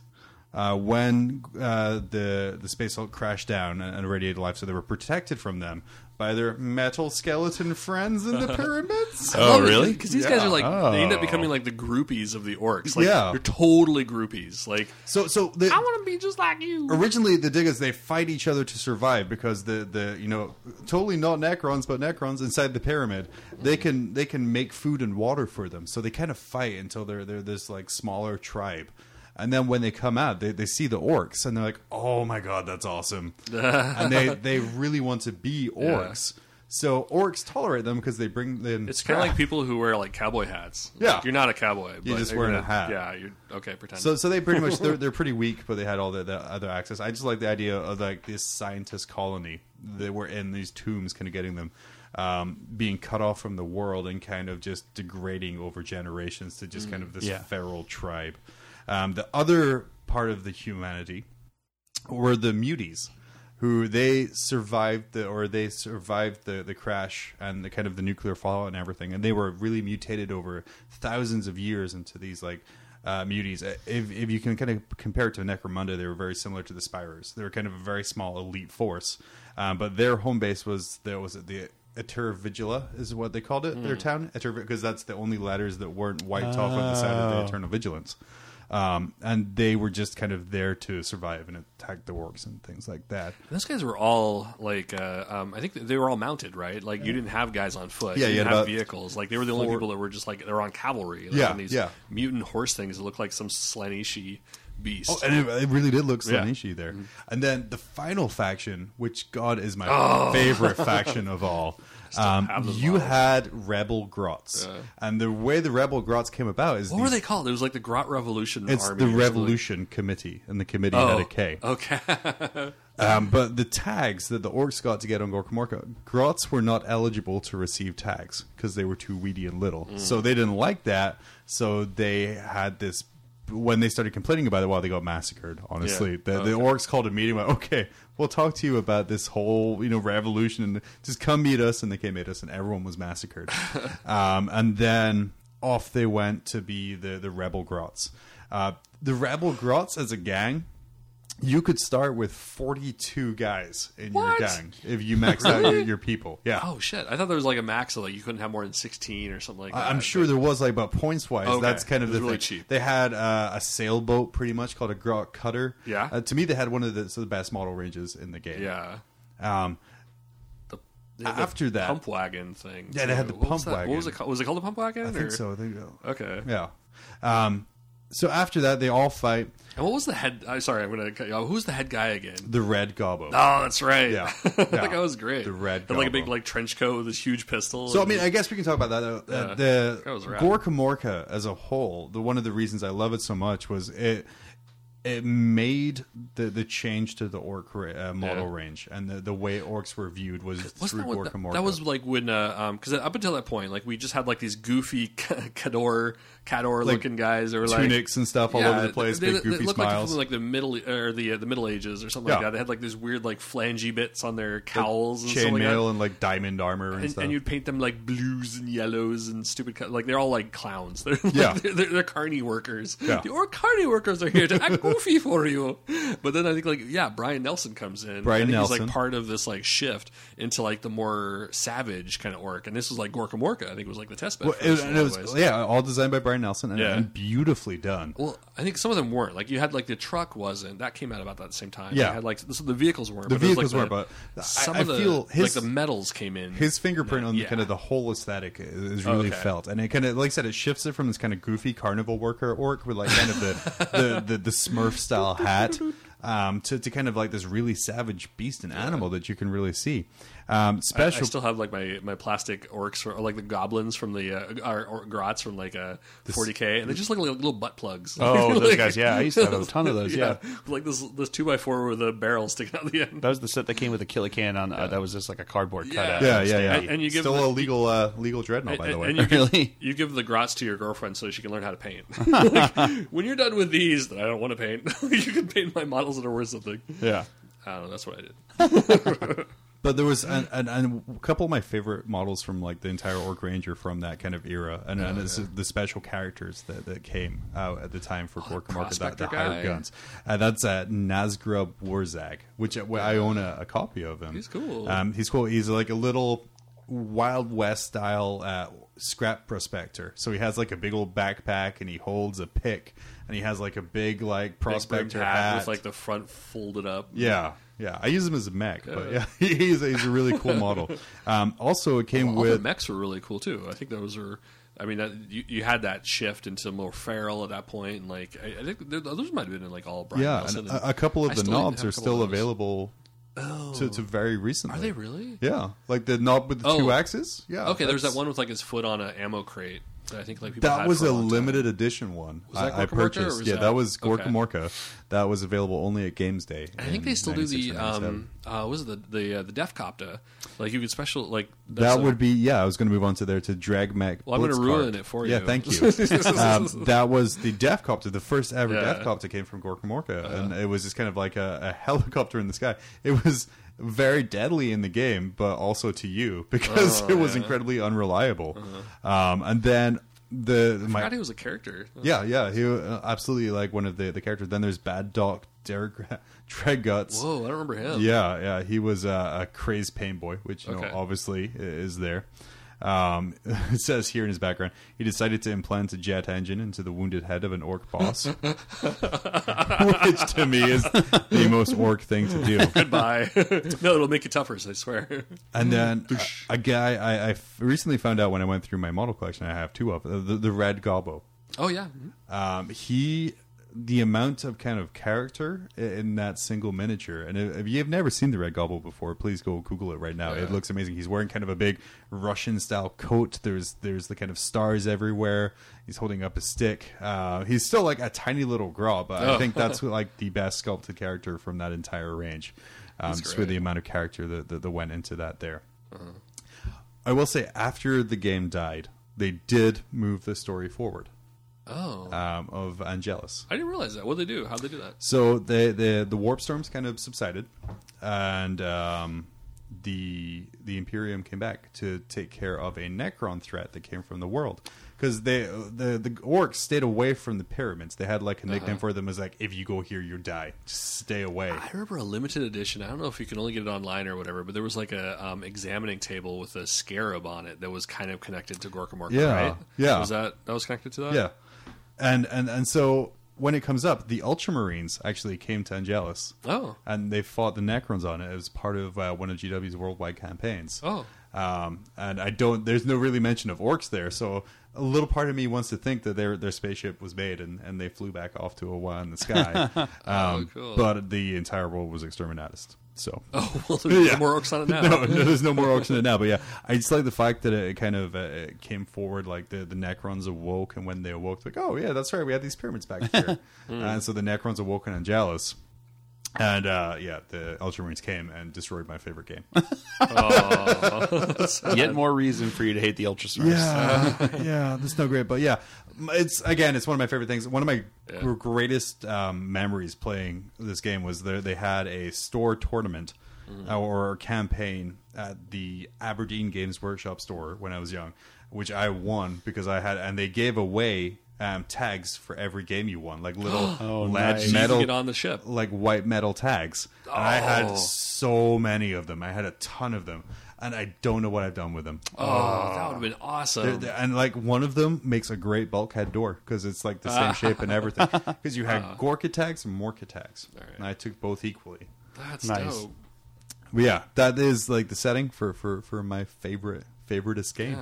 [SPEAKER 1] uh, when uh, the the space hulk crashed down and, and irradiated life, so they were protected from them by their metal skeleton friends in the pyramids.
[SPEAKER 2] Oh, really?
[SPEAKER 3] Because these guys are like they end up becoming like the groupies of the orcs. Like,
[SPEAKER 1] Oh. Yeah.
[SPEAKER 3] they're totally groupies. Like
[SPEAKER 1] So, so the,
[SPEAKER 3] I want to be just like you.
[SPEAKER 1] originally the diggers they fight each other to survive because the the you know totally not necrons but necrons inside the pyramid they can they can make food and water for them so they kind of fight until they're they're this like smaller tribe and then when they come out they, they see the orcs and they're like oh my god that's awesome and they they really want to be orcs so orcs tolerate them because they bring them
[SPEAKER 3] It's kind of like people who wear like cowboy hats. Like,
[SPEAKER 1] Yeah.
[SPEAKER 3] you're not a cowboy. But
[SPEAKER 1] You're just
[SPEAKER 3] you're
[SPEAKER 1] wearing
[SPEAKER 3] gonna-
[SPEAKER 1] a hat.
[SPEAKER 3] Yeah, you're okay. Pretend.
[SPEAKER 1] So, so they pretty much they're, they're pretty weak, but they had all the, the other access. I just like the idea of like this scientist colony that were in these tombs, kind of getting them um, being cut off from the world and kind of just degrading over generations to just kind of this
[SPEAKER 2] yeah.
[SPEAKER 1] feral tribe. Um, the other part of the humanity were the muties who they survived the or they survived the the crash and the kind of the nuclear fallout and everything and they were really mutated over thousands of years into these like uh, muties Uh, if, if you can kind of compare it to necromunda they were very similar to the spirers they were kind of a very small elite force um, but their home base was there was it the Eter Vigila is what they called it, their town. Because that's the only letters that weren't wiped off on the side of the Eternal Vigilance um, and they were just kind of there to survive and attack the orcs and things like that.
[SPEAKER 3] those guys were all like, uh, um, I think they were all mounted, right? Like you didn't have guys on foot.
[SPEAKER 1] Yeah,
[SPEAKER 3] you
[SPEAKER 1] you
[SPEAKER 3] didn't
[SPEAKER 1] had
[SPEAKER 3] have
[SPEAKER 1] about
[SPEAKER 3] vehicles. Like they were the only
[SPEAKER 1] four-
[SPEAKER 3] people that were just like they're on cavalry. Like,
[SPEAKER 1] Yeah,
[SPEAKER 3] on these
[SPEAKER 1] yeah.
[SPEAKER 3] mutant horse things that look like some slanishi beast.
[SPEAKER 1] Oh, and it, it really did look
[SPEAKER 3] Yeah.
[SPEAKER 1] Slanishi there. And then the final faction, which God is my favorite faction of all. Um,
[SPEAKER 3] Oh. have those
[SPEAKER 1] you
[SPEAKER 3] models.
[SPEAKER 1] had rebel grots, and the way the rebel grots came about is
[SPEAKER 3] what were
[SPEAKER 1] these-
[SPEAKER 3] they called? It was like the Grot Revolution.
[SPEAKER 1] It's
[SPEAKER 3] Army
[SPEAKER 1] the
[SPEAKER 3] or something. Oh.
[SPEAKER 1] Revolution Committee, and the committee had a K.
[SPEAKER 3] Okay.
[SPEAKER 1] Um, but the tags that the orcs got to get on Gorkamorka, Grots were not eligible to receive tags because they were too weedy and little. So they didn't like that. So they had this. When they started complaining about it, well, they got massacred. Honestly,
[SPEAKER 3] Yeah.
[SPEAKER 1] the, the orcs called a meeting. Went, okay, we'll talk to you about this whole you know revolution and just come meet us. And they came meet us, and everyone was massacred. um, and then off they went to be the the rebel Grots. Uh, the rebel Grots as a gang you could start with 42 guys in
[SPEAKER 3] What?
[SPEAKER 1] your gang if you max out your, your people. Yeah.
[SPEAKER 3] oh shit! I thought there was like a max of like you couldn't have more than sixteen or something like that.
[SPEAKER 1] I- I'm sure there was like, but points wise,
[SPEAKER 3] Okay.
[SPEAKER 1] that's kind of
[SPEAKER 3] It was
[SPEAKER 1] the
[SPEAKER 3] really
[SPEAKER 1] thing.
[SPEAKER 3] cheap.
[SPEAKER 1] They had uh, a sailboat, pretty much called a Grot Cutter.
[SPEAKER 3] Yeah.
[SPEAKER 1] Uh, to me, they had one of the, so the best model ranges in the game.
[SPEAKER 3] Yeah.
[SPEAKER 1] Um,
[SPEAKER 3] They had
[SPEAKER 1] After that-
[SPEAKER 3] pump wagon thing.
[SPEAKER 1] Yeah, they had the
[SPEAKER 3] too. what was
[SPEAKER 1] pump
[SPEAKER 3] that- What was it
[SPEAKER 1] wagon.
[SPEAKER 3] called? Was it called the pump wagon?
[SPEAKER 1] I think
[SPEAKER 3] or-
[SPEAKER 1] so. I think so.
[SPEAKER 3] Okay.
[SPEAKER 1] Yeah. Um, so after that, they all fight
[SPEAKER 3] And what was the head? I sorry, I'm gonna cut you off. Who's the head guy again?
[SPEAKER 1] the Red Gobbo.
[SPEAKER 3] Oh, that's right.
[SPEAKER 1] Yeah.
[SPEAKER 3] that
[SPEAKER 1] Yeah.
[SPEAKER 3] guy was great.
[SPEAKER 1] The red
[SPEAKER 3] Had, like a big
[SPEAKER 1] Gobbo.
[SPEAKER 3] like trench coat with this huge pistol.
[SPEAKER 1] So I
[SPEAKER 3] and-
[SPEAKER 1] mean, I guess we can talk about that. Uh,
[SPEAKER 3] Yeah.
[SPEAKER 1] uh
[SPEAKER 3] That was
[SPEAKER 1] the
[SPEAKER 3] rad.
[SPEAKER 1] Gorka Morka as a whole, the one of the reasons I love it so much was it it made the the change to the orc ra- uh, model
[SPEAKER 3] Yeah.
[SPEAKER 1] range and the the way orcs were viewed was
[SPEAKER 3] Wasn't
[SPEAKER 1] through
[SPEAKER 3] that, what
[SPEAKER 1] Gorka
[SPEAKER 3] that,
[SPEAKER 1] Morka.
[SPEAKER 3] that was like when uh, um because up until that point like we just had like these goofy Cador Cador looking guys that were like
[SPEAKER 1] tunics and stuff all
[SPEAKER 3] Yeah,
[SPEAKER 1] over the place,
[SPEAKER 3] they-
[SPEAKER 1] big
[SPEAKER 3] they
[SPEAKER 1] goofy
[SPEAKER 3] looked like
[SPEAKER 1] smiles.
[SPEAKER 3] from, Like, the middle or the uh, the Middle Ages or something like
[SPEAKER 1] Yeah.
[SPEAKER 3] that. They had like these weird like flangey bits on their cowls and stuff like that.
[SPEAKER 1] chainmail and like diamond armor and,
[SPEAKER 3] and,
[SPEAKER 1] stuff.
[SPEAKER 3] and you'd paint them like blues and yellows and stupid co- like they're all like clowns. They're
[SPEAKER 1] Yeah.
[SPEAKER 3] they're, they're, they're carny workers.
[SPEAKER 1] Yeah.
[SPEAKER 3] The or carny workers are here to act goofy for you. But then I think like yeah, Brian Nelson comes in.
[SPEAKER 1] Brian
[SPEAKER 3] I think he's like
[SPEAKER 1] Nelson.
[SPEAKER 3] part of this like shift into like the more savage kind of orc. And this was like Gorka Morka. I think was like the test bed.
[SPEAKER 1] Well,
[SPEAKER 3] for
[SPEAKER 1] it,
[SPEAKER 3] this in
[SPEAKER 1] and it
[SPEAKER 3] a lot
[SPEAKER 1] was
[SPEAKER 3] of ways.
[SPEAKER 1] yeah, all designed by Brian Nelson and,
[SPEAKER 3] Yeah.
[SPEAKER 1] and beautifully done.
[SPEAKER 3] Well, I think some of them weren't. Like you had like the truck wasn't. That came out about that same time.
[SPEAKER 1] Yeah.
[SPEAKER 3] You had like so the vehicles weren't.
[SPEAKER 1] The
[SPEAKER 3] but it was, like,
[SPEAKER 1] vehicles weren't, but I-
[SPEAKER 3] some
[SPEAKER 1] I
[SPEAKER 3] of the
[SPEAKER 1] feel his-
[SPEAKER 3] like the metals came in.
[SPEAKER 1] his fingerprint on the
[SPEAKER 3] yeah. Oh,
[SPEAKER 1] kind of the whole aesthetic is, is really
[SPEAKER 3] okay.
[SPEAKER 1] felt, and it kind of, like I said, it shifts it from this kind of goofy carnival worker orc with like kind of the the, the, the Smurf style hat um, to to kind of like this really savage beast and animal that you can really see. Um,
[SPEAKER 3] I
[SPEAKER 1] special,
[SPEAKER 3] still have like my, my plastic orcs or, or like the goblins from the uh, or, or grots from like uh, 40k, and they just look like little butt plugs.
[SPEAKER 2] Oh, those
[SPEAKER 3] Like-
[SPEAKER 2] guys, yeah. I used to have a ton of those, yeah.
[SPEAKER 3] With, like this this two by four with a barrel sticking out the end.
[SPEAKER 2] That was the set that came with a killer can on. Uh, that was just like a cardboard
[SPEAKER 3] Yeah.
[SPEAKER 2] cutout.
[SPEAKER 1] yeah, yeah, yeah,
[SPEAKER 3] And- and you give
[SPEAKER 1] still a
[SPEAKER 3] the-
[SPEAKER 1] legal uh, legal dreadnought by the way.
[SPEAKER 3] And you give,
[SPEAKER 2] Really?
[SPEAKER 3] you give the grots to your girlfriend so she can learn how to paint. when you're done with these that I don't want to paint, you can paint my models that are worth something.
[SPEAKER 2] yeah.
[SPEAKER 3] I don't know. That's what I did.
[SPEAKER 1] But there was an, an, an, a couple of my favorite models from like the entire Orc Ranger from that kind of era, and,
[SPEAKER 3] Oh,
[SPEAKER 1] and this is the special characters that, that came out at the time for Orc Market that,
[SPEAKER 3] Oh, Prospector
[SPEAKER 1] that hired
[SPEAKER 3] guy.
[SPEAKER 1] guns. Uh, that's uh, Nazgrub Warzag, which I, I own a, a copy of him.
[SPEAKER 3] He's cool.
[SPEAKER 1] Um, he's cool. He's like a little Wild West style uh, scrap prospector. So he has like a big old backpack, and he holds a pick, and he has like a big like
[SPEAKER 3] Big brim
[SPEAKER 1] prospector
[SPEAKER 3] hat with
[SPEAKER 1] hat.
[SPEAKER 3] like the front folded up.
[SPEAKER 1] Yeah, yeah. I use him as a mech, but yeah, he's, he's a really cool model. Um, also, it came
[SPEAKER 3] All the
[SPEAKER 1] with
[SPEAKER 3] mechs were really cool too. I think those are. I mean, that, you, you had that shift into more feral at that point, and like I, I think th- those might have been in like all Brian
[SPEAKER 1] yeah,
[SPEAKER 3] Wilson.
[SPEAKER 1] and
[SPEAKER 3] and-
[SPEAKER 1] a, a couple of
[SPEAKER 3] I
[SPEAKER 1] the
[SPEAKER 3] still
[SPEAKER 1] knobs
[SPEAKER 3] have a
[SPEAKER 1] are
[SPEAKER 3] couple
[SPEAKER 1] still
[SPEAKER 3] of those. Oh.
[SPEAKER 1] available to, to very recently.
[SPEAKER 3] Are they really?
[SPEAKER 1] Yeah, like the knob with the
[SPEAKER 3] Oh.
[SPEAKER 1] two axes. Yeah.
[SPEAKER 3] Okay, there's that
[SPEAKER 1] that's-
[SPEAKER 3] one with like his foot on an ammo crate that I think like people
[SPEAKER 1] That
[SPEAKER 3] had
[SPEAKER 1] was
[SPEAKER 3] for
[SPEAKER 1] a
[SPEAKER 3] long time.
[SPEAKER 1] limited edition one
[SPEAKER 3] Was that
[SPEAKER 1] I, I
[SPEAKER 3] Gorka Morka, or
[SPEAKER 1] purchased.
[SPEAKER 3] was
[SPEAKER 1] yeah,
[SPEAKER 3] that-
[SPEAKER 1] that, was Gorka
[SPEAKER 3] okay.
[SPEAKER 1] Morka. That was available only at Games Day.
[SPEAKER 3] I think
[SPEAKER 1] in
[SPEAKER 3] they still do
[SPEAKER 1] 96
[SPEAKER 3] the
[SPEAKER 1] or 97.
[SPEAKER 3] um uh was it the the uh, the Def Copta? Like you could special like that's
[SPEAKER 1] That
[SPEAKER 3] a-
[SPEAKER 1] would be yeah. I was going to move on to there to drag mech.
[SPEAKER 3] Well, I'm gonna
[SPEAKER 1] Blitzkart.
[SPEAKER 3] ruin it for
[SPEAKER 1] Yeah,
[SPEAKER 3] you.
[SPEAKER 1] thank you. um, that was the Defcopter, the first ever
[SPEAKER 3] Yeah. Uh-huh.
[SPEAKER 1] Defcopter came from Gorka Morka, and it was just kind of like a, a helicopter in the sky. It was very deadly in the game, but also to you because
[SPEAKER 3] Oh,
[SPEAKER 1] it was incredibly unreliable. Um, and then the
[SPEAKER 3] Uh-huh. I
[SPEAKER 1] my
[SPEAKER 3] forgot he was a character.
[SPEAKER 1] yeah, yeah, he uh, absolutely like one of the the characters. Then there's Bad Doc, Derek, Dreadguts.
[SPEAKER 3] Whoa, I don't remember him.
[SPEAKER 1] Yeah, yeah, he was uh, a crazed pain boy, which you
[SPEAKER 3] Okay.
[SPEAKER 1] know obviously i- is there. Um, it says here in his background, he decided to implant a jet engine into the wounded head of an orc boss, which to me is the most orc thing to do.
[SPEAKER 3] Goodbye. no, it'll make it tougher. I swear.
[SPEAKER 1] And then uh, a, guy I, I f- recently found out when I went through my model collection, I have two of uh, the, the red gobbo.
[SPEAKER 3] Oh yeah,
[SPEAKER 1] um, he the amount of kind of character i- in that single miniature and if if you've never seen the red goblin before please go google it right now it looks amazing he's wearing kind of a big russian style coat there's there's the kind of stars everywhere he's holding up a stick uh, he's still like a tiny little graw but i think that's like the best sculpted character from that entire range um, just with the amount of character that, that, that went into that there i will say after the game died they did move the story forward
[SPEAKER 3] Oh,
[SPEAKER 1] um, of Angelus.
[SPEAKER 3] I didn't realize that. What would they do? How'd they do that?
[SPEAKER 1] So the the the warp storms kind of subsided, and um, the the Imperium came back to take care of a Necron threat that came from the world because they the the orcs stayed away from the pyramids. They had like a nickname for them as like if you go here you die, just stay away.
[SPEAKER 3] I remember a limited edition. I don't know if you can only get it online or whatever, but there was like a um, examining table with a scarab on it that was kind of connected to Gorka Morka,
[SPEAKER 1] Yeah,
[SPEAKER 3] right?
[SPEAKER 1] yeah.
[SPEAKER 3] Was that that was connected to that?
[SPEAKER 1] Yeah, and and and so when it comes up, the Ultramarines actually came to Angelus.
[SPEAKER 3] Oh.
[SPEAKER 1] and they fought the Necrons on it. It was part of uh, one of GW's worldwide campaigns.
[SPEAKER 3] Oh.
[SPEAKER 1] um, and I don't. There's no really mention of orcs there, so a little part of me wants to think that their their spaceship was made and, and they flew back off to Hawaii in the sky. um,
[SPEAKER 3] Oh, cool.
[SPEAKER 1] But the entire world was exterminated. So
[SPEAKER 3] Oh, well, there's
[SPEAKER 1] Yeah.
[SPEAKER 3] no more orcs on it now.
[SPEAKER 1] no, no, there's no more auction now. But yeah, I just like the fact that it kind of uh, it came forward, like the the Necrons awoke, and when they awoke, like, oh yeah, that's right, we had these pyramids back here, and so the Necrons awoke in Angelus, and uh, yeah, the Ultramarines came and destroyed my favorite game.
[SPEAKER 2] Yet more reason for you to hate the Ultra Smurfs.
[SPEAKER 1] Yeah, yeah, that's no great, but yeah, m- it's again, it's one of my favorite things. One of my gr- greatest um, memories playing this game was there. They had a store tournament uh, or campaign at the Aberdeen Games Workshop store when I was young, which I won because I had, and they gave away. Um, tags for every game you won, like little lead
[SPEAKER 2] nice.
[SPEAKER 3] So you can
[SPEAKER 1] metal
[SPEAKER 3] get on the ship.
[SPEAKER 1] like white metal tags. And I had so many of them. I had a ton of them, and I don't know what I've done with them.
[SPEAKER 3] Oh, that would have been awesome.
[SPEAKER 1] They're- they're- and like one of them makes a great bulkhead door because it's like the same shape and everything. Because you
[SPEAKER 3] Uh-huh.
[SPEAKER 1] had Gork attacks and Mork attacks, and I took both equally.
[SPEAKER 3] That's
[SPEAKER 2] Nice.
[SPEAKER 3] dope.
[SPEAKER 1] But yeah, that is like the setting for for for my favorite favoriteest game.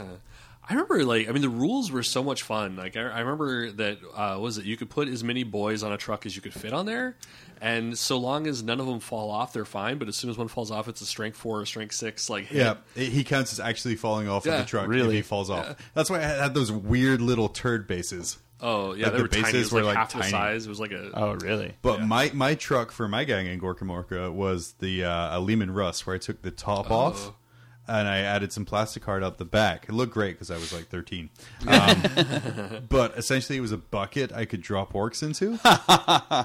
[SPEAKER 3] I remember, like, I mean, the rules were so much fun. Like, I, I remember that uh, what was it you could put as many boys on a truck as you could fit on there, and so long as none of them fall off, they're fine. But as soon as one falls off, it's a strength four or strength six. Like, hit.
[SPEAKER 1] Yeah, it- he counts as actually falling off of
[SPEAKER 3] Yeah,
[SPEAKER 1] the truck. if
[SPEAKER 2] really.
[SPEAKER 1] he falls off. That's why I had those weird little turd bases.
[SPEAKER 3] Oh, yeah,
[SPEAKER 1] Like,
[SPEAKER 3] they
[SPEAKER 1] the
[SPEAKER 3] were tiny. It
[SPEAKER 1] bases
[SPEAKER 3] was,
[SPEAKER 1] were,
[SPEAKER 3] like,
[SPEAKER 1] like,
[SPEAKER 3] half the
[SPEAKER 1] tiny.
[SPEAKER 3] size. It was like a
[SPEAKER 2] Oh, really?
[SPEAKER 1] But my, my truck for my gang in Gorkamorka was the uh, a Lehman Russ, where I took the top off and I added some plastic art up the back. It looked great because I was like 13. Um, but essentially, it was a bucket I could drop orcs into.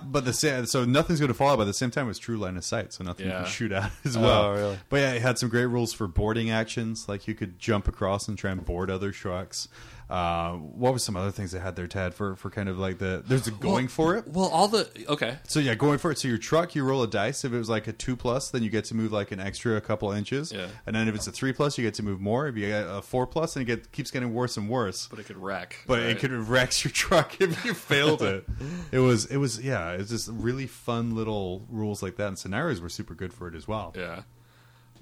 [SPEAKER 1] but the sa- so nothing's going to fall out. By the same time, it's true line of sight, so nothing you
[SPEAKER 3] Yeah.
[SPEAKER 1] can shoot at as well. But yeah, it had some great rules for boarding actions, like you could jump across and try and board other trucks. Uh, what were some other things they had there, Tad? For for kind of like the there's a going for it.
[SPEAKER 3] Well, all the okay.
[SPEAKER 1] So yeah, going for it. So your truck, you roll a dice. If it was like a two plus, then you get to move like an extra couple inches.
[SPEAKER 3] Yeah.
[SPEAKER 1] And then if it's a three plus, you get to move more. If you get a four plus, then it get, keeps getting worse and worse.
[SPEAKER 3] But it could wreck.
[SPEAKER 1] But
[SPEAKER 3] right?
[SPEAKER 1] it could wreck your truck if you failed it. it was it was yeah. It's just really fun little rules like that, and scenarios were super good for it as well.
[SPEAKER 3] Yeah.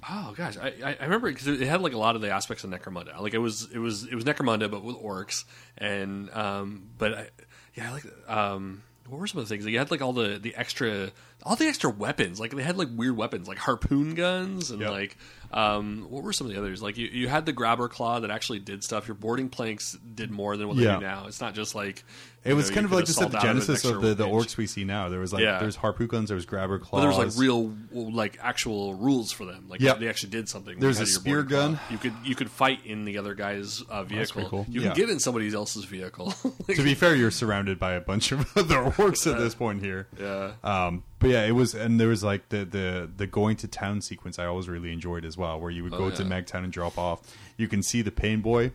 [SPEAKER 3] Oh gosh, I I- I remember because it had like a lot of the aspects of Necromunda. Like it was it was it was Necromunda, but with orcs and um, but I, yeah, I like um, what were some of the things? Like, you had like all the the extra all the extra weapons. Like they had like weird weapons, like harpoon guns and
[SPEAKER 1] Yep.
[SPEAKER 3] like um, what were some of the others? Like you, you had the grabber claw that actually did stuff. Your boarding planks did more than what they
[SPEAKER 1] Yeah.
[SPEAKER 3] do now. It's not just like
[SPEAKER 1] It
[SPEAKER 3] you
[SPEAKER 1] was
[SPEAKER 3] know,
[SPEAKER 1] kind
[SPEAKER 3] you
[SPEAKER 1] of
[SPEAKER 3] could
[SPEAKER 1] like just at
[SPEAKER 3] assault
[SPEAKER 1] the
[SPEAKER 3] out an
[SPEAKER 1] genesis of
[SPEAKER 3] extra
[SPEAKER 1] the, the
[SPEAKER 3] range.
[SPEAKER 1] orcs we see now. There was like
[SPEAKER 3] Yeah.
[SPEAKER 1] there's harpoon guns, there was grabber
[SPEAKER 3] But
[SPEAKER 1] claws.
[SPEAKER 3] there was like real, like actual rules for them. Like
[SPEAKER 1] Yep.
[SPEAKER 3] they actually did something.
[SPEAKER 1] There's
[SPEAKER 3] with
[SPEAKER 1] a
[SPEAKER 3] your
[SPEAKER 1] spear
[SPEAKER 3] boarding
[SPEAKER 1] gun.
[SPEAKER 3] claw. You could you could fight in the other guy's uh, vehicle.
[SPEAKER 1] pretty cool.
[SPEAKER 3] You
[SPEAKER 1] Yeah.
[SPEAKER 3] could get in somebody else's vehicle. Like,
[SPEAKER 1] to be fair, you're surrounded by a bunch of other orcs at this point here.
[SPEAKER 3] Yeah.
[SPEAKER 1] Um, but yeah, it was, and there was like the the the going to town sequence. I always really enjoyed as well, where you would go to
[SPEAKER 3] Oh, yeah.
[SPEAKER 1] Magtown and drop off. You can see the pain boy.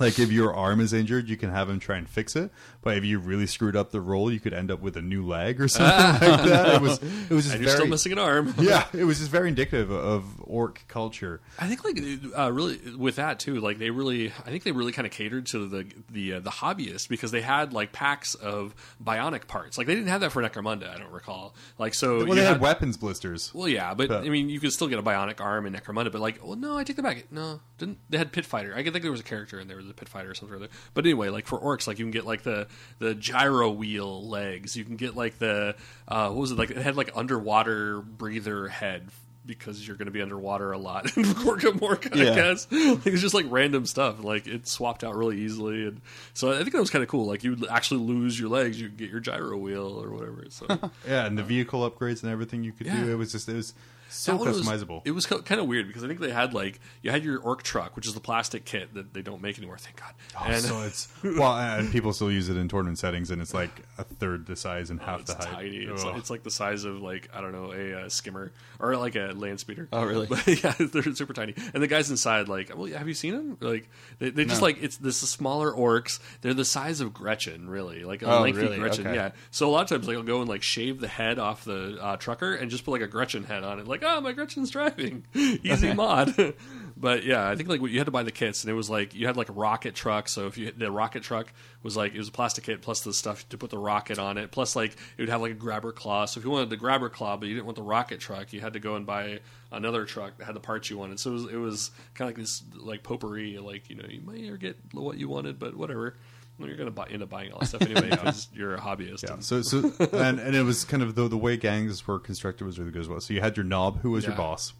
[SPEAKER 1] Like if your arm is injured, you can have him try and fix it. But if you really screwed up the roll, you could end up with a new leg or something like that. It was it was just very
[SPEAKER 3] and you're still missing an arm.
[SPEAKER 1] yeah, it was just very indicative of orc culture.
[SPEAKER 3] I think like uh, really with that too. Like they really, I think they really kind of catered to the the uh, the hobbyist because they had like packs of bionic parts. Like they didn't have that for Necromunda. I don't recall. Like so,
[SPEAKER 1] Well,
[SPEAKER 3] you
[SPEAKER 1] they had,
[SPEAKER 3] had-
[SPEAKER 1] weapons blisters.
[SPEAKER 3] Well, yeah, but
[SPEAKER 1] But-
[SPEAKER 3] I mean, you could still get a bionic arm in Necromunda, but like, well, no, I take that back. No, didn't they had Pit Fighter? I think there was a character in there was a Pit Fighter or something or other. But anyway, like for orcs, like you can get like the the gyro wheel legs. You can get like the uh, what was it like? It had like underwater breather head because you're going to be underwater a lot in Gorka Morka, I guess. Like, it's just like random stuff. Like it swapped out really easily, and so I think that was kind of cool. Like you would actually lose your legs, you get your gyro wheel or whatever. So.
[SPEAKER 1] Yeah, and the vehicle upgrades and everything you could do.
[SPEAKER 3] Yeah.
[SPEAKER 1] It was just it was so
[SPEAKER 3] That one was-
[SPEAKER 1] customizable.
[SPEAKER 3] it was kind of weird because I think they had like you had your orc truck, which is the plastic kit that they don't make anymore. Thank God. and
[SPEAKER 1] Oh, so it's well, and people still use it in tournament settings, and it's like a third the size and half
[SPEAKER 3] Oh, it's
[SPEAKER 1] the height. Oh,
[SPEAKER 3] tiny. It's,
[SPEAKER 1] Ugh.
[SPEAKER 3] like, it's like the size of like I don't know a uh, skimmer or like a land speeder.
[SPEAKER 9] Oh, really?
[SPEAKER 3] But yeah, they're super tiny. And the guys inside, like, well, have you seen them? Like, they, they just like it's this is smaller orcs. They're the size of Gretchen, really, like a
[SPEAKER 9] Oh,
[SPEAKER 3] lengthy
[SPEAKER 9] really?
[SPEAKER 3] Gretchen.
[SPEAKER 9] Okay.
[SPEAKER 3] Yeah. So a lot of times, like, I'll go and like shave the head off the uh, trucker and just put like a Gretchen head on it. Like, oh, my Gretchen's driving. Easy mod. But yeah, I think like you had to buy the kits, and it was like you had like a rocket truck. So if you the rocket truck was like it was a plastic kit plus the stuff to put the rocket on it, plus like it would have like a grabber claw. So if you wanted the grabber claw, but you didn't want the rocket truck, you had to go and buy another truck that had the parts you wanted. So it was, it was kind of like this like potpourri. Like you know you might get what you wanted, but whatever. Well, You're gonna buy, end up buying all that stuff anyway because you're a hobbyist.
[SPEAKER 1] Yeah.
[SPEAKER 3] and-
[SPEAKER 1] So, so and, and it was kind of the, the way gangs were constructed was really good as well. So you had your knob, who was your
[SPEAKER 3] Yeah.
[SPEAKER 1] boss,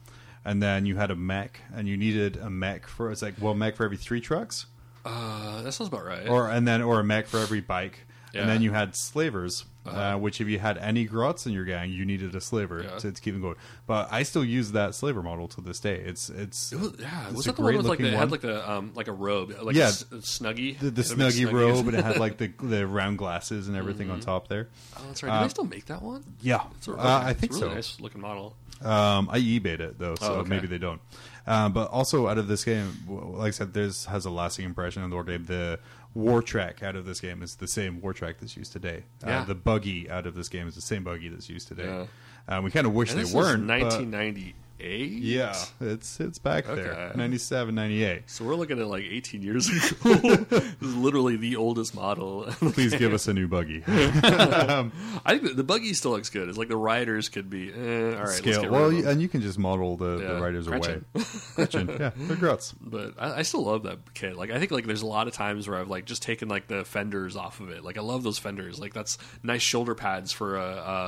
[SPEAKER 1] and then you had a mech, and you needed a mech for it's like well mech for every three trucks,
[SPEAKER 3] uh, that sounds about right.
[SPEAKER 1] or and then or a mech for every bike,
[SPEAKER 3] Yeah. Uh-huh.
[SPEAKER 1] and then you had slavers, uh which if you had any grots in your gang, you needed a slaver
[SPEAKER 3] Yeah.
[SPEAKER 1] to, to keep them going. But I still use that slaver model to this day. It's it's
[SPEAKER 3] It was- yeah,
[SPEAKER 1] it's
[SPEAKER 3] was
[SPEAKER 1] a
[SPEAKER 3] that the one with like
[SPEAKER 1] great-looking
[SPEAKER 3] the, it
[SPEAKER 1] one.
[SPEAKER 3] had like the um like a robe, like
[SPEAKER 1] Yeah.
[SPEAKER 3] a, s- a snuggie,
[SPEAKER 1] the, the
[SPEAKER 3] Had a big
[SPEAKER 1] snuggie robe, and it had like the the round glasses and everything on top there.
[SPEAKER 3] oh, that's right. Do they still make that one?
[SPEAKER 1] Yeah,
[SPEAKER 3] It's a-
[SPEAKER 1] uh, I
[SPEAKER 3] it's a
[SPEAKER 1] think
[SPEAKER 3] really
[SPEAKER 1] so.
[SPEAKER 3] Nice looking model.
[SPEAKER 1] Um, I eBayed it though, so
[SPEAKER 3] Oh, okay.
[SPEAKER 1] maybe they don't. Um, but also out of this game, w- like I said, this has a lasting impression on the war game. The war track out of this game is the same war track that's used today. Uh,
[SPEAKER 3] Yeah.
[SPEAKER 1] the buggy out of this game is the same buggy that's used today.
[SPEAKER 3] Yeah.
[SPEAKER 1] Um, we kind of wish
[SPEAKER 3] And this
[SPEAKER 1] they weren't. but-
[SPEAKER 3] 1998.
[SPEAKER 1] yeah, it's it's back there.
[SPEAKER 3] Okay.
[SPEAKER 1] 97, 98.
[SPEAKER 3] So we're looking at like 18 years ago. this is literally the oldest model.
[SPEAKER 1] Please give us a new buggy.
[SPEAKER 3] I think the, the buggy still looks good. It's like the riders could be. Eh, all right, Let's
[SPEAKER 1] Scale.
[SPEAKER 3] get
[SPEAKER 1] Well,
[SPEAKER 3] rid of
[SPEAKER 1] you,
[SPEAKER 3] them.
[SPEAKER 1] and you can just model the, the
[SPEAKER 3] Yeah.
[SPEAKER 1] riders
[SPEAKER 3] Gretchen.
[SPEAKER 1] away. Gretchen, yeah, they're grots.
[SPEAKER 3] but I, I still love that kit. Like I think like there's a lot of times where I've like just taken like the fenders off of it. Like I love those fenders. Like that's nice shoulder pads for a,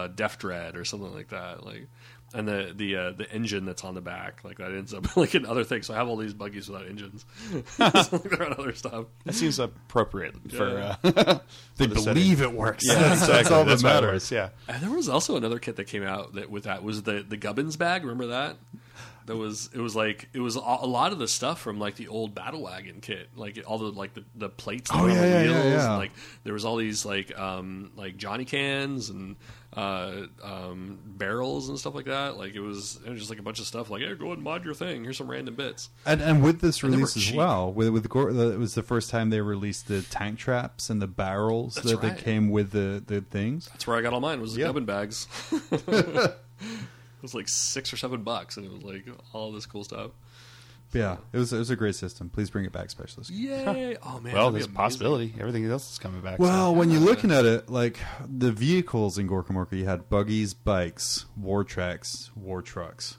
[SPEAKER 3] a Def Dread or something like that. Like and the the uh, the engine that's on the back like that ends up like in other things. So I have all these buggies without engines. so, like, they're on other stuff.
[SPEAKER 2] That seems appropriate for.
[SPEAKER 3] Yeah.
[SPEAKER 2] Uh,
[SPEAKER 1] They
[SPEAKER 2] the
[SPEAKER 1] believe it works.
[SPEAKER 2] yeah, that's,
[SPEAKER 1] That's all that
[SPEAKER 2] what it
[SPEAKER 1] matters.
[SPEAKER 2] was, Yeah.
[SPEAKER 3] And there was also another kit that came out that with that was the the Gubbins bag. Remember that? That was it was like it was a a lot of the stuff from like the old battle wagon kit, like all the like the, the plates that
[SPEAKER 1] Oh,
[SPEAKER 3] were on
[SPEAKER 1] yeah,
[SPEAKER 3] the
[SPEAKER 1] yeah, yeah,
[SPEAKER 3] wheels,
[SPEAKER 1] yeah.
[SPEAKER 3] And, like there was all these like um like Johnny cans and uh um barrels and stuff like that. Like it was it was just like a bunch of stuff. Like hey, go and mod your thing. Here's some random bits.
[SPEAKER 1] And and with this
[SPEAKER 3] they were
[SPEAKER 1] release as
[SPEAKER 3] cheap.
[SPEAKER 1] well, with with Gor- the, it was the first time they released the tank traps and the barrels
[SPEAKER 3] That's
[SPEAKER 1] that
[SPEAKER 3] right.
[SPEAKER 1] they came with the the things.
[SPEAKER 3] That's where I got all mine was the
[SPEAKER 1] Yeah.
[SPEAKER 3] gubbin bags. it was like six or seven bucks, and it was like all this cool stuff.
[SPEAKER 1] Yeah, it was it was a great system. Please bring it back, specialist.
[SPEAKER 3] Yay! Oh man,
[SPEAKER 2] Well,
[SPEAKER 3] that'd be
[SPEAKER 2] there's a
[SPEAKER 3] amazing.
[SPEAKER 2] possibility. Everything else is coming back. so-
[SPEAKER 1] Well, when you're looking
[SPEAKER 3] uh,
[SPEAKER 1] at it, like the vehicles in Gorkamorka, you had buggies, bikes, war tracks, war trucks.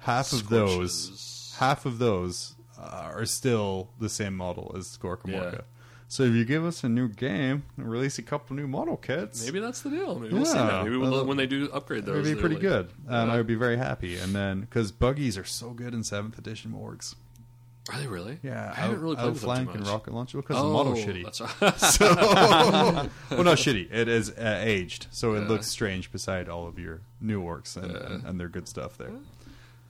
[SPEAKER 1] Half of those, half of those uh, are still the same model as Gorkamorka.
[SPEAKER 3] Yeah.
[SPEAKER 1] So if you give us a new game and release a couple new model kits,
[SPEAKER 3] Maybe that's the deal. Maybe we'll see
[SPEAKER 1] Yeah.
[SPEAKER 3] that. Maybe we'll,
[SPEAKER 1] Well,
[SPEAKER 3] when they do
[SPEAKER 1] it
[SPEAKER 3] upgrade
[SPEAKER 1] would
[SPEAKER 3] those,
[SPEAKER 1] be
[SPEAKER 3] they're
[SPEAKER 1] pretty
[SPEAKER 3] like-
[SPEAKER 1] good. Um, I would be very happy. And then because buggies are so good in seventh edition morgs.
[SPEAKER 3] Are they really?
[SPEAKER 1] Yeah,
[SPEAKER 3] I haven't
[SPEAKER 1] out-
[SPEAKER 3] really played with them too
[SPEAKER 1] outflank
[SPEAKER 3] much.
[SPEAKER 1] and rocket launcher because
[SPEAKER 3] oh,
[SPEAKER 1] the model shitty.
[SPEAKER 3] That's right.
[SPEAKER 1] so well not shitty it is uh, aged so it looks strange beside all of your new orcs and, and, and their good stuff there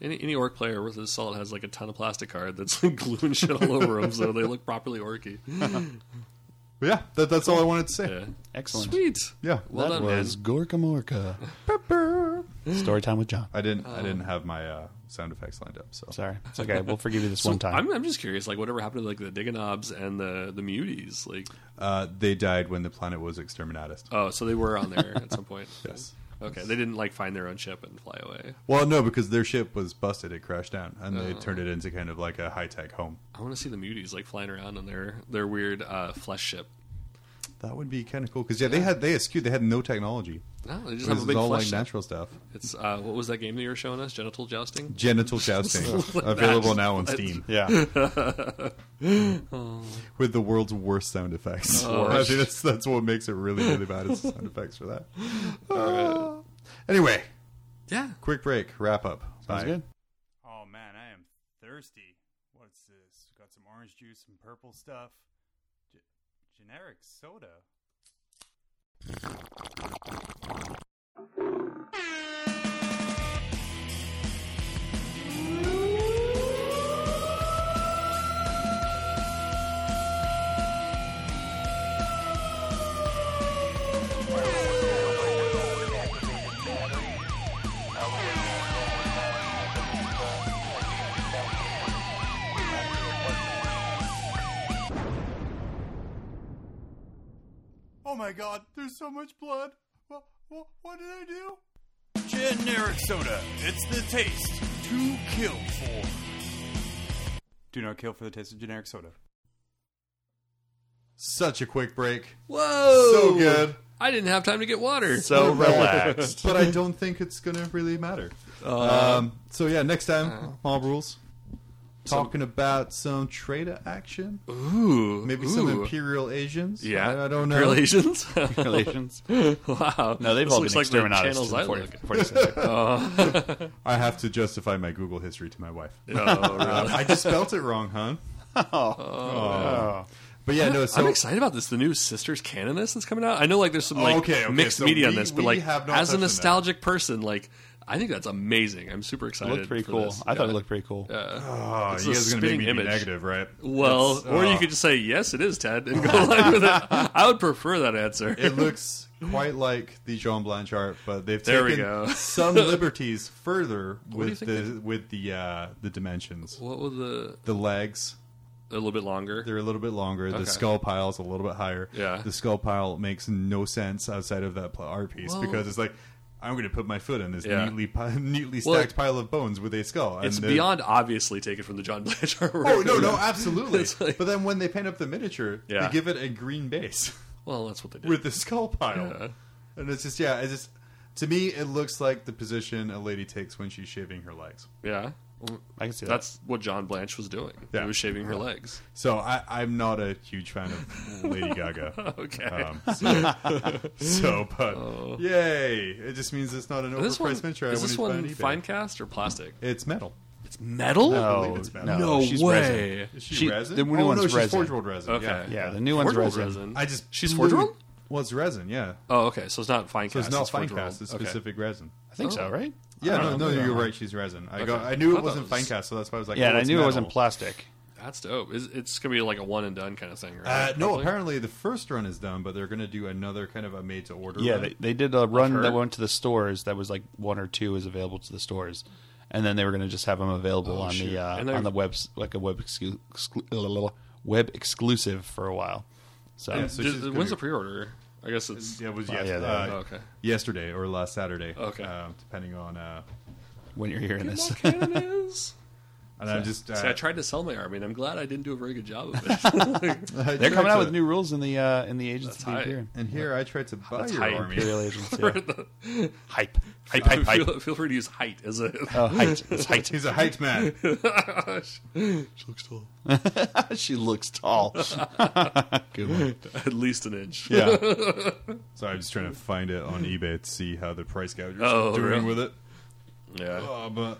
[SPEAKER 3] any, any orc player worth his salt has like a ton of plastic card that's like gluing shit all over them, so they look properly orky.
[SPEAKER 1] but yeah that, that's all i wanted to say
[SPEAKER 3] Yeah.
[SPEAKER 2] excellent.
[SPEAKER 3] Sweet.
[SPEAKER 1] yeah
[SPEAKER 3] Well
[SPEAKER 2] that
[SPEAKER 3] done,
[SPEAKER 2] was
[SPEAKER 3] man.
[SPEAKER 2] Gorka Morka. Story time with John.
[SPEAKER 1] i didn't
[SPEAKER 3] Uh-huh.
[SPEAKER 1] i didn't have my uh, sound effects lined up so
[SPEAKER 2] Sorry. It's okay. We'll forgive you this one time.
[SPEAKER 3] I'm, I'm just curious, like whatever happened to like the Digonobs and the the Muties? Like,
[SPEAKER 1] uh, they died when the planet was exterminated
[SPEAKER 3] oh, so they were on there at some point.
[SPEAKER 1] Yes.
[SPEAKER 3] Okay, they didn't like find their own ship and fly away.
[SPEAKER 1] well no because their ship was busted it crashed down and
[SPEAKER 3] Oh.
[SPEAKER 1] they turned it into kind of like a high-tech home
[SPEAKER 3] I want to see the Muties like flying around on their their weird uh, flesh ship.
[SPEAKER 1] that would be kind of cool because yeah, they had they eschewed they had no technology
[SPEAKER 3] No, they just
[SPEAKER 1] it
[SPEAKER 3] have a
[SPEAKER 1] was
[SPEAKER 3] big
[SPEAKER 1] all
[SPEAKER 3] flesh
[SPEAKER 1] like
[SPEAKER 3] ship.
[SPEAKER 1] natural stuff
[SPEAKER 3] It's uh, what was that game that you were showing us? Genital jousting.
[SPEAKER 1] genital jousting available now on steam
[SPEAKER 2] yeah.
[SPEAKER 1] with the world's worst sound effects.
[SPEAKER 9] Oh.
[SPEAKER 1] I think that's, that's what makes it really, really bad is the sound effects for that. Uh, anyway,
[SPEAKER 3] Yeah.
[SPEAKER 1] quick break, wrap up. Bye.
[SPEAKER 2] Sounds good.
[SPEAKER 9] Oh man, I am thirsty. What's this? Got some orange juice and purple stuff. Ge- generic soda.
[SPEAKER 1] Oh my god, there's so much blood. What, what, what did I do?
[SPEAKER 9] Generic soda. It's the taste to kill for. Do not kill for the taste of generic soda.
[SPEAKER 1] Such a quick break.
[SPEAKER 3] Whoa.
[SPEAKER 1] So good.
[SPEAKER 3] I didn't have time to get water.
[SPEAKER 2] So relaxed.
[SPEAKER 1] But I don't think it's going to really matter.
[SPEAKER 3] Uh,
[SPEAKER 1] um, so yeah, next time, mob rules. Talking about some trader action,
[SPEAKER 3] Ooh.
[SPEAKER 1] maybe some
[SPEAKER 3] ooh.
[SPEAKER 1] Imperial Asians.
[SPEAKER 3] Yeah.
[SPEAKER 1] I, I don't know.
[SPEAKER 3] Relations.
[SPEAKER 2] Relations.
[SPEAKER 3] wow.
[SPEAKER 2] No, they've
[SPEAKER 3] This
[SPEAKER 2] all
[SPEAKER 3] looks
[SPEAKER 2] been
[SPEAKER 3] like the
[SPEAKER 2] exterminatus
[SPEAKER 3] channels
[SPEAKER 2] to the
[SPEAKER 3] I
[SPEAKER 2] 40
[SPEAKER 3] look.
[SPEAKER 2] 46.
[SPEAKER 1] I have to justify my Google history to my wife.
[SPEAKER 3] Oh, really? Oh.
[SPEAKER 1] I just spelt it wrong, huh? Oh. But yeah, no. So
[SPEAKER 3] I'm excited about this. The new Sisters Canonist that's coming out. I know, like, there's
[SPEAKER 2] Oh,
[SPEAKER 3] some like
[SPEAKER 1] Okay, okay,
[SPEAKER 3] mixed
[SPEAKER 1] so
[SPEAKER 3] media on
[SPEAKER 1] we-
[SPEAKER 3] this, but
[SPEAKER 1] we
[SPEAKER 3] like,
[SPEAKER 1] have not
[SPEAKER 3] as a
[SPEAKER 1] touched on that.
[SPEAKER 3] nostalgic person, like, I think that's amazing. I'm super
[SPEAKER 2] It
[SPEAKER 3] excited.
[SPEAKER 2] looked pretty
[SPEAKER 3] for
[SPEAKER 2] cool.
[SPEAKER 3] this.
[SPEAKER 2] I thought
[SPEAKER 3] Yeah.
[SPEAKER 2] it looked pretty cool.
[SPEAKER 1] Oh,
[SPEAKER 3] It's
[SPEAKER 1] you
[SPEAKER 3] a
[SPEAKER 1] guys are gonna make
[SPEAKER 3] spinning
[SPEAKER 1] me
[SPEAKER 3] image.
[SPEAKER 1] be negative, right?
[SPEAKER 3] Well,
[SPEAKER 1] That's-
[SPEAKER 3] or you
[SPEAKER 2] uh,
[SPEAKER 1] oh.
[SPEAKER 3] could just say yes, it is Ted, and go along with it. I would prefer that answer.
[SPEAKER 1] It looks quite like the John Blanchard, but they've
[SPEAKER 3] There we
[SPEAKER 1] taken
[SPEAKER 3] go.
[SPEAKER 1] some liberties further
[SPEAKER 3] do you
[SPEAKER 1] with
[SPEAKER 3] think
[SPEAKER 1] the with the uh, the dimensions.
[SPEAKER 3] what was the
[SPEAKER 1] The legs
[SPEAKER 3] a little bit longer?
[SPEAKER 1] they're a little bit longer. The skull pile is a little bit higher.
[SPEAKER 3] Yeah.
[SPEAKER 1] the skull pile makes no sense outside of that pl- art piece
[SPEAKER 3] Well-
[SPEAKER 1] because it's like. I'm going to put my foot in this
[SPEAKER 3] Yeah.
[SPEAKER 1] neatly pi- neatly
[SPEAKER 3] Well,
[SPEAKER 1] stacked pile of bones with a skull.
[SPEAKER 3] it's
[SPEAKER 1] and the-
[SPEAKER 3] beyond obviously taken from the John Blanchard.
[SPEAKER 1] Oh no, no, absolutely.
[SPEAKER 3] It's like-
[SPEAKER 1] but then when they paint up the miniature,
[SPEAKER 3] Yeah.
[SPEAKER 1] they give it a green base
[SPEAKER 3] Well, that's what they did.
[SPEAKER 1] with the skull pile,
[SPEAKER 3] Yeah.
[SPEAKER 1] and it's just yeah, it's just to me it looks like the position a lady takes when she's shaving her legs.
[SPEAKER 3] yeah,
[SPEAKER 2] I can see that.
[SPEAKER 3] that's what John Blanche was doing.
[SPEAKER 1] Yeah.
[SPEAKER 3] He was shaving her legs.
[SPEAKER 1] So I, I'm not a huge fan of Lady Gaga.
[SPEAKER 3] Okay.
[SPEAKER 1] Um, so, so, but yay! It just means it's not an
[SPEAKER 3] this
[SPEAKER 1] overpriced
[SPEAKER 3] one
[SPEAKER 1] miniature. I
[SPEAKER 3] is this
[SPEAKER 1] wouldn't
[SPEAKER 3] one
[SPEAKER 1] buy on eBay.
[SPEAKER 3] fine cast or plastic?
[SPEAKER 1] It's metal.
[SPEAKER 3] It's metal.
[SPEAKER 1] believe
[SPEAKER 2] no,
[SPEAKER 1] it's bad.
[SPEAKER 2] no,
[SPEAKER 3] No
[SPEAKER 2] she's
[SPEAKER 3] way.
[SPEAKER 2] resin.
[SPEAKER 1] Is she,
[SPEAKER 2] She-
[SPEAKER 1] resin?
[SPEAKER 2] the new
[SPEAKER 1] oh,
[SPEAKER 2] one's
[SPEAKER 1] no, she's
[SPEAKER 2] resin.
[SPEAKER 1] Forge World resin.
[SPEAKER 3] Okay.
[SPEAKER 1] Yeah.
[SPEAKER 2] Yeah, the new one's
[SPEAKER 3] Forgeable
[SPEAKER 2] resin.
[SPEAKER 1] I just
[SPEAKER 3] She's
[SPEAKER 1] blew-
[SPEAKER 3] Forge World?
[SPEAKER 1] Well, it's resin. Yeah.
[SPEAKER 3] Oh, okay. So it's not fine
[SPEAKER 1] So
[SPEAKER 3] cast.
[SPEAKER 1] it's not
[SPEAKER 3] Forge
[SPEAKER 1] fine cast.
[SPEAKER 3] World.
[SPEAKER 1] It's
[SPEAKER 3] Okay.
[SPEAKER 1] specific resin.
[SPEAKER 3] Oh.
[SPEAKER 2] I think so, right?
[SPEAKER 1] Yeah, no,
[SPEAKER 2] don't know.
[SPEAKER 1] no, you're right. She's resin. I got, I knew it wasn't fine cast, so that's why I was like,
[SPEAKER 2] Yeah,
[SPEAKER 1] oh,
[SPEAKER 2] and I
[SPEAKER 1] it's
[SPEAKER 2] knew it wasn't
[SPEAKER 1] metal.
[SPEAKER 2] plastic.
[SPEAKER 3] That's dope. Is, it's gonna be like a one and done kind of thing, right?
[SPEAKER 1] Uh, no,
[SPEAKER 3] Probably?
[SPEAKER 1] apparently the first run is done, but they're going to do another kind of a made to order.
[SPEAKER 2] Yeah,
[SPEAKER 1] run.
[SPEAKER 2] they, they did a run that
[SPEAKER 3] heard.
[SPEAKER 2] went to the stores that was like one or two is available to the stores, and then they were going to just have them available on
[SPEAKER 3] Oh, shoot.
[SPEAKER 2] the uh,
[SPEAKER 3] And they're-
[SPEAKER 2] on the web like a web exclu- exclu- blah, blah, blah, web exclusive for a while. So
[SPEAKER 1] Yeah, so
[SPEAKER 3] Did-
[SPEAKER 1] she's gonna
[SPEAKER 3] when's
[SPEAKER 1] be-
[SPEAKER 3] the pre-order? I guess it's
[SPEAKER 1] Yeah, it was
[SPEAKER 2] Oh, yeah,
[SPEAKER 1] yes,
[SPEAKER 2] they-
[SPEAKER 1] uh,
[SPEAKER 3] oh, okay.
[SPEAKER 1] yesterday or last Saturday.
[SPEAKER 3] Okay.
[SPEAKER 1] uh, depending on. Uh,
[SPEAKER 2] when you're hearing this,
[SPEAKER 3] Canon is.
[SPEAKER 1] and I just uh,
[SPEAKER 3] See, I tried to sell my army, and I'm glad I didn't do a very good job of it.
[SPEAKER 1] I
[SPEAKER 2] they're
[SPEAKER 1] tried
[SPEAKER 2] coming out
[SPEAKER 1] to-
[SPEAKER 2] with new rules in the uh, in the agents of the
[SPEAKER 3] high.
[SPEAKER 2] Imperium.
[SPEAKER 1] And here I tried to buy
[SPEAKER 3] That's
[SPEAKER 1] your
[SPEAKER 3] hype.
[SPEAKER 1] army.
[SPEAKER 2] Imperial agents, yeah. hype, hype, hype, hype.
[SPEAKER 3] feel, feel free to use height as a.
[SPEAKER 2] Oh, height. It's height.
[SPEAKER 1] He's a height man.
[SPEAKER 2] she looks tall. Good one.
[SPEAKER 3] at least an inch.
[SPEAKER 1] Yeah. so I'm just trying to find it on eBay to see how the price gougers
[SPEAKER 3] Oh,
[SPEAKER 1] are doing
[SPEAKER 3] really?
[SPEAKER 1] with it.
[SPEAKER 3] Yeah.
[SPEAKER 1] Oh, but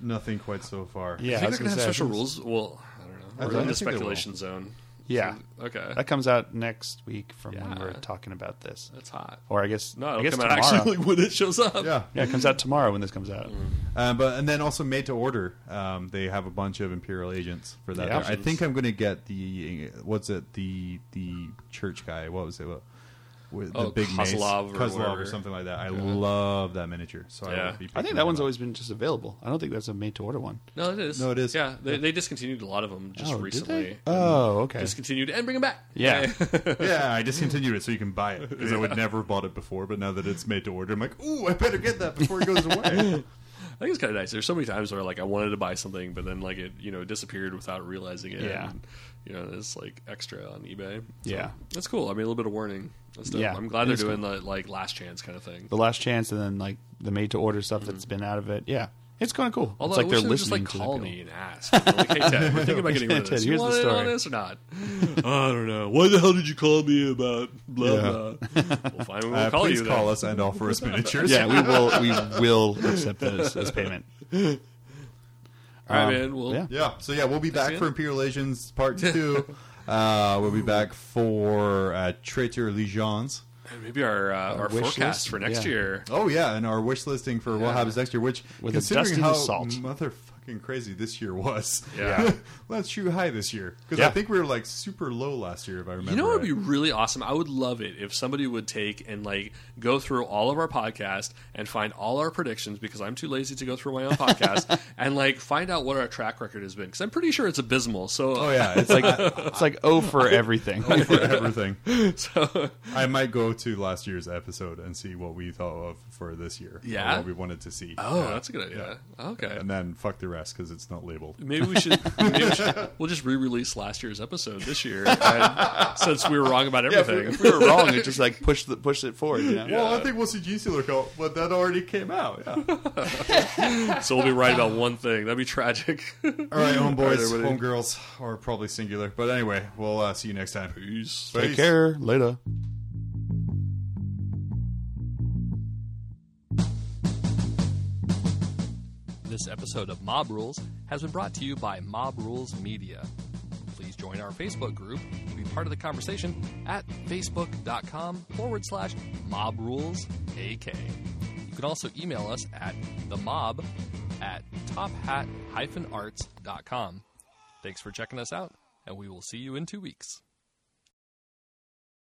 [SPEAKER 1] nothing quite so far.
[SPEAKER 2] Yeah,
[SPEAKER 3] I
[SPEAKER 2] I
[SPEAKER 3] think
[SPEAKER 2] was
[SPEAKER 3] they're gonna have
[SPEAKER 2] gonna say,
[SPEAKER 3] special
[SPEAKER 2] I think-
[SPEAKER 3] rules. Well, I don't know. We're
[SPEAKER 1] don't-
[SPEAKER 3] in
[SPEAKER 1] I
[SPEAKER 3] the
[SPEAKER 1] think they will.
[SPEAKER 3] speculation zone.
[SPEAKER 2] Yeah,
[SPEAKER 3] Okay,
[SPEAKER 2] that comes out next week from when
[SPEAKER 3] Yeah.
[SPEAKER 2] we're talking about this,
[SPEAKER 3] that's hot.
[SPEAKER 2] or I guess
[SPEAKER 3] No,
[SPEAKER 2] I
[SPEAKER 3] it'll
[SPEAKER 2] guess
[SPEAKER 3] come out
[SPEAKER 2] tomorrow.
[SPEAKER 3] actually when it shows up.
[SPEAKER 1] Yeah.
[SPEAKER 2] Yeah, it comes out tomorrow when this comes out.
[SPEAKER 1] Uh, but and then also made to order. Um, they have a bunch of imperial agents for that.
[SPEAKER 2] Yeah.
[SPEAKER 1] there. I think I'm going to get the what's it the the church guy. What was it? What, with the
[SPEAKER 3] Oh,
[SPEAKER 1] big mace?
[SPEAKER 3] Kozlov or
[SPEAKER 1] Kozlov
[SPEAKER 3] whatever.
[SPEAKER 1] or something like that. I love that miniature. So I will be.
[SPEAKER 3] Yeah.
[SPEAKER 2] I
[SPEAKER 1] picking
[SPEAKER 2] think that one's
[SPEAKER 1] up.
[SPEAKER 2] always been just available. I don't think that's a made to order one.
[SPEAKER 3] No, it is.
[SPEAKER 1] No, it is.
[SPEAKER 3] Yeah, they, they discontinued a lot of them just
[SPEAKER 2] oh,
[SPEAKER 3] recently.
[SPEAKER 2] Did they? Oh, okay.
[SPEAKER 3] Discontinued and bring them back.
[SPEAKER 2] yeah.
[SPEAKER 1] yeah, I discontinued it so you can buy it because I would never have bought it before. But now that it's made to order, I'm like, ooh, I better get that before it goes away.
[SPEAKER 3] I think it's kind of nice. There's so many times where like I wanted to buy something, but then like it you know disappeared without realizing it.
[SPEAKER 2] Yeah.
[SPEAKER 3] And, you know, it's like extra on eBay. So,
[SPEAKER 2] Yeah.
[SPEAKER 3] that's cool. I mean, a little bit of warning. That's dope.
[SPEAKER 2] Yeah,
[SPEAKER 3] I'm
[SPEAKER 2] it
[SPEAKER 3] glad they're
[SPEAKER 2] is
[SPEAKER 3] doing the like last chance kind of thing.
[SPEAKER 2] the last chance, and then like the made to order stuff that's been out of it. Yeah, it's kind of cool.
[SPEAKER 3] Although
[SPEAKER 2] it's like
[SPEAKER 3] I wish
[SPEAKER 2] they're
[SPEAKER 3] they would just
[SPEAKER 2] listening
[SPEAKER 3] like
[SPEAKER 2] to
[SPEAKER 3] call
[SPEAKER 2] the
[SPEAKER 3] me
[SPEAKER 2] people.
[SPEAKER 3] and ask. You know, like, hey, Ted, we're thinking about getting rid of
[SPEAKER 2] Ted,
[SPEAKER 3] this. You
[SPEAKER 2] here's the
[SPEAKER 3] want in on
[SPEAKER 2] story.
[SPEAKER 3] this or not? I don't know. Why the hell did you call me about blah blah? We'll find. We'll
[SPEAKER 1] Uh,
[SPEAKER 3] call
[SPEAKER 1] please
[SPEAKER 3] you.
[SPEAKER 1] call
[SPEAKER 3] then.
[SPEAKER 1] us and offer us miniatures.
[SPEAKER 2] Yeah, we will. We will accept this as payment.
[SPEAKER 3] All right,
[SPEAKER 2] Um,
[SPEAKER 3] man. We'll
[SPEAKER 2] yeah.
[SPEAKER 1] Yeah. So yeah, we'll be back
[SPEAKER 3] man.
[SPEAKER 1] for Imperial Legends Part Two. uh, we'll be back for uh, Traitor Legions.
[SPEAKER 3] maybe our uh, our
[SPEAKER 2] wish
[SPEAKER 3] forecast
[SPEAKER 2] list?
[SPEAKER 3] for next
[SPEAKER 2] Yeah.
[SPEAKER 3] year.
[SPEAKER 1] Oh yeah, and our wish listing for what happens next year, which
[SPEAKER 2] With a
[SPEAKER 1] considering
[SPEAKER 2] dusting
[SPEAKER 1] how
[SPEAKER 2] of salt.
[SPEAKER 1] motherfucking crazy this year was,
[SPEAKER 3] Yeah.
[SPEAKER 1] let's shoot high this year because I
[SPEAKER 2] Yeah.
[SPEAKER 1] think we were like super low last year if I remember.
[SPEAKER 3] You know what would
[SPEAKER 1] right.
[SPEAKER 3] be really awesome? I would love it if somebody would take and like go through all of our podcast and find all our predictions because I'm too lazy to go through my own podcast and like find out what our track record has been because I'm pretty sure it's abysmal. So,
[SPEAKER 1] Oh yeah, it's
[SPEAKER 2] It's like it's like oh for everything.
[SPEAKER 1] for everything.
[SPEAKER 2] Oh,
[SPEAKER 3] so
[SPEAKER 1] I might go to last year's episode and see what we thought of for this year. or
[SPEAKER 3] Yeah?
[SPEAKER 1] what we wanted to see.
[SPEAKER 3] oh,
[SPEAKER 1] Yeah.
[SPEAKER 3] that's a good idea. Okay,
[SPEAKER 1] and then fuck the rest because it's not labeled.
[SPEAKER 3] maybe we should. Maybe we should we'll just re-release last year's episode this year and, since we were wrong about everything.
[SPEAKER 2] If we were wrong, it just like push the push it forward. You know?
[SPEAKER 1] Well, I think we'll see G Sealer go, but that already came out. Yeah.
[SPEAKER 3] so we'll be right about one thing. That'd be tragic.
[SPEAKER 1] All right, homeboys, homegirls, or probably singular. But anyway, we'll uh, see you next time. Peace.
[SPEAKER 2] Take care. Later.
[SPEAKER 8] This episode of Mob Rules has been brought to you by Mob Rules Media. Please join our Facebook group to be part of the conversation at facebook.com forward slash mob rules AK. You can also email us at the mob at tophat arts.com. Thanks for checking us out, and we will see you in two weeks.